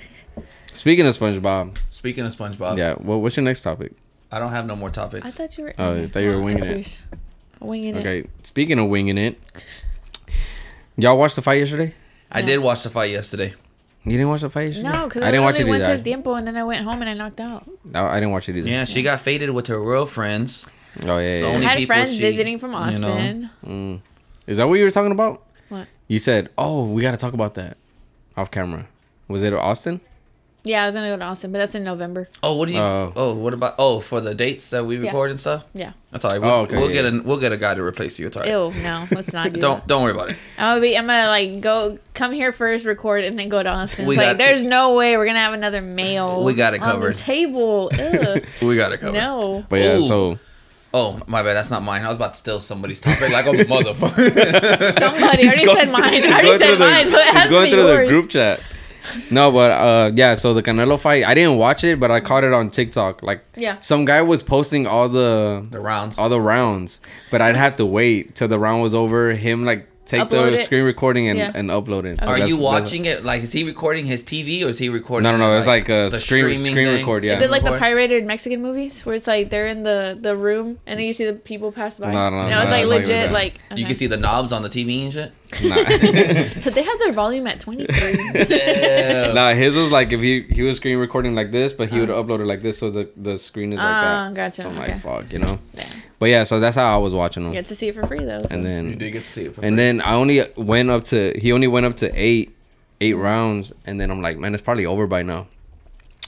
Speaker 1: Speaking of SpongeBob,
Speaker 3: Speaking of SpongeBob,
Speaker 1: yeah. What, what's your next topic?
Speaker 3: I don't have no more
Speaker 2: i
Speaker 3: topics.
Speaker 2: thought you were
Speaker 1: Oh, I thought you were
Speaker 2: Oh,
Speaker 1: winging
Speaker 2: that's
Speaker 1: it.
Speaker 2: yours. winging it
Speaker 1: Okay. Speaking of winging it, y'all watched the fight yesterday.
Speaker 3: I did watch the fight yesterday.
Speaker 1: You didn't watch the fight yesterday.
Speaker 2: No, because
Speaker 1: I didn't watch it
Speaker 2: went
Speaker 1: either.
Speaker 2: to tiempo and then I went home and I knocked out.
Speaker 1: No, I didn't watch it either.
Speaker 3: Yeah, she got faded with her real friends.
Speaker 1: Oh yeah. yeah,
Speaker 3: The only-
Speaker 1: yeah.
Speaker 2: I had
Speaker 3: people
Speaker 2: friends
Speaker 3: she-
Speaker 2: visiting from
Speaker 3: you
Speaker 2: Austin.
Speaker 3: know.
Speaker 1: Mm. Is that what you were talking about?
Speaker 2: What?
Speaker 1: You said, "Oh, we got to talk about that off camera." Was it Austin?
Speaker 2: Yeah, I was gonna go to Austin, but that's in November.
Speaker 3: Oh, what do you?
Speaker 1: Oh.
Speaker 3: oh, what about? Oh, for the dates that we record and stuff.
Speaker 2: Yeah.
Speaker 3: That's all right. We'll,
Speaker 1: Oh, okay,
Speaker 3: we'll
Speaker 1: yeah,
Speaker 3: get a we'll get a guy to replace you. It's all right.
Speaker 2: Ew, no,
Speaker 1: <laughs>
Speaker 2: let's not do
Speaker 3: Don't
Speaker 2: that.
Speaker 3: don't worry about it.
Speaker 2: I'm gonna be. I'm gonna like go come here first, record, and then go to Austin.
Speaker 3: We
Speaker 2: It's like,
Speaker 3: got-
Speaker 2: there's no way we're gonna have another male.
Speaker 3: We got it
Speaker 2: on the
Speaker 1: <laughs>
Speaker 3: covered.
Speaker 2: table. Ew,
Speaker 3: We got it covered.
Speaker 2: no.
Speaker 1: But yeah,
Speaker 3: Ooh.
Speaker 1: so
Speaker 3: Oh, my bad. That's not mine. I was about to steal somebody's topic like
Speaker 1: <laughs>
Speaker 3: a motherfucker.
Speaker 2: Somebody already
Speaker 1: going- <laughs>
Speaker 2: said mine.
Speaker 1: he's
Speaker 2: I already
Speaker 1: going
Speaker 2: said
Speaker 1: through the-
Speaker 2: mine, so it
Speaker 1: he's
Speaker 2: has to
Speaker 1: going
Speaker 2: be
Speaker 1: through
Speaker 2: yours.
Speaker 1: the group chat. No, but uh, yeah. So the Canelo fight, I didn't watch it, but I caught it on TikTok. Like,
Speaker 2: Yeah.
Speaker 1: some guy was posting all the
Speaker 3: the rounds.
Speaker 1: all the rounds, but I'd have to wait till the round was over. Him like take the
Speaker 2: Upload it.
Speaker 1: screen recording and,
Speaker 2: Yeah.
Speaker 1: and upload it. So
Speaker 3: Are
Speaker 1: that's-
Speaker 3: you
Speaker 1: that's- <laughs>
Speaker 3: watching it? Like, is he recording his TV or is he recording?
Speaker 1: No, no, no,
Speaker 3: it,
Speaker 1: it's like a
Speaker 3: the
Speaker 1: stream-
Speaker 3: streaming
Speaker 1: screen
Speaker 3: thing?
Speaker 1: record, yeah.
Speaker 2: They did like the
Speaker 3: Record?
Speaker 2: pirated Mexican movies where it's like they're in the, the room and then you see the people pass by.
Speaker 1: No, no,
Speaker 2: and
Speaker 1: no,
Speaker 2: I was
Speaker 1: no,
Speaker 2: like
Speaker 1: it's like
Speaker 2: legit,
Speaker 1: that.
Speaker 2: like
Speaker 3: You
Speaker 2: okay.
Speaker 3: can see the knobs on the TV
Speaker 2: <laughs>
Speaker 3: and shit. <laughs>
Speaker 2: they had their volume at
Speaker 1: <laughs>
Speaker 2: twenty three.
Speaker 1: Nah,
Speaker 3: Yeah.
Speaker 1: <laughs> nah. His was like if he he was screen recording like this, but he would upload it like this, so the the screen is like
Speaker 2: Uh-huh. Ah,
Speaker 1: that.
Speaker 2: gotcha,
Speaker 1: So I'm
Speaker 2: okay.
Speaker 1: like, fuck, you know.
Speaker 2: Yeah.
Speaker 1: But yeah, so that's how I was watching them.
Speaker 2: you get to see it for free though. so-
Speaker 1: And then
Speaker 3: You did get to see it. For
Speaker 1: And
Speaker 3: free.
Speaker 1: then I only went up to he only went up to eight eight rounds and then I'm like, man, it's probably over by now.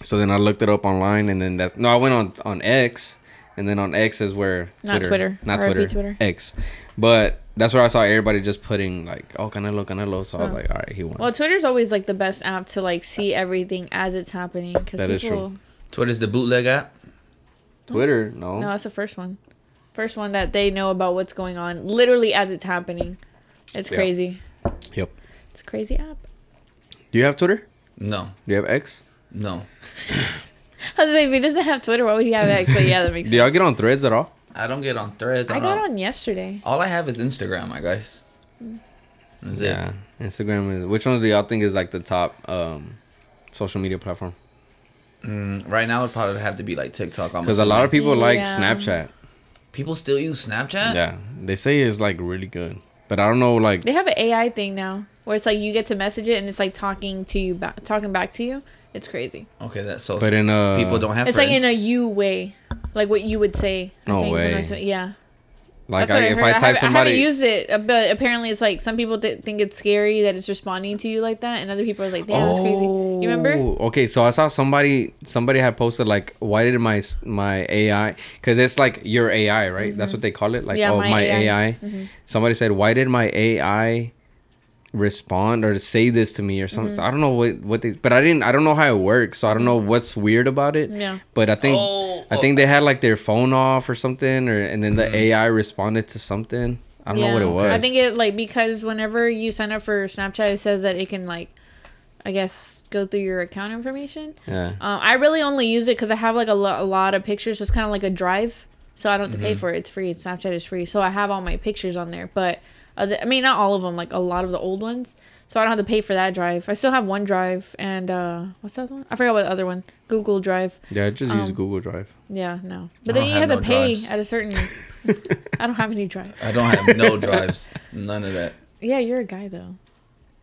Speaker 1: So then I looked it up online and then that's no, I went on on X and then on X is where
Speaker 2: Not Twitter.
Speaker 1: Not
Speaker 2: RIP
Speaker 1: Twitter.
Speaker 2: Twitter.
Speaker 1: X. But that's where I saw everybody just putting like, oh Canelo, Canelo. So I was
Speaker 2: Oh.
Speaker 1: like, all right, he won.
Speaker 2: well, Twitter's always like the best app to like see everything as it's happening because
Speaker 1: That
Speaker 2: people.
Speaker 1: is true.
Speaker 3: Twitter's the bootleg app.
Speaker 1: Twitter, no.
Speaker 2: No, that's the first one. First one that they know about what's going on literally as it's happening. It's
Speaker 1: Yeah.
Speaker 2: crazy.
Speaker 1: Yep.
Speaker 2: It's a crazy app.
Speaker 1: Do you have Twitter?
Speaker 3: No,
Speaker 1: Do you have X?
Speaker 3: no,
Speaker 2: I was like, if he doesn't have Twitter, why would he have X? But yeah, that
Speaker 1: <laughs>
Speaker 2: makes
Speaker 1: Do
Speaker 2: sense.
Speaker 1: y'all get on threads at all?
Speaker 3: I don't get on Threads. I,
Speaker 2: I got
Speaker 3: don't-
Speaker 2: on yesterday.
Speaker 3: All I have is Instagram, I guess. That's it.
Speaker 1: Yeah. Instagram is which ones do y'all think is like the top um social media platform?
Speaker 3: Right now, it'd probably have to be like TikTok. I'm
Speaker 1: Because a lot of
Speaker 3: assuming.
Speaker 1: people like
Speaker 2: Yeah.
Speaker 1: Snapchat.
Speaker 3: people still use Snapchat.
Speaker 1: Yeah, they say it's like really good, but I don't know. Like,
Speaker 2: They have an AI thing now where it's like you get to message it and it's like talking to you, ba- talking back to you. It's crazy.
Speaker 3: Okay, that's so.
Speaker 1: but in uh,
Speaker 3: people don't have.
Speaker 2: it's
Speaker 3: friends.
Speaker 2: like in a you way, like what you would say.
Speaker 1: No
Speaker 2: is what I
Speaker 1: way.
Speaker 2: said. yeah,
Speaker 1: like
Speaker 2: that's what
Speaker 1: I, if I
Speaker 2: I, heard. I, haven't- I
Speaker 1: type
Speaker 2: haven't,
Speaker 1: somebody,
Speaker 2: used it, uh, but apparently it's like some people th- think it's scary that it's responding to you like that, and other people are like, "Damn, that's crazy." You remember?
Speaker 1: Oh, Okay, so I saw somebody somebody had posted like, why did my s- my AI? Because it's like your AI, right? That's what they call it. Like,
Speaker 2: Mm-hmm. Yeah,
Speaker 1: oh
Speaker 2: my
Speaker 1: my,
Speaker 2: Mm-hmm. AI.
Speaker 1: AI. Somebody said, why did my AI respond or say this to me or something?
Speaker 2: Mm-hmm.
Speaker 1: I don't know what what they, but I didn't. I don't know how it works, so I don't know what's weird about it.
Speaker 2: Yeah.
Speaker 1: But I think
Speaker 3: Oh,
Speaker 1: I think they had like their phone off or something, or and then the
Speaker 3: Mm-hmm.
Speaker 1: AI responded to something. I don't know what it was.
Speaker 2: I think it like because whenever you sign up for Snapchat, it says that it can like, I guess, go through your account information.
Speaker 1: yeah.
Speaker 2: Um, I really only use it because I have like a, lo- a lot of pictures. So it's kind of like a drive, so I don't have to pay for it. It's free. Snapchat is free, so I have all my pictures on there. But other, I mean, not all of them. Like a lot of the old ones, so I don't have to pay for that drive. I still have one drive and uh, what's that one? I forgot what other one. Google Drive.
Speaker 1: Yeah, I just use
Speaker 2: Um,
Speaker 1: Google Drive.
Speaker 2: Yeah, no. But
Speaker 3: I
Speaker 2: then
Speaker 3: don't
Speaker 2: you have
Speaker 3: have
Speaker 2: to
Speaker 3: no
Speaker 2: pay
Speaker 3: drives.
Speaker 2: at a certain. I don't have any drive.
Speaker 3: I don't have no drives. None of that.
Speaker 2: Yeah, you're a guy though.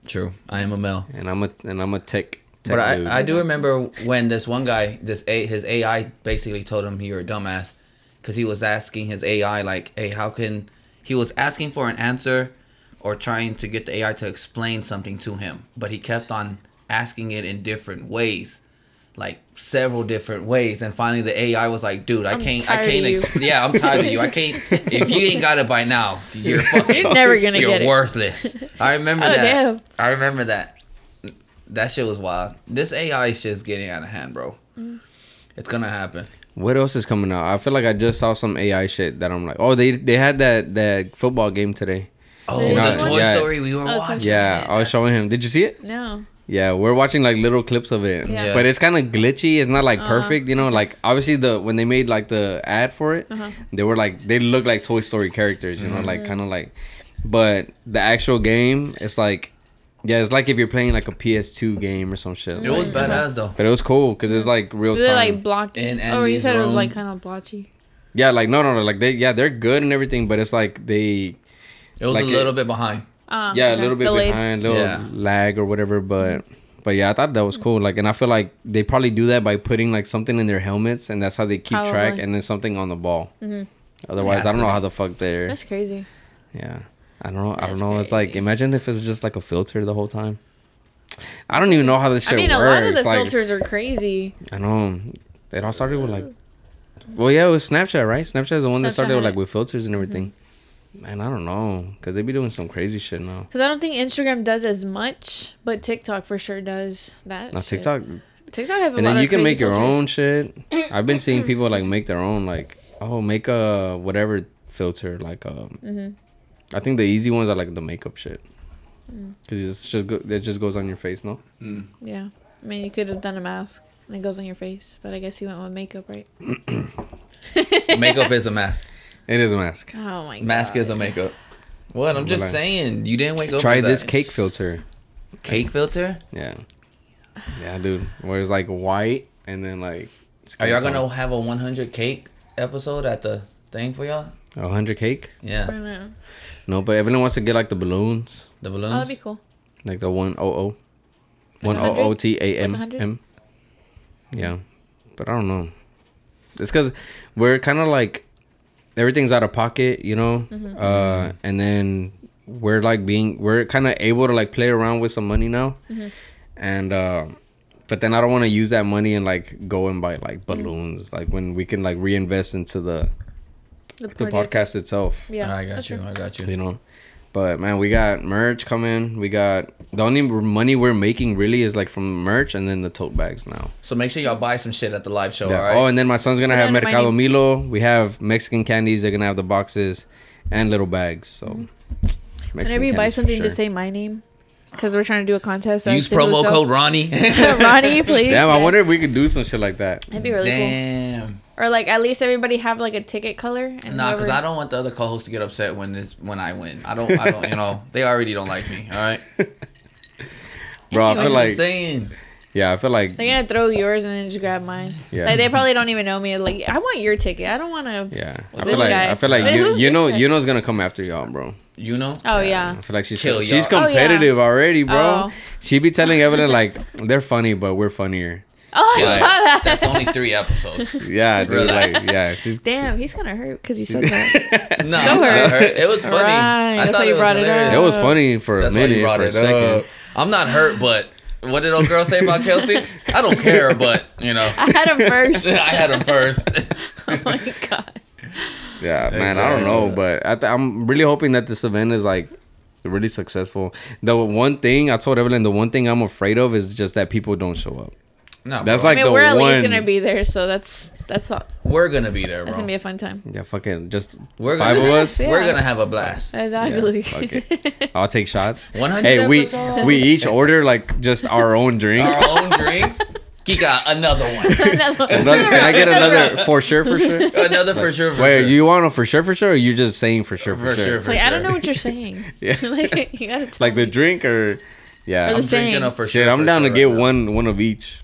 Speaker 3: True. I am a male.
Speaker 1: And I'm a and I'm a tech. tech
Speaker 3: But
Speaker 1: dude.
Speaker 3: I, I do remember when this one guy, this a, his AI basically told him you're a dumbass, because he was asking his AI like, hey, how can he was asking for an answer, or trying to get the AI to explain something to him, but he kept on asking it in different ways, like several different ways, and finally the AI was like, dude, I
Speaker 2: I'm
Speaker 3: can't, I
Speaker 2: tired of
Speaker 3: can't,
Speaker 2: you."
Speaker 3: ex- yeah, I'm tired of you, I can't. If you ain't got it by now,
Speaker 2: <laughs>
Speaker 3: you're fucking,
Speaker 2: You're never gonna
Speaker 3: you're
Speaker 2: get it.
Speaker 3: worthless. I
Speaker 2: <laughs>
Speaker 3: remember
Speaker 2: Oh,
Speaker 3: that.
Speaker 2: damn.
Speaker 3: I remember that. That shit was wild. This AI shit's getting out of hand, bro.
Speaker 2: Mm.
Speaker 3: It's gonna happen.
Speaker 1: what else is coming out? I feel like I just saw some AI shit that I'm like, oh, they they had that that football game today.
Speaker 3: Oh,
Speaker 2: Did
Speaker 3: the
Speaker 2: you
Speaker 3: Toy
Speaker 1: watch it?
Speaker 3: Story we were
Speaker 2: Toy
Speaker 3: watching.
Speaker 2: Story.
Speaker 1: Yeah, I was showing him. Did you see it?
Speaker 2: No.
Speaker 1: Yeah, we're watching like little clips of it,
Speaker 2: Yeah.
Speaker 1: but it's kind of glitchy. It's not like perfect, you know. Like obviously the when they made like the ad for it, they were like they look like Toy Story characters, you know, like kind of like. But the actual game, it's like, yeah, it's like if you're playing like a PS2 game or some shit.
Speaker 3: It was
Speaker 1: like,
Speaker 2: uh,
Speaker 1: you know.
Speaker 3: badass though.
Speaker 1: But it was cool because it's like real
Speaker 2: Did they
Speaker 1: time.
Speaker 2: like block?
Speaker 3: In
Speaker 2: Oh, you
Speaker 3: Andy's
Speaker 2: said it was
Speaker 3: room.
Speaker 2: like kind of blotchy.
Speaker 1: yeah, like no, no, no, like they, yeah, they're good and everything, but it's like they,
Speaker 3: It was
Speaker 1: Like
Speaker 3: a
Speaker 1: it-
Speaker 3: little bit behind.
Speaker 2: Uh,
Speaker 1: yeah,
Speaker 2: okay.
Speaker 1: a little bit
Speaker 2: Delayed.
Speaker 1: behind, little
Speaker 3: Yeah.
Speaker 1: lag or whatever. But, but yeah, I thought that was cool. Like, and I feel like they probably do that by putting like something in their helmets, and that's how they keep track,
Speaker 2: Probably. Mm-hmm.
Speaker 1: and then something on the ball. Otherwise,
Speaker 3: Has
Speaker 1: I don't
Speaker 3: to
Speaker 1: know
Speaker 3: be.
Speaker 1: how the fuck they're.
Speaker 2: That's crazy.
Speaker 1: yeah, I don't know. I don't
Speaker 2: That's
Speaker 1: know. It's like
Speaker 2: crazy.
Speaker 1: imagine if it's just like a filter the whole time. I don't even know how this shit
Speaker 2: I mean,
Speaker 1: works.
Speaker 2: a lot of the
Speaker 1: like,
Speaker 2: filters are crazy.
Speaker 1: I know. It all started with like, well, yeah, it was Snapchat, right? Snapchat is the one
Speaker 2: Snapchat
Speaker 1: that started with
Speaker 2: had
Speaker 1: like
Speaker 2: it. Mm-hmm.
Speaker 1: with filters and everything. Man, I don't know, cause they be doing some crazy shit now.
Speaker 2: Because I don't think Instagram does as much, but TikTok for sure does that.
Speaker 1: Now
Speaker 2: shit.
Speaker 1: TikTok,
Speaker 2: TikTok has a
Speaker 1: and
Speaker 2: lot
Speaker 1: then
Speaker 2: of
Speaker 1: you can
Speaker 2: crazy
Speaker 1: make your
Speaker 2: <laughs> filters.
Speaker 1: own shit. I've been seeing people like make their own like Oh, make a whatever filter like um.
Speaker 2: Mm-hmm.
Speaker 1: I think the easy ones are like the makeup shit.
Speaker 2: Mm.
Speaker 1: Cause it's just go- it just goes on your face, no?
Speaker 2: Yeah. I mean, you could have done a mask and it goes on your face, but I guess you went with makeup, right?
Speaker 3: Makeup is a mask.
Speaker 1: It is a mask.
Speaker 2: Oh my god.
Speaker 3: Mask is a makeup. What? I'm just
Speaker 1: Relax.
Speaker 3: saying. You didn't wake up.
Speaker 1: Try
Speaker 3: with
Speaker 1: this
Speaker 3: that.
Speaker 1: cake filter.
Speaker 3: cake filter.
Speaker 1: Yeah, yeah, dude. Where it's like white and then like.
Speaker 3: Are y'all gonna have a 100 cake episode at the thing for y'all?
Speaker 1: a hundred cake?
Speaker 2: I
Speaker 3: Yeah,
Speaker 2: don't know.
Speaker 1: No, but everyone wants to get like the balloons,
Speaker 3: the
Speaker 2: Oh, that'd be
Speaker 3: balloons.
Speaker 2: cool.
Speaker 1: like the one o o,
Speaker 2: Like
Speaker 1: one
Speaker 2: a
Speaker 1: o
Speaker 2: hundred?
Speaker 1: o t a m
Speaker 2: Like a hundred?
Speaker 1: m. Yeah, but I don't know. It's because we're kind of like everything's out of pocket, you know,
Speaker 2: Mm-hmm.
Speaker 1: uh, and then we're like being we're kind of able to like play around with some money now,
Speaker 2: Mm-hmm.
Speaker 1: and. uh but then I don't want to use that money and like go and buy like
Speaker 2: Mm-hmm.
Speaker 1: balloons, like when we can like reinvest into the
Speaker 2: The,
Speaker 1: the
Speaker 2: party itself.
Speaker 1: podcast itself.
Speaker 2: Yeah.
Speaker 3: I got
Speaker 2: that's
Speaker 3: you.
Speaker 2: true.
Speaker 3: I got you.
Speaker 1: You know, but man, we got merch coming. We got the only money we're making really is like from merch and then the tote bags now.
Speaker 3: So make sure y'all buy some shit at the live show.
Speaker 1: Yeah.
Speaker 3: All right.
Speaker 1: Oh, and then my son's gonna
Speaker 2: Put
Speaker 1: have
Speaker 2: on my
Speaker 1: Mercado
Speaker 2: name.
Speaker 1: Milo. We have Mexican candies. They're gonna have the boxes and little bags. So
Speaker 2: Mm-hmm. Whenever
Speaker 1: Mexican
Speaker 2: you
Speaker 1: candies
Speaker 2: buy
Speaker 1: for
Speaker 2: something,
Speaker 1: sure.
Speaker 2: just say my name because we're trying to do a contest.
Speaker 3: Use promo code
Speaker 2: <laughs>
Speaker 3: Ronnie. <laughs>
Speaker 2: Ronnie, please.
Speaker 1: Damn, I wonder if we could do some shit like that.
Speaker 2: That'd be really
Speaker 3: Damn.
Speaker 2: cool. Or like at least everybody have like a ticket color. And
Speaker 3: Nah, because
Speaker 2: whoever-
Speaker 3: I don't want the other co-host to get upset when this when I win. I don't. I don't. You know, they already don't like me. All right.
Speaker 1: Bro, I feel <laughs>
Speaker 3: I'm
Speaker 1: like
Speaker 3: just saying.
Speaker 1: yeah, I feel like
Speaker 2: They're gonna throw yours and then just grab mine.
Speaker 1: Yeah.
Speaker 2: Like they probably don't even know me. Like I want your ticket. I don't want to.
Speaker 1: yeah, I
Speaker 2: This
Speaker 1: feel like
Speaker 2: guy.
Speaker 1: I feel like
Speaker 2: Wait,
Speaker 1: you,
Speaker 2: who's
Speaker 1: you
Speaker 2: this
Speaker 1: know
Speaker 2: guy?
Speaker 1: you know's gonna come after y'all, bro.
Speaker 3: You know.
Speaker 2: Oh yeah.
Speaker 1: I feel like she's
Speaker 3: Kill
Speaker 1: she's
Speaker 3: y'all.
Speaker 2: Oh, yeah.
Speaker 1: competitive already, bro.
Speaker 2: Oh.
Speaker 1: She be telling Evelyn like they're funny, but we're funnier.
Speaker 2: Oh, I
Speaker 3: <laughs> Like,
Speaker 2: saw that.
Speaker 3: that's only
Speaker 2: <laughs>
Speaker 3: three episodes.
Speaker 1: Yeah, dude,
Speaker 3: Relax.
Speaker 1: like yeah,
Speaker 3: <laughs>
Speaker 1: she's
Speaker 2: Damn, he's gonna hurt because
Speaker 1: <laughs>
Speaker 2: he said that.
Speaker 3: No,
Speaker 2: So
Speaker 3: I
Speaker 2: hurt.
Speaker 3: hurt. it was funny.
Speaker 2: Right,
Speaker 3: I
Speaker 2: that's
Speaker 3: thought
Speaker 2: why
Speaker 3: it
Speaker 2: you
Speaker 3: was
Speaker 2: brought it
Speaker 3: hilarious.
Speaker 2: up.
Speaker 1: It was funny for a
Speaker 3: That's why you
Speaker 1: minute,
Speaker 3: brought
Speaker 1: for a
Speaker 3: it up.
Speaker 1: second.
Speaker 3: I'm not hurt, but what did old girl say about Kelsey? I don't care, but
Speaker 2: <laughs>
Speaker 3: you know,
Speaker 2: I had him first.
Speaker 3: <laughs> I had him first.
Speaker 2: <laughs> oh
Speaker 3: <laughs>
Speaker 2: my god.
Speaker 1: Yeah, man, I don't know,
Speaker 3: Exactly.
Speaker 1: but I th- I'm really hoping that this event is like really successful. The one thing I told Evelyn, the one thing I'm afraid of is just that people don't show up.
Speaker 3: No,
Speaker 1: That's
Speaker 2: I
Speaker 1: like
Speaker 2: mean,
Speaker 1: the
Speaker 2: we're at
Speaker 1: one.
Speaker 2: least gonna be there, so that's that's all.
Speaker 3: we're gonna be there,
Speaker 2: That's
Speaker 3: bro.
Speaker 2: gonna be a fun time.
Speaker 1: yeah, fucking just
Speaker 3: We're
Speaker 1: five
Speaker 3: gonna-
Speaker 1: of us.
Speaker 2: Yeah.
Speaker 3: We're gonna have a blast.
Speaker 2: Exactly.
Speaker 1: fuck
Speaker 2: <laughs>
Speaker 1: it. I'll take shots.
Speaker 3: 100
Speaker 1: Hey, we
Speaker 3: episodes.
Speaker 1: we each order like just our own
Speaker 3: <laughs>
Speaker 1: drink. <laughs>
Speaker 3: Our own drinks. Kika, another
Speaker 2: <laughs>
Speaker 3: one.
Speaker 2: Another one.
Speaker 1: Another- can I get
Speaker 3: <laughs>
Speaker 1: another for sure? For sure.
Speaker 3: Another for sure. For
Speaker 1: Wait,
Speaker 3: sure.
Speaker 1: you want a for sure? For sure? Or you're just saying for sure? For,
Speaker 3: For
Speaker 1: sure.
Speaker 3: sure,
Speaker 2: It's
Speaker 3: for
Speaker 2: like
Speaker 3: sure.
Speaker 2: I don't know what you're saying.
Speaker 1: <laughs>
Speaker 2: <laughs>
Speaker 1: Yeah.
Speaker 2: like you gotta tell
Speaker 1: <laughs> Like the
Speaker 2: me.
Speaker 1: drink or yeah.
Speaker 2: Or
Speaker 1: I'm
Speaker 2: the
Speaker 3: Drinking
Speaker 2: Dang.
Speaker 3: a for sure.
Speaker 1: Shit, I'm
Speaker 3: for
Speaker 1: down
Speaker 3: sure
Speaker 1: to get
Speaker 3: right now.
Speaker 1: one one of each.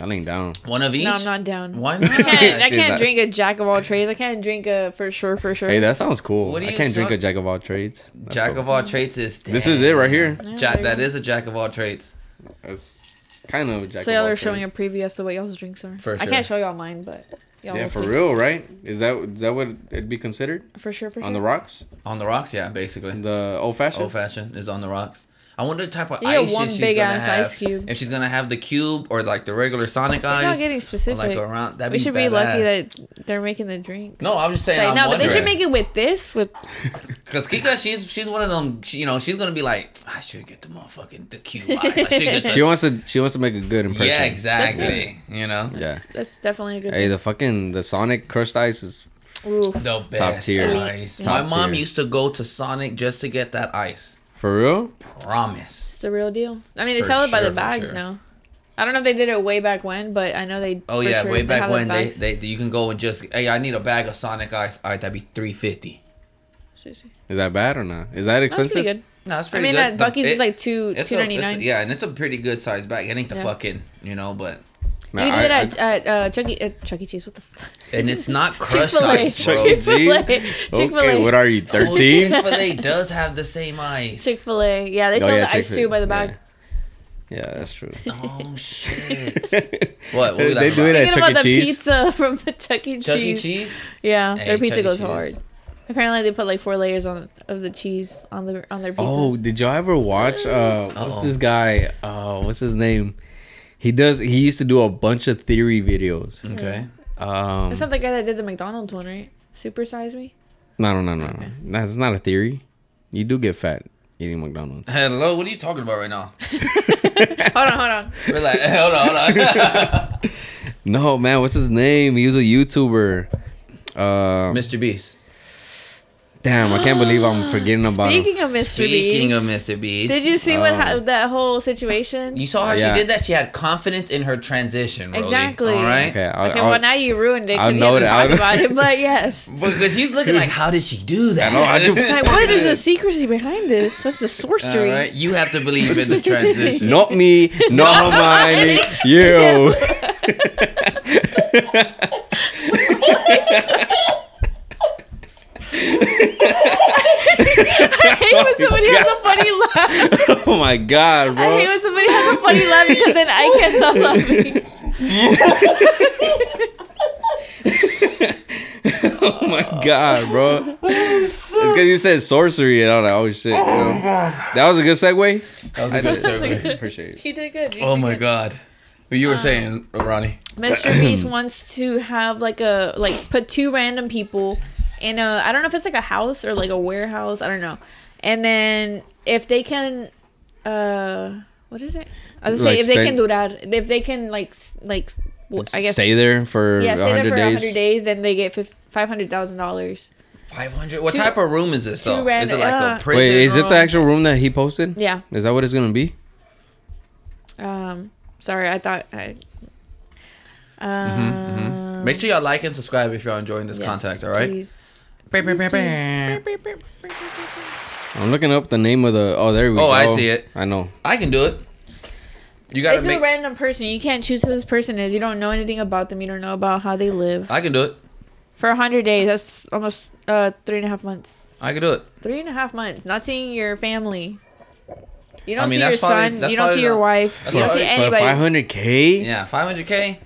Speaker 1: I ain't down.
Speaker 3: One of each.
Speaker 2: No, I'm not down. <laughs>
Speaker 3: Why
Speaker 2: I
Speaker 3: <laughs>
Speaker 2: can't, I
Speaker 3: not?
Speaker 1: She's
Speaker 2: can't
Speaker 1: not-
Speaker 2: drink a jack of all trades. I can't drink a for sure, for sure.
Speaker 1: Hey, that sounds cool.
Speaker 3: What do
Speaker 1: I
Speaker 3: you
Speaker 1: can't drink
Speaker 3: talk-
Speaker 1: a jack of all trades. That's
Speaker 3: Jack
Speaker 1: cool.
Speaker 3: of all traits is.
Speaker 1: This is it right here.
Speaker 2: Yeah,
Speaker 3: Jack,
Speaker 2: there
Speaker 3: that
Speaker 2: you
Speaker 3: is a jack of all traits.
Speaker 1: That's kind of a jack.
Speaker 2: So
Speaker 1: of
Speaker 2: y'all
Speaker 1: all
Speaker 2: are
Speaker 1: trades.
Speaker 2: showing a preview as to what y'all's drinks are.
Speaker 3: For
Speaker 2: I
Speaker 3: sure.
Speaker 2: can't show y'all mine, but y'all
Speaker 1: Yeah,
Speaker 2: will
Speaker 1: for
Speaker 2: see.
Speaker 1: real, right? Is that is that what it'd be considered
Speaker 2: For sure, for sure.
Speaker 1: on the rocks?
Speaker 3: On the rocks, yeah, basically.
Speaker 1: The old fashioned.
Speaker 3: Old fashioned is on the rocks. I wonder the type of
Speaker 2: You get
Speaker 3: ice that
Speaker 2: one
Speaker 3: she's
Speaker 2: big
Speaker 3: gonna
Speaker 2: ass
Speaker 3: have.
Speaker 2: ice cube.
Speaker 3: If she's gonna have the cube or like the regular Sonic
Speaker 2: We're
Speaker 3: ice.
Speaker 2: not getting
Speaker 3: or,
Speaker 2: specific.
Speaker 3: Like around that'd
Speaker 2: we
Speaker 3: be
Speaker 2: should be lucky
Speaker 3: badass.
Speaker 2: that they're making the drink.
Speaker 3: No, I'm just saying.
Speaker 2: Like,
Speaker 3: I'm
Speaker 2: no, but they should
Speaker 3: wondering.
Speaker 2: make it with this. With
Speaker 3: Cause Kika, she's she's one of them. She, you know, she's gonna be like, I should get the motherfucking the cube. I
Speaker 1: <laughs>
Speaker 3: should get the.
Speaker 1: She wants to. She wants to make a good impression.
Speaker 3: yeah, exactly. You know,
Speaker 1: Yeah.
Speaker 2: that's definitely a good.
Speaker 1: Hey,
Speaker 2: thing.
Speaker 1: the fucking the Sonic crushed ice is.
Speaker 2: Oof.
Speaker 3: the best
Speaker 1: tier.
Speaker 3: ice.
Speaker 1: Top
Speaker 3: My mom
Speaker 1: tier.
Speaker 3: used to go to Sonic just to get that ice.
Speaker 1: For real?
Speaker 3: Promise.
Speaker 2: It's the real deal. I mean, they
Speaker 3: For
Speaker 2: sell it by
Speaker 3: sure,
Speaker 2: the
Speaker 3: for
Speaker 2: bags
Speaker 3: sure.
Speaker 2: now. I don't know if they did it way back when, but I know they.
Speaker 3: Oh
Speaker 2: for
Speaker 3: yeah,
Speaker 2: sure
Speaker 3: way
Speaker 2: they
Speaker 3: back
Speaker 2: have it
Speaker 3: when they,
Speaker 2: bags.
Speaker 3: they you can go and just hey, I need a bag of Sonic ice. All right, that'd be three fifty.
Speaker 1: Is that bad or not? Is that
Speaker 2: That's
Speaker 1: expensive?
Speaker 2: pretty good.
Speaker 3: No, that's
Speaker 2: I
Speaker 3: pretty
Speaker 2: mean,
Speaker 3: good.
Speaker 2: that
Speaker 3: The-
Speaker 2: Bucky's
Speaker 3: it-
Speaker 2: is like two
Speaker 3: It's
Speaker 2: two
Speaker 3: a,
Speaker 2: ninety
Speaker 3: it's a,
Speaker 2: nine.
Speaker 3: yeah, and it's a pretty good size bag. It ain't the
Speaker 2: Yeah.
Speaker 3: fucking, you know, but
Speaker 1: Nah,
Speaker 2: you can
Speaker 1: I-
Speaker 2: do that
Speaker 1: I-
Speaker 2: at, at uh, Chuck E. Uh, Chuck E. Cheese. What the <laughs> fuck?
Speaker 3: and
Speaker 2: <laughs>
Speaker 3: it's not crushed
Speaker 2: Chick-fil-A.
Speaker 3: ice, bro. <laughs>
Speaker 1: Chick-
Speaker 2: Chick-fil-A.
Speaker 1: okay, what
Speaker 2: Chick-fil-A.
Speaker 1: are you?
Speaker 3: Oh,
Speaker 1: Thirteen?
Speaker 3: Chick-fil-A does have the same ice.
Speaker 2: Chick-fil-A. Yeah, they
Speaker 1: Oh,
Speaker 2: sell
Speaker 1: yeah,
Speaker 2: the ice
Speaker 1: Chick-fil-A.
Speaker 2: too by the bag.
Speaker 1: Yeah. Yeah, that's true.
Speaker 2: <laughs>
Speaker 3: oh shit! What? what we
Speaker 1: they
Speaker 3: laughing
Speaker 1: do it at
Speaker 3: about?
Speaker 2: Thinking
Speaker 1: Chuck E.
Speaker 2: about the
Speaker 1: Cheese.
Speaker 2: pizza <laughs> from the Chuck E. Cheese.
Speaker 3: Chuck E. Cheese.
Speaker 2: Yeah,
Speaker 3: Hey,
Speaker 2: their pizza
Speaker 3: Chuck E.
Speaker 2: goes
Speaker 3: Cheese.
Speaker 2: hard. Apparently, they put like four layers on of the cheese on the on their pizza.
Speaker 1: <laughs> Oh, did y'all ever watch? Uh,
Speaker 3: Uh-oh.
Speaker 1: what's this guy? Uh, what's his name? He does. He used to do a bunch of theory videos.
Speaker 3: Okay.
Speaker 1: Um,
Speaker 2: that's not the guy that did the McDonald's one, right?
Speaker 1: <laughs>
Speaker 2: Supersize me.
Speaker 1: no, no, no, no, no. That's not a theory. You do get fat eating McDonald's.
Speaker 3: Hello. What are you talking about right now?
Speaker 2: Hold on, <laughs> hold on.
Speaker 3: We're like,
Speaker 1: <laughs>
Speaker 3: hold on, hold on.
Speaker 1: No, man. What's his name? He was a YouTuber. Uh,
Speaker 3: Mr. Beast.
Speaker 1: damn, I can't believe I'm forgetting about him.
Speaker 2: Speaking of Mr.
Speaker 3: Speaking
Speaker 2: Beast,
Speaker 3: of Mr. Beast.
Speaker 2: did you see what
Speaker 1: Oh.
Speaker 2: ha- that whole situation?
Speaker 3: You saw how
Speaker 1: Yeah.
Speaker 3: she did that? She had confidence in her transition, Brody.
Speaker 2: Exactly.
Speaker 3: All right.
Speaker 1: Okay, I'll,
Speaker 2: okay,
Speaker 1: I'll,
Speaker 2: well now you ruined it
Speaker 1: I'll
Speaker 2: because you
Speaker 1: know that.
Speaker 2: haven't talked about
Speaker 1: <laughs>
Speaker 2: it. But yes,
Speaker 3: Because he's looking like, how did she do that?
Speaker 1: I know, I
Speaker 3: <laughs>
Speaker 1: just-
Speaker 2: It's like what is the secrecy behind this? What's the
Speaker 3: All
Speaker 2: sorcery?
Speaker 3: right. You have to believe in the transition.
Speaker 1: not me, not Hermione, you.
Speaker 2: <laughs>
Speaker 1: <laughs>
Speaker 2: I hate
Speaker 1: <laughs>
Speaker 2: when somebody has a funny laugh.
Speaker 1: oh my god,
Speaker 2: I hate
Speaker 1: bro.
Speaker 2: when somebody has a funny laugh because then I can't
Speaker 3: <laughs>
Speaker 2: stop <laughs> laughing.
Speaker 1: Oh <laughs> my god, bro. It's because you said sorcery and all that. Oh shit. you know. That was a good segue.
Speaker 3: That was a good survey.
Speaker 1: Appreciate it.
Speaker 2: You did good. You
Speaker 3: Oh
Speaker 2: did
Speaker 3: my
Speaker 2: good.
Speaker 3: God. What
Speaker 2: Uh,
Speaker 3: you were saying, Ronnie?
Speaker 2: Mr. Beast wants to have like a like put two random people in a I don't know if it's like a house or like a warehouse I don't know, and then if they can, uh, what is it? I was gonna
Speaker 1: Like
Speaker 2: say if they
Speaker 1: spend-
Speaker 2: can durar if they can like s- like w- I guess
Speaker 1: stay there for
Speaker 2: yeah stay there for
Speaker 1: hundred
Speaker 2: hundred
Speaker 1: days.
Speaker 2: days then they get five hundred thousand dollars
Speaker 3: 500? What
Speaker 2: Two-
Speaker 3: type of room is this,
Speaker 2: two
Speaker 3: though? Is it
Speaker 2: random-
Speaker 3: like
Speaker 2: uh,
Speaker 3: a prison?
Speaker 1: Wait, is it
Speaker 3: room?
Speaker 1: the actual room that he posted?
Speaker 2: yeah
Speaker 1: Is that what it's gonna be?
Speaker 2: um sorry I thought I
Speaker 3: Mm-hmm,
Speaker 2: um
Speaker 3: Make sure y'all like and subscribe if y'all enjoying this
Speaker 2: yes,
Speaker 3: contact, all right?
Speaker 2: please.
Speaker 3: Bam, bam,
Speaker 2: Please
Speaker 3: bam,
Speaker 2: do.
Speaker 3: bam.
Speaker 1: I'm looking up the name of the. Oh, there we go.
Speaker 3: Oh, I see it.
Speaker 1: I know.
Speaker 3: I can do it. You gotta
Speaker 2: It's
Speaker 3: make.
Speaker 2: a random person. You can't choose who this person is. You don't know anything about them. You don't know about how they live.
Speaker 3: I can do it.
Speaker 2: For a hundred days, that's almost uh three and a half months.
Speaker 3: I can do it.
Speaker 2: Three and a half months. Not seeing your family. You
Speaker 3: I
Speaker 2: don't
Speaker 3: mean,
Speaker 2: see your
Speaker 3: that's probably-
Speaker 2: son.
Speaker 3: that's
Speaker 2: You don't see
Speaker 3: probably
Speaker 2: your
Speaker 3: not-
Speaker 2: wife.
Speaker 3: that's
Speaker 2: You don't see
Speaker 3: probably-
Speaker 1: But
Speaker 2: anybody.
Speaker 1: 500k.
Speaker 3: Yeah, 500K.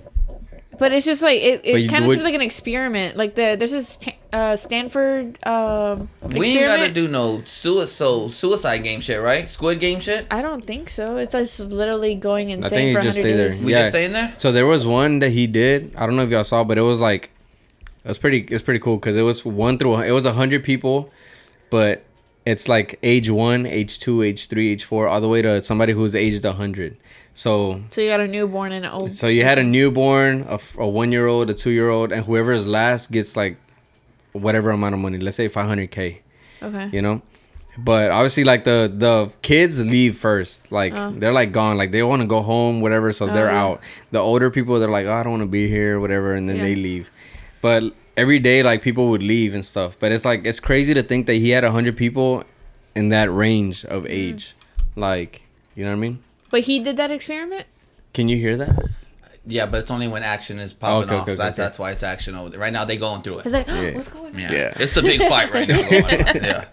Speaker 2: But it's just like it,
Speaker 1: But
Speaker 2: it
Speaker 1: you
Speaker 2: kind of
Speaker 1: would-
Speaker 2: seems like an experiment. Like the there's this ta- uh, Stanford um,
Speaker 3: We ain't gotta
Speaker 2: experiment.
Speaker 3: do no suicide suicide game shit, right? Squid game shit.
Speaker 2: I don't think so. It's just literally going insane
Speaker 1: think you
Speaker 2: for
Speaker 1: just
Speaker 2: hundred
Speaker 1: stay there.
Speaker 2: days.
Speaker 3: We
Speaker 1: Yeah.
Speaker 3: just stay in there.
Speaker 1: So there was one that he did. I don't know if y'all saw, but it was like it was pretty. It's pretty cool because it was one through. It was a hundred people, but it's like age one, age two, age three, age four, all the way to somebody who's aged a hundred. So
Speaker 2: So you got a newborn and an old.
Speaker 1: so you had a newborn, a, f- a one year old, a two year old, and whoever is last gets like whatever amount of money. Let's say five hundred k.
Speaker 2: okay.
Speaker 1: You know. But obviously, like the the kids leave first. Like
Speaker 2: Oh.
Speaker 1: they're like gone. Like they want to go home, whatever. So they're
Speaker 2: yeah.
Speaker 1: out. The older people, they're like, oh, I don't want to be here, whatever, and then they
Speaker 2: Yeah.
Speaker 1: leave. But every day, like people would leave and stuff. But it's like it's crazy to think that he had hundred people in that range
Speaker 2: Mm.
Speaker 1: of age. Like you know what I mean?
Speaker 2: But he did that experiment.
Speaker 1: Can you hear that?
Speaker 3: Yeah, but it's only when action is popping
Speaker 1: Okay,
Speaker 3: off.
Speaker 1: okay, okay,
Speaker 3: that's
Speaker 1: okay.
Speaker 3: that's why it's action over there. Right now they going through
Speaker 2: It's
Speaker 3: it.
Speaker 2: like,
Speaker 1: Yeah.
Speaker 2: <gasps> what's going on?
Speaker 3: Yeah.
Speaker 1: Yeah.
Speaker 3: it's the big fight right now.
Speaker 1: <laughs>
Speaker 3: Going on. Yeah,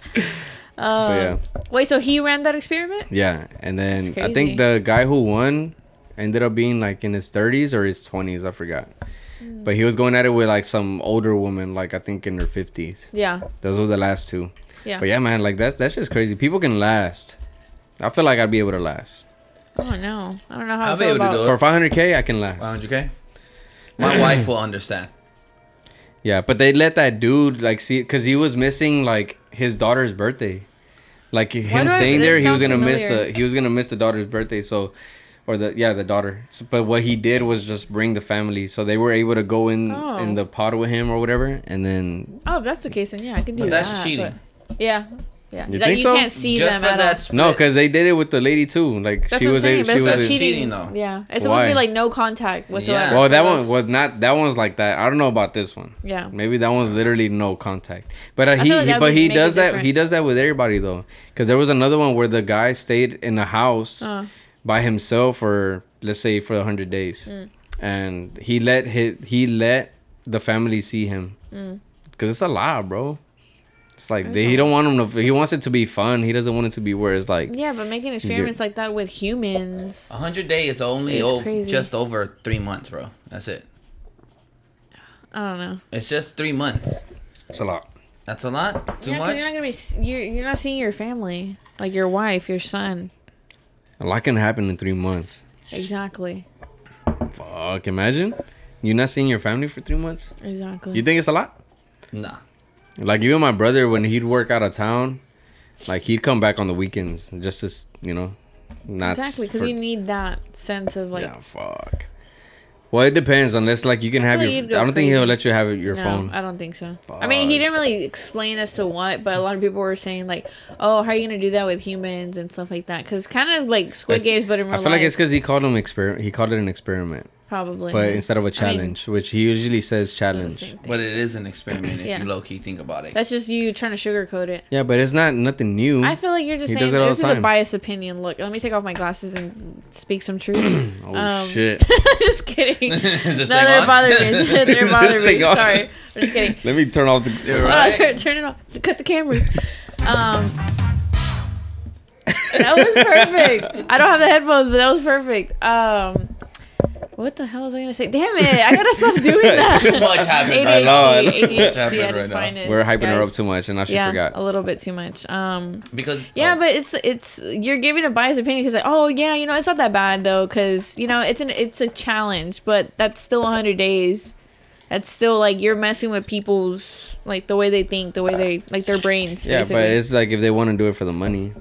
Speaker 2: Uh,
Speaker 1: But yeah,
Speaker 2: Wait, so he ran that experiment?
Speaker 1: yeah. And then
Speaker 2: That's
Speaker 1: I think
Speaker 2: crazy.
Speaker 1: the guy who won ended up being like in his thirties or his twenties. I forgot.
Speaker 2: Mm.
Speaker 1: But he was going at it with like some older woman, like I think in her fifties.
Speaker 2: Yeah,
Speaker 1: Those were the last two.
Speaker 2: yeah.
Speaker 1: But yeah, man, like that's that's just crazy. People can last. I feel like I'd be able to last
Speaker 2: Oh no, I don't know how. I
Speaker 3: I'll be
Speaker 2: feel
Speaker 3: able to
Speaker 2: about-
Speaker 3: do it.
Speaker 1: for 500k. I can last.
Speaker 3: 500K. My wife will understand.
Speaker 1: Yeah, but they let that dude like see because he was missing like his daughter's birthday. Like him
Speaker 2: do I-
Speaker 1: staying
Speaker 2: this
Speaker 1: there, he was
Speaker 2: sounds
Speaker 1: gonna miss
Speaker 2: familiar.
Speaker 1: the he was gonna miss the daughter's birthday. So, or the yeah the daughter. So, but what he did was just bring the family, so they were able to go in
Speaker 2: Oh.
Speaker 1: in the pod with him or whatever, and then
Speaker 2: Oh, if that's the case, then yeah, I can do
Speaker 3: But
Speaker 2: that.
Speaker 3: that's cheating.
Speaker 2: but- yeah, yeah.
Speaker 1: You
Speaker 2: like
Speaker 1: think
Speaker 2: you
Speaker 1: so?
Speaker 2: can't see
Speaker 3: Just
Speaker 2: them
Speaker 3: for
Speaker 2: at
Speaker 3: that
Speaker 2: all.
Speaker 3: split.
Speaker 1: no, because they did it with the lady too. Like
Speaker 2: That's
Speaker 1: she
Speaker 2: what I'm
Speaker 1: was a,
Speaker 2: saying. But
Speaker 1: she
Speaker 2: it's
Speaker 1: was
Speaker 2: not
Speaker 1: a-
Speaker 2: cheating.
Speaker 3: Cheating, though.
Speaker 2: Yeah, it's supposed to
Speaker 1: Why?
Speaker 2: be like no contact whatsoever.
Speaker 3: Yeah.
Speaker 1: Well, that
Speaker 2: for
Speaker 1: one
Speaker 2: those-
Speaker 1: was not. That one's like that. I don't know about this one.
Speaker 2: Yeah.
Speaker 1: Maybe that one's literally no contact. But uh,
Speaker 2: feel
Speaker 1: he,
Speaker 2: like
Speaker 1: he-
Speaker 2: that
Speaker 1: but
Speaker 2: would
Speaker 1: he
Speaker 2: make it
Speaker 1: does that.
Speaker 2: different.
Speaker 1: He does that with everybody though, because there was another one where the guy stayed in a house
Speaker 2: Uh.
Speaker 1: by himself for let's say for hundred days,
Speaker 2: Mm.
Speaker 1: and he let his, he let the family see him, because it's a lot, bro. It's like
Speaker 2: That's
Speaker 1: they,
Speaker 2: Mm. a
Speaker 1: he don't want him to. He wants it to be fun. He doesn't want it to be where it's like
Speaker 2: Yeah, but making experiments like that with humans.
Speaker 3: 100 days is only
Speaker 2: It's
Speaker 3: o-
Speaker 2: crazy.
Speaker 3: just over three months, bro. That's it.
Speaker 2: I don't know.
Speaker 3: It's just three months.
Speaker 1: it's a lot.
Speaker 3: That's a lot. Too
Speaker 2: yeah, 'cause
Speaker 3: much.
Speaker 2: You're not gonna be. s- You're, you're not seeing your family, like your wife, your son.
Speaker 1: A lot can happen in three months.
Speaker 2: Exactly.
Speaker 1: Fuck, imagine you're not seeing your family for three months.
Speaker 2: Exactly.
Speaker 1: You think it's a lot?
Speaker 3: Nah.
Speaker 1: Like even my brother, when he'd work out of town, like he'd come back on the weekends just to, s- you know, not s-
Speaker 2: exactly, because
Speaker 1: for-
Speaker 2: you need that sense of like
Speaker 1: yeah, fuck. Well, it depends. Unless like you can have
Speaker 2: feel
Speaker 1: your.
Speaker 2: like you'd go
Speaker 1: I don't think he'll
Speaker 2: crazy.
Speaker 1: let you have your
Speaker 2: no,
Speaker 1: phone.
Speaker 2: I don't think so. I mean, he
Speaker 1: Fuck.
Speaker 2: didn't really explain as to what, but a lot of people were saying like, "Oh, how are you gonna do that with humans and stuff like that?" Because kind of like Squid
Speaker 1: That's-
Speaker 2: Games, but in real
Speaker 1: I feel like
Speaker 2: life,
Speaker 1: it's because he called him experiment. He called it an experiment,
Speaker 2: probably.
Speaker 1: but instead of a
Speaker 2: I mean,
Speaker 1: challenge, which he usually says
Speaker 2: it's not the
Speaker 1: challenge.
Speaker 2: same thing.
Speaker 3: But it is an experiment if
Speaker 2: Yeah.
Speaker 3: you low key think about it.
Speaker 2: That's just you trying to sugarcoat it.
Speaker 1: Yeah, but it's not nothing new.
Speaker 2: I feel like you're just
Speaker 1: He
Speaker 2: saying
Speaker 1: does it all
Speaker 2: this
Speaker 1: the
Speaker 2: is a
Speaker 1: time.
Speaker 2: biased opinion. Look, let me take off my glasses and speak some truth.
Speaker 1: <coughs>
Speaker 2: <laughs>
Speaker 1: oh
Speaker 2: um,
Speaker 1: shit!
Speaker 2: just kidding.
Speaker 3: <laughs> Is this
Speaker 2: no,
Speaker 3: thing
Speaker 2: they're
Speaker 3: on?
Speaker 2: bothering
Speaker 3: <laughs>
Speaker 2: me. they're
Speaker 1: Is
Speaker 2: bothering
Speaker 1: this
Speaker 2: me.
Speaker 1: thing on?
Speaker 2: Sorry, I'm just kidding.
Speaker 1: Let me turn off
Speaker 2: <laughs>
Speaker 1: the.
Speaker 3: You're
Speaker 2: Hold
Speaker 3: right.
Speaker 2: on, turn, turn it off. Cut the cameras. Um, that was perfect. I don't have the headphones, but that was perfect. Um, what the hell was I gonna say? Damn it! I gotta
Speaker 3: <laughs>
Speaker 2: stop doing that.
Speaker 3: Too much happened right now.
Speaker 1: know, I know.
Speaker 2: ADHD, ADHD at
Speaker 3: Happened
Speaker 2: its
Speaker 3: right now.
Speaker 2: finest,
Speaker 1: We're hyping her
Speaker 2: guys.
Speaker 1: up too much, and now she
Speaker 2: Yeah, a
Speaker 1: forgot.
Speaker 2: little bit too much. Um,
Speaker 3: Because
Speaker 2: yeah,
Speaker 1: <laughs>
Speaker 3: oh,
Speaker 2: but it's it's you're giving a biased opinion because like, oh yeah, you know, it's not that bad though, because you know, it's an it's a challenge, but that's still 100 days. That's still like you're messing with people's like the way they think, the way they like their brains.
Speaker 1: Yeah,
Speaker 2: basically.
Speaker 1: but it's like if they want to do it for the money.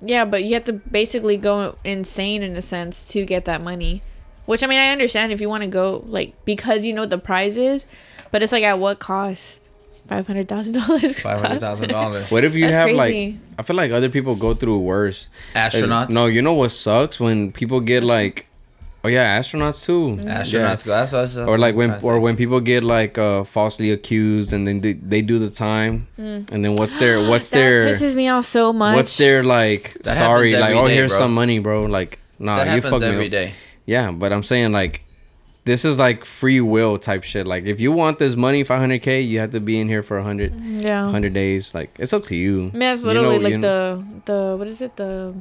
Speaker 2: yeah, but you have to basically go insane in a sense to get that money, which I mean I understand if you want to go like because you know what the prize is, but it's like at what cost? Five hundred thousand dollars. <laughs>
Speaker 3: five hundred thousand dollars.
Speaker 1: What if you
Speaker 2: That's
Speaker 1: have
Speaker 2: crazy.
Speaker 1: like? I feel like other people go through worse. Like,
Speaker 3: astronauts?
Speaker 1: No, you know what sucks when people get like, oh yeah, astronauts too.
Speaker 2: Mm-hmm.
Speaker 1: Yeah.
Speaker 3: astronauts go. That's, that's, that's
Speaker 1: or like
Speaker 3: what I'm
Speaker 1: when
Speaker 3: trying to
Speaker 1: or
Speaker 3: say.
Speaker 1: when people get like uh falsely accused and then they, they do the time and then what's
Speaker 2: <gasps>
Speaker 1: their what's their
Speaker 2: Mm. pisses me off so much.
Speaker 1: what's their like
Speaker 3: That
Speaker 1: sorry
Speaker 3: happens
Speaker 1: like
Speaker 3: every
Speaker 1: oh
Speaker 3: day,
Speaker 1: here's
Speaker 3: bro.
Speaker 1: some money bro like nah
Speaker 3: that
Speaker 1: you
Speaker 3: happens
Speaker 1: fuck
Speaker 3: every
Speaker 1: me up.
Speaker 3: day.
Speaker 1: yeah but i'm saying like this is like free will type shit like if you want this money 500k you have to be in here for 100
Speaker 2: yeah.
Speaker 1: 100 days like it's up to you
Speaker 2: Mm-hmm. I mean, that's
Speaker 1: You
Speaker 2: literally
Speaker 1: know-
Speaker 2: like
Speaker 1: you Mm-hmm. know-
Speaker 2: the the what is it the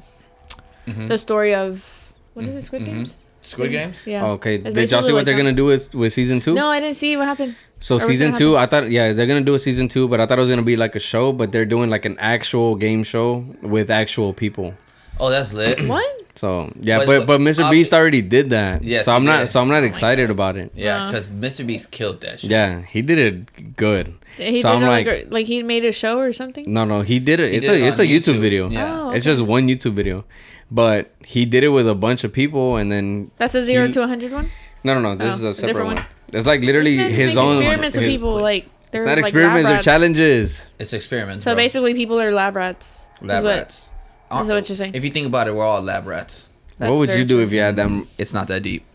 Speaker 3: Mhm.
Speaker 2: the story of what is it Squid
Speaker 3: Mhm.
Speaker 2: Games?
Speaker 3: Squid Games.
Speaker 2: Yeah.
Speaker 1: Mm-hmm. Oh, okay did y'all
Speaker 2: basically
Speaker 1: see what
Speaker 2: like
Speaker 1: they're
Speaker 2: that.
Speaker 1: gonna do with with season two
Speaker 2: No, I didn't see what happened.
Speaker 1: So
Speaker 2: Or was
Speaker 1: season
Speaker 2: it
Speaker 1: two, I thought yeah they're gonna do a season two, but I thought it was gonna be like a show, but they're doing like an actual game show with actual people.
Speaker 3: Oh, that's lit.
Speaker 1: Mm.
Speaker 2: What?
Speaker 1: So yeah,
Speaker 3: But-
Speaker 1: but but,
Speaker 3: but
Speaker 1: Mr.
Speaker 3: obvi-
Speaker 1: Beast already did that.
Speaker 3: Yes,
Speaker 1: so I'm
Speaker 3: he
Speaker 1: not
Speaker 3: did. Oh
Speaker 1: so I'm not excited about it.
Speaker 3: Yeah,
Speaker 2: Uh.
Speaker 3: because Mr. Beast killed that shit.
Speaker 1: Yeah, he did it good.
Speaker 2: He
Speaker 1: so
Speaker 2: did
Speaker 1: I'm
Speaker 2: a,
Speaker 1: like, Mm.
Speaker 2: like a- like he made a show or something.
Speaker 1: no, no, he did it.
Speaker 3: He
Speaker 1: it's
Speaker 3: did
Speaker 1: a
Speaker 3: it
Speaker 1: it's a
Speaker 3: on
Speaker 1: YouTube, video.
Speaker 3: Yeah.
Speaker 2: Oh,
Speaker 1: It's
Speaker 2: okay.
Speaker 1: just one YouTube video, but he did it with a bunch of people, and then
Speaker 2: That's a zero
Speaker 1: he-
Speaker 2: to a hundred one.
Speaker 1: no, no, no, this
Speaker 2: Oh,
Speaker 1: is
Speaker 2: a
Speaker 1: a separate
Speaker 2: different
Speaker 1: one.
Speaker 2: one?
Speaker 1: It's like literally
Speaker 2: This man just
Speaker 1: his
Speaker 2: makes
Speaker 1: own.
Speaker 2: experiments with
Speaker 1: his-
Speaker 2: people like they're
Speaker 1: It's not
Speaker 2: like
Speaker 1: experiments,
Speaker 2: lab
Speaker 1: they're
Speaker 2: rats.
Speaker 1: challenges.
Speaker 3: It's experiments.
Speaker 2: So
Speaker 3: bro.
Speaker 2: basically, people are lab rats. is
Speaker 3: lab
Speaker 2: what-
Speaker 3: rats. Uh,
Speaker 2: is that what you're saying?
Speaker 3: If you think about it, we're all lab rats.
Speaker 2: that's
Speaker 1: what would
Speaker 2: very
Speaker 1: you do
Speaker 2: true.
Speaker 1: if you had that
Speaker 3: It's not that deep.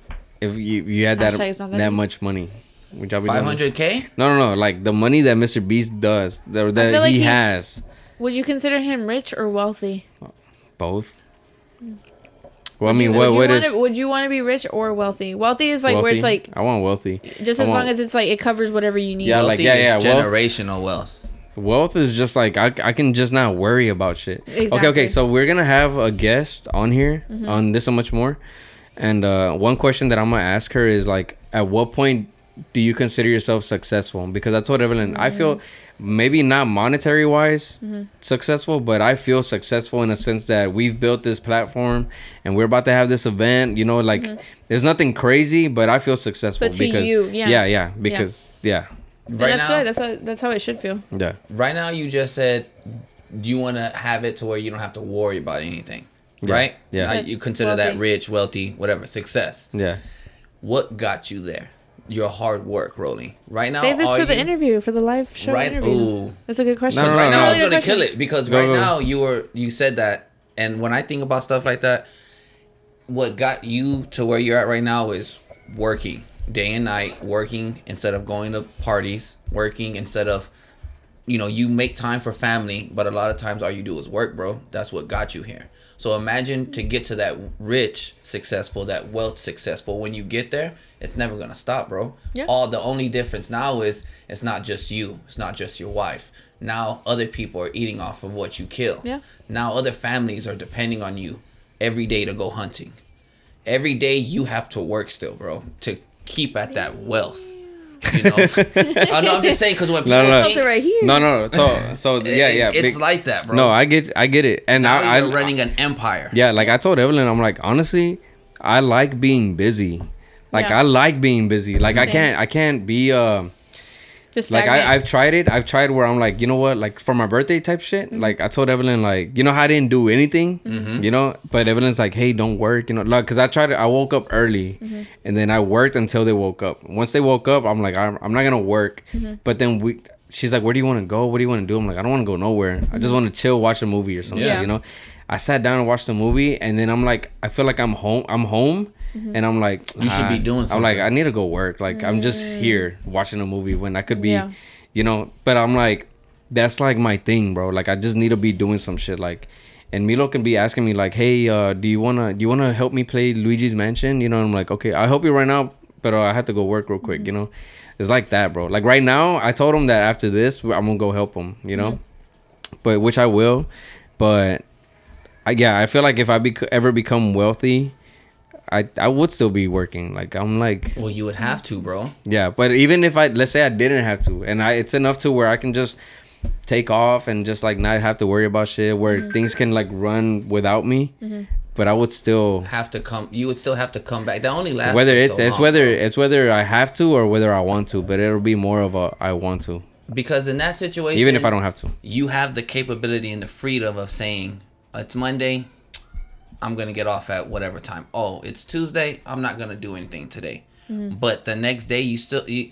Speaker 1: if you you had that
Speaker 2: Hashtag it's
Speaker 1: that,
Speaker 2: not that deep.
Speaker 1: much money, would y'all be doing it?
Speaker 3: Five hundred k.
Speaker 1: No, no, no. Like the money that Mr. Beast does, that, that
Speaker 2: feel like
Speaker 1: he has,
Speaker 2: he's- Would you consider him rich or wealthy?
Speaker 1: both. Well, I mean, what
Speaker 2: would
Speaker 1: what
Speaker 2: you
Speaker 1: is
Speaker 2: wanna, would you want to be rich or wealthy? Wealthy is like where
Speaker 1: wealthy?
Speaker 2: it's like
Speaker 1: I want wealthy.
Speaker 2: just
Speaker 1: I
Speaker 2: as long
Speaker 1: want-
Speaker 2: as it's like it covers whatever you need.
Speaker 1: Yeah, like- yeah, yeah,
Speaker 3: It's
Speaker 1: wealth.
Speaker 3: generational wealth.
Speaker 1: Wealth is just like I, I can just not worry about shit. Okay,
Speaker 2: Exactly. Mm-hmm.
Speaker 1: okay. So we're gonna have a guest on here on this and much more. And uh, one question that I'm gonna ask her is like, at what point do you consider yourself successful? Because I told Evelyn, I feel
Speaker 2: Mm-hmm.
Speaker 1: maybe not monetary wise successful, but I feel successful in a sense that we've built this platform and we're about to have this event. You know, like there's nothing crazy, but I feel successful
Speaker 2: Mm-hmm. to
Speaker 1: because
Speaker 2: you, yeah.
Speaker 1: yeah, yeah, because yeah,
Speaker 2: And
Speaker 3: Right
Speaker 2: that's
Speaker 3: now,
Speaker 2: good. That's how that's how it should feel.
Speaker 1: yeah.
Speaker 3: right now, you just said you want to have it to where you don't have to worry about anything, right?
Speaker 1: yeah.
Speaker 3: Now, you consider that
Speaker 2: Wealthy.
Speaker 3: rich, wealthy, whatever, success.
Speaker 1: yeah.
Speaker 3: What got you there? Your hard work, Rolly. Right now,
Speaker 2: Save this
Speaker 3: all
Speaker 2: for the
Speaker 3: you-
Speaker 2: interview for the live show
Speaker 3: Right-
Speaker 2: interview.
Speaker 3: ooh.
Speaker 2: That's a good question.
Speaker 1: No, no, no,
Speaker 3: Right now,
Speaker 1: no.
Speaker 3: I was
Speaker 2: Really
Speaker 3: gonna
Speaker 2: good
Speaker 3: kill
Speaker 2: question.
Speaker 3: it because
Speaker 1: Go,
Speaker 3: right
Speaker 1: go, go.
Speaker 3: now you were you said that, and when I think about stuff like that, what got you to where you're at right now is working day and night, working instead of going to parties, working instead of, you know, you make time for family, but a lot of times all you do is work, bro. That's what got you here. So imagine to get to that rich, successful, that wealth, successful. When you get there, it's never gonna stop, bro.
Speaker 2: Yeah.
Speaker 3: All the only difference now is it's not just you, it's not just your wife. Now other people are eating off of what you kill.
Speaker 2: Yeah.
Speaker 3: Now other families are depending on you every day to go hunting. Every day you have to work still, bro, to keep at that wealth.
Speaker 2: <laughs>
Speaker 3: You know, I know I'm just saying because when people
Speaker 1: No, no, no.
Speaker 2: Felt it
Speaker 3: think,
Speaker 2: right here.
Speaker 1: No, no.
Speaker 3: <laughs>
Speaker 1: So, so yeah,
Speaker 3: it-
Speaker 1: yeah.
Speaker 3: it's
Speaker 1: big-
Speaker 3: like that, bro.
Speaker 1: No, I get, I get it, and
Speaker 3: now
Speaker 1: I, I
Speaker 3: you're running an empire.
Speaker 1: Yeah, like I told Evelyn, I'm like honestly, I like being busy. Like
Speaker 2: Yeah.
Speaker 1: I like being busy. Like I
Speaker 2: Same.
Speaker 1: can't, I can't be. Uh,
Speaker 2: Just
Speaker 1: like
Speaker 2: stagnant.
Speaker 1: I, I've tried it. I've tried where I'm like, you know what, like for my birthday type shit.
Speaker 2: Mm-hmm.
Speaker 1: Like I told Evelyn, like you know how I didn't do anything,
Speaker 3: Mm-hmm.
Speaker 1: you know. But Evelyn's like, hey, don't work, you know, like because I tried. To, I woke up early,
Speaker 2: Mm-hmm.
Speaker 1: and then I worked until they woke up. Once they woke up, I'm like, I'm, I'm not gonna work.
Speaker 2: Mm-hmm.
Speaker 1: But then we, she's like, where do you want to go? What do you want to do? I'm like, I don't want to go nowhere. I just want to chill, watch a movie or something,
Speaker 2: Mm-hmm. Yeah.
Speaker 1: you know. I sat down and watched the movie, and then I'm like, I feel like I'm home. I'm home,
Speaker 2: Mm-hmm.
Speaker 1: and I'm like,
Speaker 3: You should be
Speaker 1: "Ah."
Speaker 3: doing
Speaker 1: I'm like,
Speaker 3: something.
Speaker 1: I need to go work. Like I'm just here watching a movie when I could be,
Speaker 2: Yeah.
Speaker 1: you know. But I'm like, that's like my thing, bro. Like I just need to be doing some shit. Like, and Milo can be asking me like, hey, uh, do you wanna do you wanna help me play Luigi's Mansion? You know, I'm like, okay, I'll help you right now, but uh, I have to go work real quick. You know, it's like that, bro. Like right now, I told him that after this, I'm gonna go help him. You know, but which I will, but. I, yeah, I feel like if I bec- ever become wealthy, I I would still be working. Like I'm like
Speaker 3: Well, you would have to, bro.
Speaker 1: yeah, but even if I let's say I didn't have to, and I it's enough to where I can just take off and just like not have to worry about shit, where things can like run without me. But I would still
Speaker 3: Have to come. You would still have to come back. That only lasts
Speaker 1: whether
Speaker 3: for
Speaker 1: it's
Speaker 3: so
Speaker 1: it's
Speaker 3: long,
Speaker 1: whether
Speaker 3: bro.
Speaker 1: it's whether I have to or whether I want to, but it'll be more of a I want to,
Speaker 3: because in that situation,
Speaker 1: even if I don't have to.
Speaker 3: you have the capability and the freedom of saying it's Monday. I'm gonna get off at whatever time. Oh, it's Tuesday. I'm not gonna do anything today. But the next day, you still you,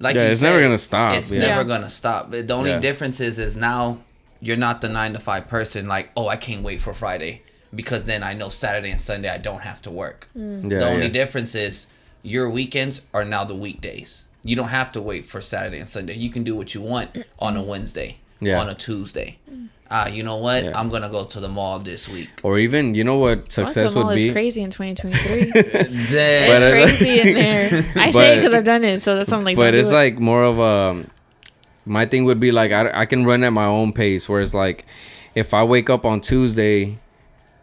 Speaker 3: like
Speaker 1: Yeah,
Speaker 3: you
Speaker 1: it's
Speaker 3: said,
Speaker 1: never gonna stop,
Speaker 3: It's
Speaker 1: yeah.
Speaker 3: never
Speaker 2: Yeah.
Speaker 3: gonna stop. The only
Speaker 1: Yeah.
Speaker 3: difference is is now you're not the nine to five person. Like, oh, I can't wait for Friday because then I know Saturday and Sunday I don't have to work.
Speaker 1: Yeah,
Speaker 3: the only
Speaker 1: yeah.
Speaker 3: difference is your weekends are now the weekdays. You don't have to wait for Saturday and Sunday. You can do what you want on
Speaker 2: Mm.
Speaker 3: a Wednesday,
Speaker 1: Yeah.
Speaker 3: on a Tuesday. Ah, you know what?
Speaker 1: Yeah.
Speaker 3: I'm gonna go to the mall this week.
Speaker 1: Or even you know what success
Speaker 2: Guatemala
Speaker 1: would
Speaker 2: is
Speaker 1: be.
Speaker 2: crazy in
Speaker 3: <laughs>
Speaker 2: 2023.
Speaker 3: Then,
Speaker 1: <laughs> But- uh,
Speaker 2: it's crazy in there. I
Speaker 3: <laughs>
Speaker 2: say it
Speaker 1: But-
Speaker 2: because I've done it, so that's something. Like,
Speaker 1: but
Speaker 2: don't do
Speaker 1: it's
Speaker 2: it.
Speaker 1: like more of a my thing would be like I, I can run at my own pace where it's like if i wake up on tuesday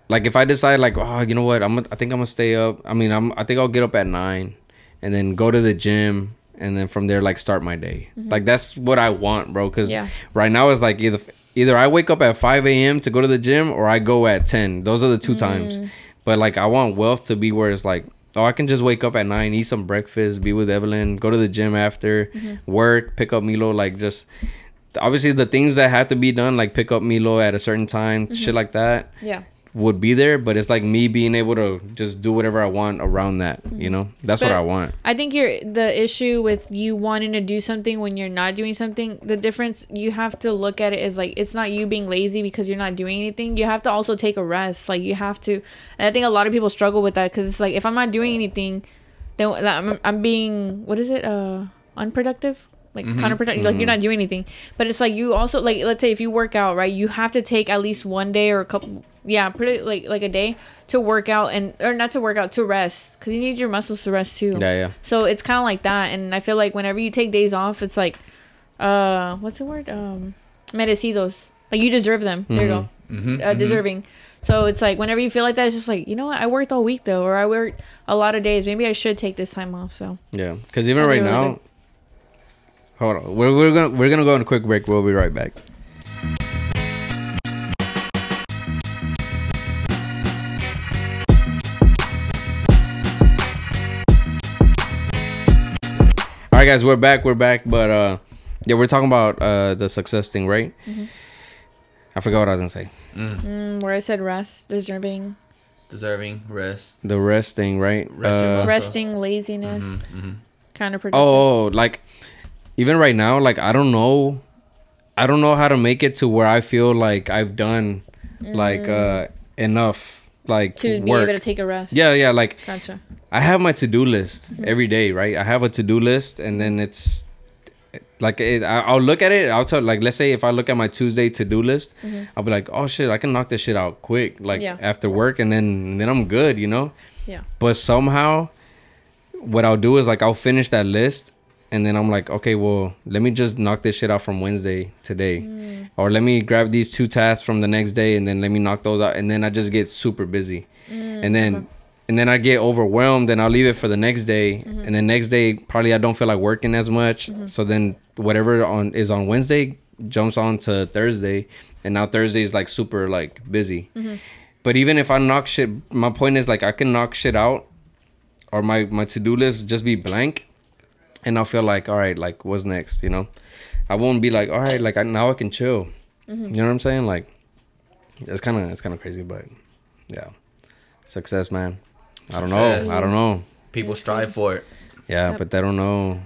Speaker 1: like if i decide like oh you know what i'm gonna- i think i'm gonna stay up i mean i'm i think i'll get up at nine and then go to the gym and then from there like start my day like that's what i want bro because
Speaker 2: Mm-hmm. Yeah.
Speaker 1: right now it's like either either i wake up at 5 a.m to go to the gym or i go at 10 those are the two times but like i want wealth to be where it's like oh i can just wake up at 9 eat some breakfast be with evelyn go to the gym after work pick up milo like just obviously the things that have to be done like pick up milo at a certain time shit like that
Speaker 2: yeah.
Speaker 1: would be there, but it's like me being able to just do whatever I want around that. You know, that's what
Speaker 2: But-
Speaker 1: I want.
Speaker 2: I think you're the issue with you wanting to do something when you're not doing something. The difference you have to look at it is like it's not you being lazy because you're not doing anything. You have to also take a rest. Like you have to. And I think a lot of people struggle with that because it's like if I'm not doing anything, then wh- I'm, I'm being what is it? Uh, unproductive. Like counterproductive. Like you're not doing anything. But it's like you also like let's say if you work out right, you have to take at least one day or a couple. Yeah, pretty like like a day to work out and or not to work out to rest because you need your muscles to rest too.
Speaker 1: Yeah, yeah.
Speaker 2: Oh. So it's kind of like that, and I feel like whenever you take days off, it's like, uh, what's the word? Um, merecidos. Like you deserve them. There you go.
Speaker 1: Mm-hmm.
Speaker 2: uh, Deserving. So it's like whenever you feel like that, it's just like you know what? I worked all week though, or I worked a lot of days. Maybe I should take this time off. So
Speaker 1: Yeah, because even
Speaker 2: That'd be
Speaker 1: right
Speaker 2: really
Speaker 1: now,
Speaker 2: good.
Speaker 1: hold on, we're, we're gonna we're gonna go on a quick break. We'll be right back. All right, guys, we're back. We're back, but uh, yeah, we're talking about uh the success thing, right?
Speaker 2: Mm-hmm.
Speaker 1: I forgot what I was gonna say.
Speaker 2: mm, where I said rest, deserving,
Speaker 3: deserving rest.
Speaker 1: The rest thing, right?
Speaker 3: Rest your
Speaker 1: Uh,
Speaker 3: muscles.
Speaker 2: resting, laziness, counterproductive.
Speaker 1: oh, oh, like even right now like i don't know i don't know how to make it to where i feel like i've done like uh enough like
Speaker 2: Mm. to be
Speaker 1: work.
Speaker 2: able to take a rest.
Speaker 1: yeah yeah like
Speaker 2: Gotcha.
Speaker 1: i have my to-do list
Speaker 2: Mm-hmm.
Speaker 1: every day right i have a to-do list and then it's like it, I, i'll look at it i'll tell like let's say if i look at my tuesday to-do list i'll be like oh shit i can knock this shit out quick like
Speaker 2: Mm-hmm. Yeah.
Speaker 1: after work and then and then i'm good you know
Speaker 2: Yeah.
Speaker 1: but somehow what I'll do is like I'll finish that list and then I'm like, okay, well, let me just knock this shit out from Wednesday today. Or let me grab these two tasks from the next day and then let me knock those out and then I just get super busy. and then and then I get overwhelmed and I'll leave it for the next day and then next day probably I don't feel like working as much. So then whatever on is on Wednesday jumps on to Thursday and now Thursday is like super like busy. But even if I knock shit, my point is like I can knock shit out, or my my to do list just be blank, and I'll feel like, all right, like what's next? You know, I won't be like, all right, like I, now I can chill. You know what I'm saying? Like, it's kind of it's kind of crazy, but yeah, success, man. I don't
Speaker 3: Success.
Speaker 1: know. I don't know.
Speaker 3: People strive for it.
Speaker 1: Yeah, but they don't know.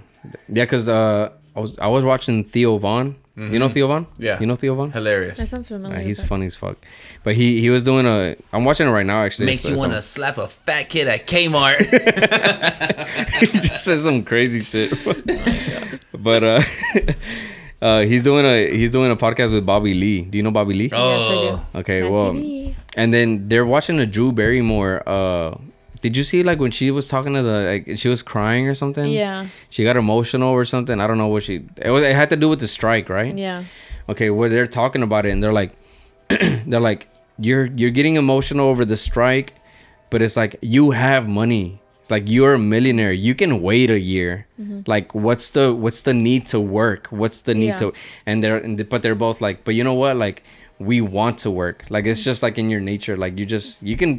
Speaker 1: Yeah, cause uh, I was I was watching Theo Vaughn. You know Theo Vaughn?
Speaker 3: Mm-hmm. Yeah.
Speaker 1: You know Theo Vaughn?
Speaker 2: That
Speaker 3: Hilarious.
Speaker 2: sounds familiar.
Speaker 1: Uh, he's
Speaker 2: but-
Speaker 1: funny as fuck. But he he was doing a. I'm watching it right now actually.
Speaker 3: Makes
Speaker 1: so
Speaker 3: you
Speaker 1: it's
Speaker 3: want
Speaker 1: on-
Speaker 3: to slap a fat kid at Kmart. <laughs>
Speaker 1: <laughs> he just says some crazy shit. <laughs> but uh, <laughs> uh, he's doing a he's doing a podcast with Bobby Lee. Do you know Bobby Lee?
Speaker 2: Yes, I do.
Speaker 3: Oh.
Speaker 1: Okay,
Speaker 2: Not
Speaker 1: well,
Speaker 2: TV.
Speaker 1: and then they're watching a Drew Barrymore. Uh, did you see like when she was talking to the like she was crying or something?
Speaker 2: Yeah.
Speaker 1: she got emotional or something. I don't know what she. It, was, it had to do with the strike, right?
Speaker 2: Yeah.
Speaker 1: okay where they're talking about it and they're like they're like you're you're getting emotional over the strike but it's like you have money it's like you're a millionaire you can wait a year like what's the what's the need to work what's the need to
Speaker 2: Yeah.
Speaker 1: and they're and, but they're both like but you know what like we want to work like it's just like in your nature like you just you can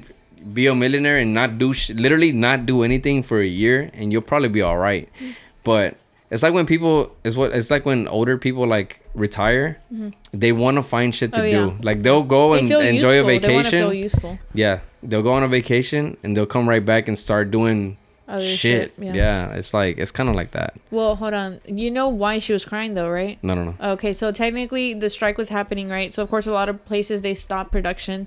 Speaker 1: be a millionaire and not do sh- literally not do anything for a year and you'll probably be all right but it's like when people it's what it's like when older people like retire they want to find shit to
Speaker 2: Oh,
Speaker 1: do
Speaker 2: yeah.
Speaker 1: like they'll go
Speaker 2: They
Speaker 1: and
Speaker 2: feel
Speaker 1: enjoy a
Speaker 2: useful. They want to
Speaker 1: vacation
Speaker 2: feel useful.
Speaker 1: yeah, they'll go on a vacation and they'll come right back and start doing
Speaker 2: Other
Speaker 1: shit.
Speaker 2: shit, yeah.
Speaker 1: Yeah. it's like it's kind of like that.
Speaker 2: Well, hold on. You know why she was crying though, right?
Speaker 1: No, no, no.
Speaker 2: Okay, so technically the strike was happening, right? So of course a lot of places they stopped production.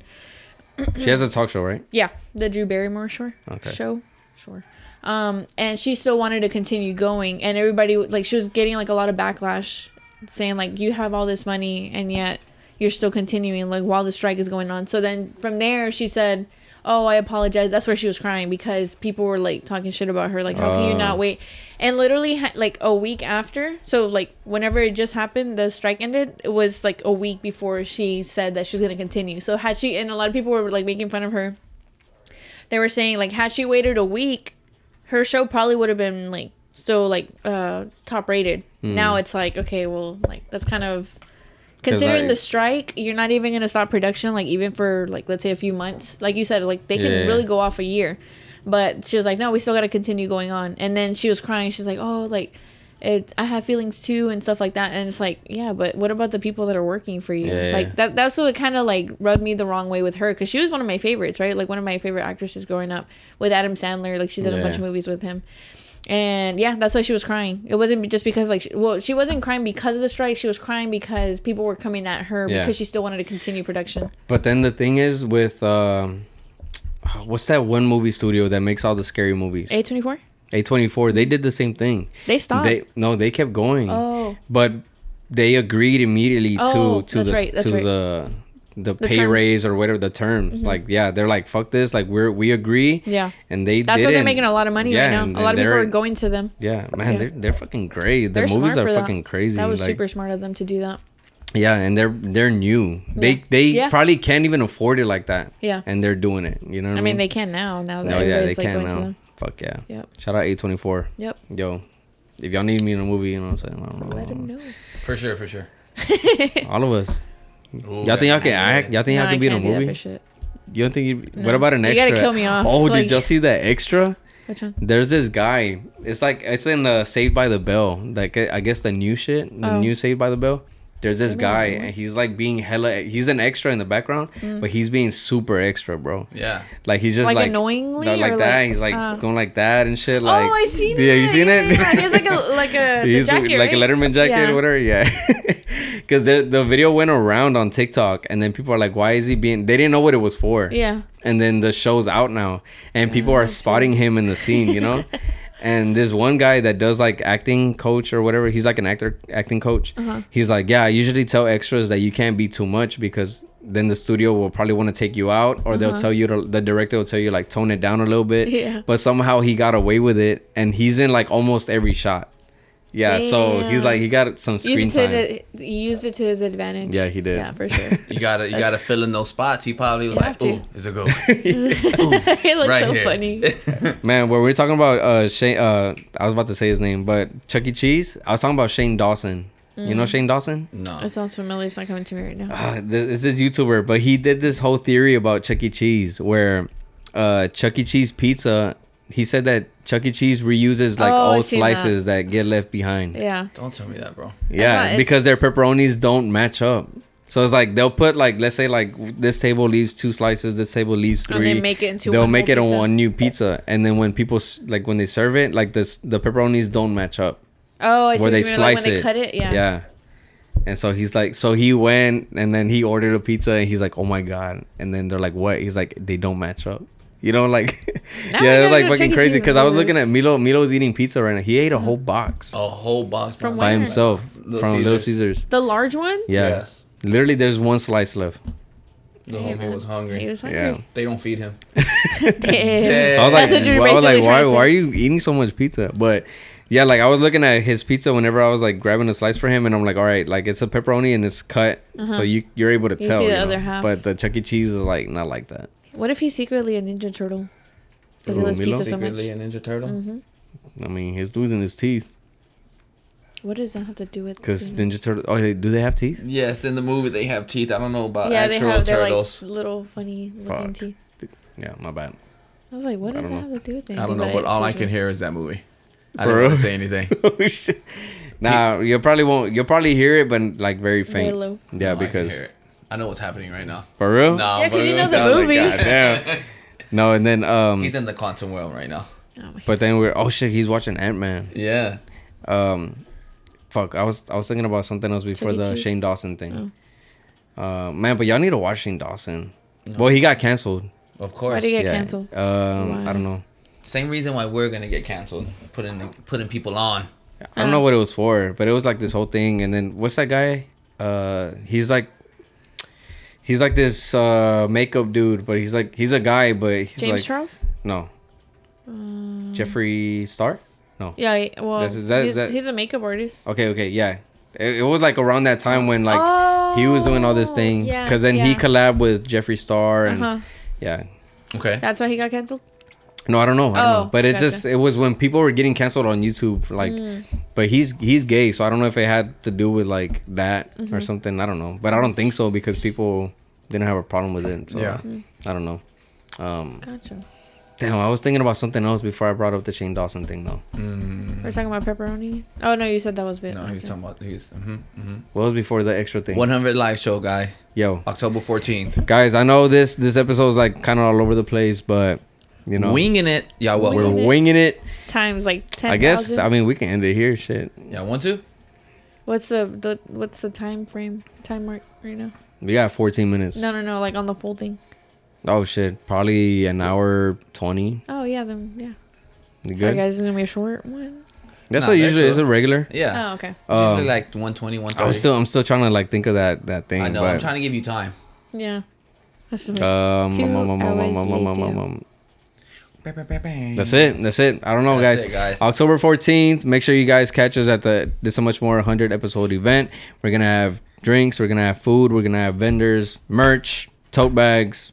Speaker 1: She has a talk show, right?
Speaker 2: Yeah, the Drew Barrymore show.
Speaker 1: Okay.
Speaker 2: Show, sure. Um, and she still wanted to continue going, and everybody like she was getting like a lot of backlash, saying like you have all this money and yet you're still continuing like while the strike is going on. So then from there she said, "Oh, I apologize." That's where she was crying because people were like talking shit about her, like how can you
Speaker 1: Oh.
Speaker 2: not wait? And literally ha- like a week after, so like whenever it just happened, the strike ended. It was like a week before she said that she was gonna continue. So had she and a lot of people were like making fun of her they were saying like had she waited a week her show probably would have been like still like uh top rated
Speaker 1: Hmm.
Speaker 2: now it's like okay well like that's kind of considering
Speaker 1: like-
Speaker 2: the strike you're not even gonna stop production like even for like let's say a few months like you said like they can
Speaker 1: Yeah.
Speaker 2: really go off a year but she was like no we still gotta continue going on and then she was crying she's like oh like it i have feelings too and stuff like that and it's like yeah but what about the people that are working for you
Speaker 1: Yeah.
Speaker 2: like that that's what kind of like rubbed me the wrong way with her because she was one of my favorites right like one of my favorite actresses growing up with adam sandler like she's done a bunch of
Speaker 1: Yeah.
Speaker 2: movies with him and yeah that's why she was crying it wasn't be- just because like she, well she wasn't crying because of the strike she was crying because people were coming at her
Speaker 1: Yeah.
Speaker 2: because she still wanted to continue production
Speaker 1: But then the thing is with um, what's that one movie studio that makes all the scary movies?
Speaker 2: a24
Speaker 1: A twenty four. They did the same thing.
Speaker 2: they stopped
Speaker 1: They no, they kept going.
Speaker 2: Oh.
Speaker 1: But they agreed immediately
Speaker 2: Oh,
Speaker 1: to to
Speaker 2: that's
Speaker 1: the
Speaker 2: right, that's
Speaker 1: to
Speaker 2: right.
Speaker 1: the the,
Speaker 2: The
Speaker 1: pay
Speaker 2: terms. Mm-hmm.
Speaker 1: raise or whatever the terms. Like yeah, they're like fuck this. Like we're we agree.
Speaker 2: Yeah.
Speaker 1: And they
Speaker 2: that's
Speaker 1: did
Speaker 2: why
Speaker 1: it,
Speaker 2: they're
Speaker 1: and-
Speaker 2: making a lot of money
Speaker 1: yeah,
Speaker 2: right now
Speaker 1: and-
Speaker 2: a lot
Speaker 1: and
Speaker 2: of people
Speaker 1: they're-
Speaker 2: are going to them
Speaker 1: Yeah, man,
Speaker 2: Yeah.
Speaker 1: they're they're fucking great. Their
Speaker 2: They're
Speaker 1: movies
Speaker 2: smart
Speaker 1: are
Speaker 2: for that.
Speaker 1: fucking crazy.
Speaker 2: that was
Speaker 1: like,
Speaker 2: super smart of them to do that
Speaker 1: Yeah, and they're they're new. They
Speaker 2: Yeah.
Speaker 1: they
Speaker 2: Yeah.
Speaker 1: probably can't even afford it like that.
Speaker 2: Yeah.
Speaker 1: and they're doing it. You know what
Speaker 2: i mean they can now now that
Speaker 1: Oh yeah, they
Speaker 2: everybody's like
Speaker 1: can
Speaker 2: going to
Speaker 1: now.
Speaker 2: them
Speaker 1: Fuck yeah.
Speaker 2: Yep.
Speaker 1: Shout out A twenty four.
Speaker 2: yep
Speaker 1: Yo, if y'all need me in a movie, you know what I'm saying. I don't know.
Speaker 2: let them know
Speaker 3: For sure, for sure.
Speaker 1: All of us.
Speaker 3: Ooh,
Speaker 1: Y'all think y'all can
Speaker 3: yeah.
Speaker 1: act? Y'all think
Speaker 2: No,
Speaker 1: y'all
Speaker 2: I
Speaker 1: can be in a
Speaker 2: can't do that
Speaker 1: movie?
Speaker 2: for shit.
Speaker 1: You don't think? You,
Speaker 2: No.
Speaker 1: What about an
Speaker 2: You
Speaker 1: extra?
Speaker 2: gotta kill me off,
Speaker 1: Oh,
Speaker 2: like-
Speaker 1: did y'all see that extra?
Speaker 2: Which one?
Speaker 1: There's this guy. It's like it's in the Saved by the Bell. Like I guess the new shit, the
Speaker 2: Oh.
Speaker 1: new Saved by the Bell. There's this
Speaker 2: I
Speaker 1: guy
Speaker 2: remember that one.
Speaker 1: and he's like being hella. He's an extra in the background, but he's being super extra, bro.
Speaker 3: Yeah.
Speaker 1: Like he's just
Speaker 2: Like
Speaker 1: like,
Speaker 2: annoyingly
Speaker 1: like,
Speaker 2: or
Speaker 1: that.
Speaker 2: like-
Speaker 1: he's like
Speaker 2: uh.
Speaker 1: going like that and shit. Like
Speaker 2: oh, I seen
Speaker 1: yeah,
Speaker 2: it.
Speaker 1: you seen
Speaker 2: <laughs>
Speaker 1: it?
Speaker 2: Yeah, he has like a
Speaker 1: <laughs>
Speaker 2: like a the
Speaker 1: He's
Speaker 2: jacket,
Speaker 1: like
Speaker 2: right?
Speaker 1: a Letterman jacket
Speaker 2: Yeah.
Speaker 1: or whatever. Yeah, <laughs> because the the video went around on TikTok, and then people are like, "Why is he being?" They didn't know what it was for.
Speaker 2: Yeah.
Speaker 1: And then the show's out now, and people
Speaker 2: Oh,
Speaker 1: are spotting him in the scene, you
Speaker 2: <laughs>
Speaker 1: know. and this one guy that does like acting coach or whatever, he's like an actor acting coach.
Speaker 2: Uh-huh.
Speaker 1: He's like, "Yeah, I usually tell extras that you can't be too much because." Then the studio will probably want to take you out, or they'll tell you to, the director will tell you like tone it down a little bit.
Speaker 2: Uh-huh. Yeah.
Speaker 1: But somehow he got away with it, and he's in like almost every shot. Yeah, so he's
Speaker 2: Damn.
Speaker 1: like he got some screen
Speaker 2: used it
Speaker 1: time.
Speaker 2: to the, used it to his advantage.
Speaker 1: Yeah, he did.
Speaker 2: Yeah, for sure.
Speaker 1: <laughs>
Speaker 3: You gotta you gotta fill in those spots. He probably was
Speaker 2: You have
Speaker 3: like,
Speaker 2: to.
Speaker 3: ooh, it's
Speaker 2: <laughs>
Speaker 3: a good one.
Speaker 1: <laughs>
Speaker 2: it looks
Speaker 3: Right
Speaker 2: so
Speaker 3: here.
Speaker 2: funny.
Speaker 1: Man, where we were talking about uh Shane uh I was about to say his name, but Chuck E. Cheese, I was talking about Shane Dawson. You
Speaker 2: Mm.
Speaker 1: know Shane Dawson?
Speaker 3: <laughs> No.
Speaker 2: It sounds familiar. It's not coming to me
Speaker 1: <sighs>
Speaker 2: right now.
Speaker 1: Uh, this, this is YouTuber, but he did this whole theory about Chuck E. Cheese where uh Chuck E. Cheese pizza he said that Chuck E. Cheese reuses like
Speaker 2: Oh,
Speaker 1: all
Speaker 2: I've seen that.
Speaker 1: slices that. get left behind. Yeah,
Speaker 2: Yeah.
Speaker 3: Don't tell me that, bro.
Speaker 2: not- it-
Speaker 1: because their pepperonis don't match up. So it's like they'll put like let's say like this table leaves two slices, this table leaves
Speaker 2: And
Speaker 1: three.
Speaker 2: they make it into
Speaker 1: They'll
Speaker 2: one
Speaker 1: make
Speaker 2: whole
Speaker 1: it on
Speaker 2: pizza.
Speaker 1: one new pizza, and then when people s- like when they serve it, like this the pepperonis don't match up.
Speaker 2: Oh, I see.
Speaker 1: where
Speaker 2: what
Speaker 1: they
Speaker 2: you mean, like
Speaker 1: slice
Speaker 2: when they
Speaker 1: it.
Speaker 2: cut it. Yeah.
Speaker 1: Yeah. And so he's like, so he went and then he ordered a pizza and he's like, oh my god. And then they're like, what? He's like, they don't match up. You know, like, <laughs>
Speaker 2: Now we
Speaker 1: yeah,
Speaker 2: gotta
Speaker 1: it's like
Speaker 2: go Chuck
Speaker 1: fucking
Speaker 2: E.
Speaker 1: crazy
Speaker 2: Cheese
Speaker 1: because I was
Speaker 2: and
Speaker 1: looking
Speaker 2: do
Speaker 1: at
Speaker 2: this.
Speaker 1: Milo. Milo's eating pizza right now. He ate a whole box
Speaker 3: A whole box
Speaker 2: From
Speaker 3: bro.
Speaker 1: by
Speaker 2: Oh, where?
Speaker 1: himself
Speaker 3: Little
Speaker 1: from Little
Speaker 3: Caesars.
Speaker 1: Caesars.
Speaker 2: The large one.
Speaker 1: Yeah.
Speaker 3: Yes.
Speaker 1: Literally, there's one slice left.
Speaker 3: The
Speaker 2: Hey,
Speaker 3: homie
Speaker 2: man.
Speaker 3: was
Speaker 2: He
Speaker 3: hungry.
Speaker 2: was hungry.
Speaker 1: Yeah.
Speaker 3: They don't feed him.
Speaker 2: <laughs> Yeah.
Speaker 1: I was like,
Speaker 2: That's what you're
Speaker 1: I was like,
Speaker 2: basically
Speaker 1: why,
Speaker 2: trying to
Speaker 1: why are
Speaker 2: say.
Speaker 1: you eating so much pizza? But yeah, like I was looking at his pizza whenever I was like grabbing a slice for him, and I'm like, all right, like it's a pepperoni and it's cut, so you you're able to
Speaker 2: Uh-huh. You
Speaker 1: tell.
Speaker 2: see the
Speaker 1: you
Speaker 2: other
Speaker 1: know?
Speaker 2: half.
Speaker 1: But the Chuck E. Cheese is like not like that.
Speaker 2: What if he's secretly a Ninja Turtle? Because he
Speaker 1: Ooh,
Speaker 2: loves
Speaker 1: Milo?
Speaker 2: pizza so much. Mm-hmm.
Speaker 3: Secretly a Ninja Turtle.
Speaker 1: I mean, he's losing his teeth
Speaker 2: What does that have to do with?
Speaker 1: because
Speaker 2: being-
Speaker 1: Ninja Turtle. Oh, they, do they have teeth?
Speaker 3: Yes, in the movie they have teeth. I don't know about
Speaker 2: yeah, they
Speaker 3: actual
Speaker 2: have their
Speaker 3: turtles.
Speaker 2: like little funny looking
Speaker 1: Fuck.
Speaker 2: teeth.
Speaker 1: Yeah, my bad.
Speaker 2: <laughs> I was like, what
Speaker 1: I
Speaker 2: does that
Speaker 1: don't know.
Speaker 2: have to do with anything?
Speaker 3: I don't know, but
Speaker 2: it's
Speaker 3: all I
Speaker 2: such a-
Speaker 3: can hear is that movie. I
Speaker 1: Bro.
Speaker 3: didn't want to
Speaker 1: <laughs>
Speaker 3: say anything.
Speaker 1: oh shit. Nah, you probably won't. You'll probably hear it, but like very faint.
Speaker 2: Very low.
Speaker 1: Yeah,
Speaker 3: No, I can
Speaker 1: because
Speaker 3: hear it. I know what's happening right now.
Speaker 1: for real.
Speaker 3: No,
Speaker 2: Yeah, 'cause you know the
Speaker 1: Oh my
Speaker 2: movie.
Speaker 1: God,
Speaker 2: <laughs>
Speaker 1: damn. No, and then um,
Speaker 3: He's in the quantum realm right now.
Speaker 2: Oh my
Speaker 1: but then we're oh shit, he's watching Ant Man.
Speaker 3: Yeah.
Speaker 1: um fuck i was i was thinking about something else before
Speaker 2: Chuck E.
Speaker 1: the
Speaker 2: Cheese? Oh.
Speaker 1: shane dawson thing uh man but y'all need to watch shane dawson well he got canceled
Speaker 3: Of course.
Speaker 2: Why do you Get canceled?
Speaker 1: um
Speaker 2: Why?
Speaker 1: i don't know
Speaker 3: Same reason why we're gonna get canceled. Putting putting people on.
Speaker 1: i don't
Speaker 2: Uh.
Speaker 1: know what it was for but it was like this whole thing and then what's that guy uh he's like he's like this uh makeup dude but he's like he's a guy but he's
Speaker 2: James
Speaker 1: like
Speaker 2: Charles? Uh,
Speaker 1: no jeffree star no
Speaker 2: Yeah, I- well,
Speaker 1: That's- is that-
Speaker 2: he's,
Speaker 1: that-
Speaker 2: he's a makeup artist.
Speaker 1: okay okay yeah it, it was like around that time when Oh, like he was doing all this
Speaker 2: Oh,
Speaker 1: thing because
Speaker 2: yeah,
Speaker 1: then he
Speaker 2: yeah.
Speaker 1: collabed with jeffree star and
Speaker 2: Uh-huh.
Speaker 1: yeah
Speaker 3: Okay.
Speaker 2: That's why he got canceled.
Speaker 1: No, I don't know. I don't know.
Speaker 2: Oh,
Speaker 1: But it
Speaker 2: gotcha. Mm.
Speaker 1: just it was when people were getting canceled on YouTube, like but he's he's gay, so I don't know if it had to do with like that
Speaker 2: Mm-hmm.
Speaker 1: or something. I don't know. But I don't think so because people didn't have a problem with it. So
Speaker 3: Yeah.
Speaker 1: I don't know. Um
Speaker 2: Gotcha.
Speaker 1: damn, I was thinking about something else before I brought up the Shane Dawson thing though.
Speaker 2: We're talking about pepperoni. Oh no, you said that was bit.
Speaker 3: No, he was talking about mm, he's mm-hmm,
Speaker 1: What was before the extra thing?
Speaker 3: 100 live show, guys.
Speaker 1: Yo.
Speaker 3: October 14th.
Speaker 1: Guys, I know this this episode is like kinda all over the place, but you know
Speaker 3: Winging it. Y'all
Speaker 1: we're
Speaker 3: welcome.
Speaker 2: Winging it.
Speaker 1: winging it.
Speaker 2: Times like ten.
Speaker 1: I guess I mean we can end it here, shit.
Speaker 3: Y'all want to?
Speaker 2: what's the, the what's the time frame time mark right now?
Speaker 1: We got fourteen minutes.
Speaker 2: No, no, no. Like on the folding.
Speaker 1: Oh shit. Probably an hour twenty.
Speaker 2: Oh yeah, then yeah.
Speaker 1: You
Speaker 2: Sorry,
Speaker 1: good?
Speaker 2: guys, it's gonna be a short one.
Speaker 1: That's
Speaker 3: Nah,
Speaker 1: what
Speaker 3: they're
Speaker 1: usually is
Speaker 3: cool.
Speaker 1: a regular.
Speaker 3: Yeah.
Speaker 2: Oh okay.
Speaker 3: It's usually
Speaker 1: Um,
Speaker 3: like 120, 130.
Speaker 1: I'm still I'm still trying to like think of that that thing.
Speaker 3: I know. I'm
Speaker 1: but,
Speaker 3: trying to give you time.
Speaker 2: Yeah. That's what
Speaker 1: Um,
Speaker 2: Two
Speaker 1: um, um, um, um,
Speaker 2: hours
Speaker 1: um, um,
Speaker 2: later.
Speaker 1: um, um,
Speaker 3: Bang, bang, bang, bang.
Speaker 1: That's it. That's it. I don't know,
Speaker 3: That's
Speaker 1: guys.
Speaker 3: it, guys.
Speaker 1: October 14th. Make sure you guys catch us at the This So Much More 100 episode event. We're gonna have drinks. We're gonna have food. We're gonna have vendors, merch, tote bags,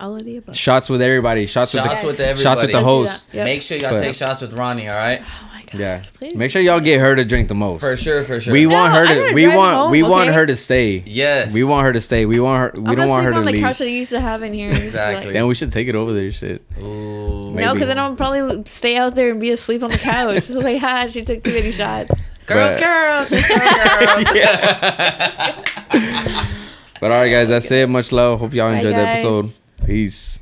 Speaker 2: all of the above.
Speaker 1: shots with everybody. Shots,
Speaker 3: Shots
Speaker 1: with
Speaker 3: with
Speaker 1: the
Speaker 3: everybody.
Speaker 1: shots with the
Speaker 2: Let's do
Speaker 1: host.
Speaker 2: that. Yep.
Speaker 3: Make sure y'all
Speaker 1: But-
Speaker 3: take shots with Ronnie, all right?
Speaker 2: Oh my god.
Speaker 1: Yeah.
Speaker 2: Please.
Speaker 1: Make sure y'all get her to drink the most.
Speaker 3: For sure, for sure.
Speaker 1: We
Speaker 2: No,
Speaker 1: want her
Speaker 2: I
Speaker 1: to.
Speaker 2: gotta
Speaker 1: We
Speaker 2: drive
Speaker 1: want.
Speaker 2: home,
Speaker 1: we want
Speaker 2: okay?
Speaker 1: her to stay.
Speaker 3: Yes.
Speaker 1: We want her to stay. We want her. We
Speaker 2: I'm
Speaker 1: don't
Speaker 2: gonna
Speaker 1: want her
Speaker 2: sleep
Speaker 1: to
Speaker 2: on the
Speaker 1: leave.
Speaker 2: couch that I used to have in here. and just, like-
Speaker 3: Exactly.
Speaker 1: Then we should take it over there. Shit.
Speaker 3: Ooh.
Speaker 2: No,
Speaker 1: Maybe.
Speaker 2: because then I'll probably stay out there and be asleep on the couch. <laughs> like, ha, she took too many shots.
Speaker 3: Girls,
Speaker 1: But-
Speaker 3: girls. girls.
Speaker 1: But all right, guys, that's it. Much love. Hope y'all
Speaker 2: Bye,
Speaker 1: enjoyed the
Speaker 2: guys.
Speaker 1: episode. Peace.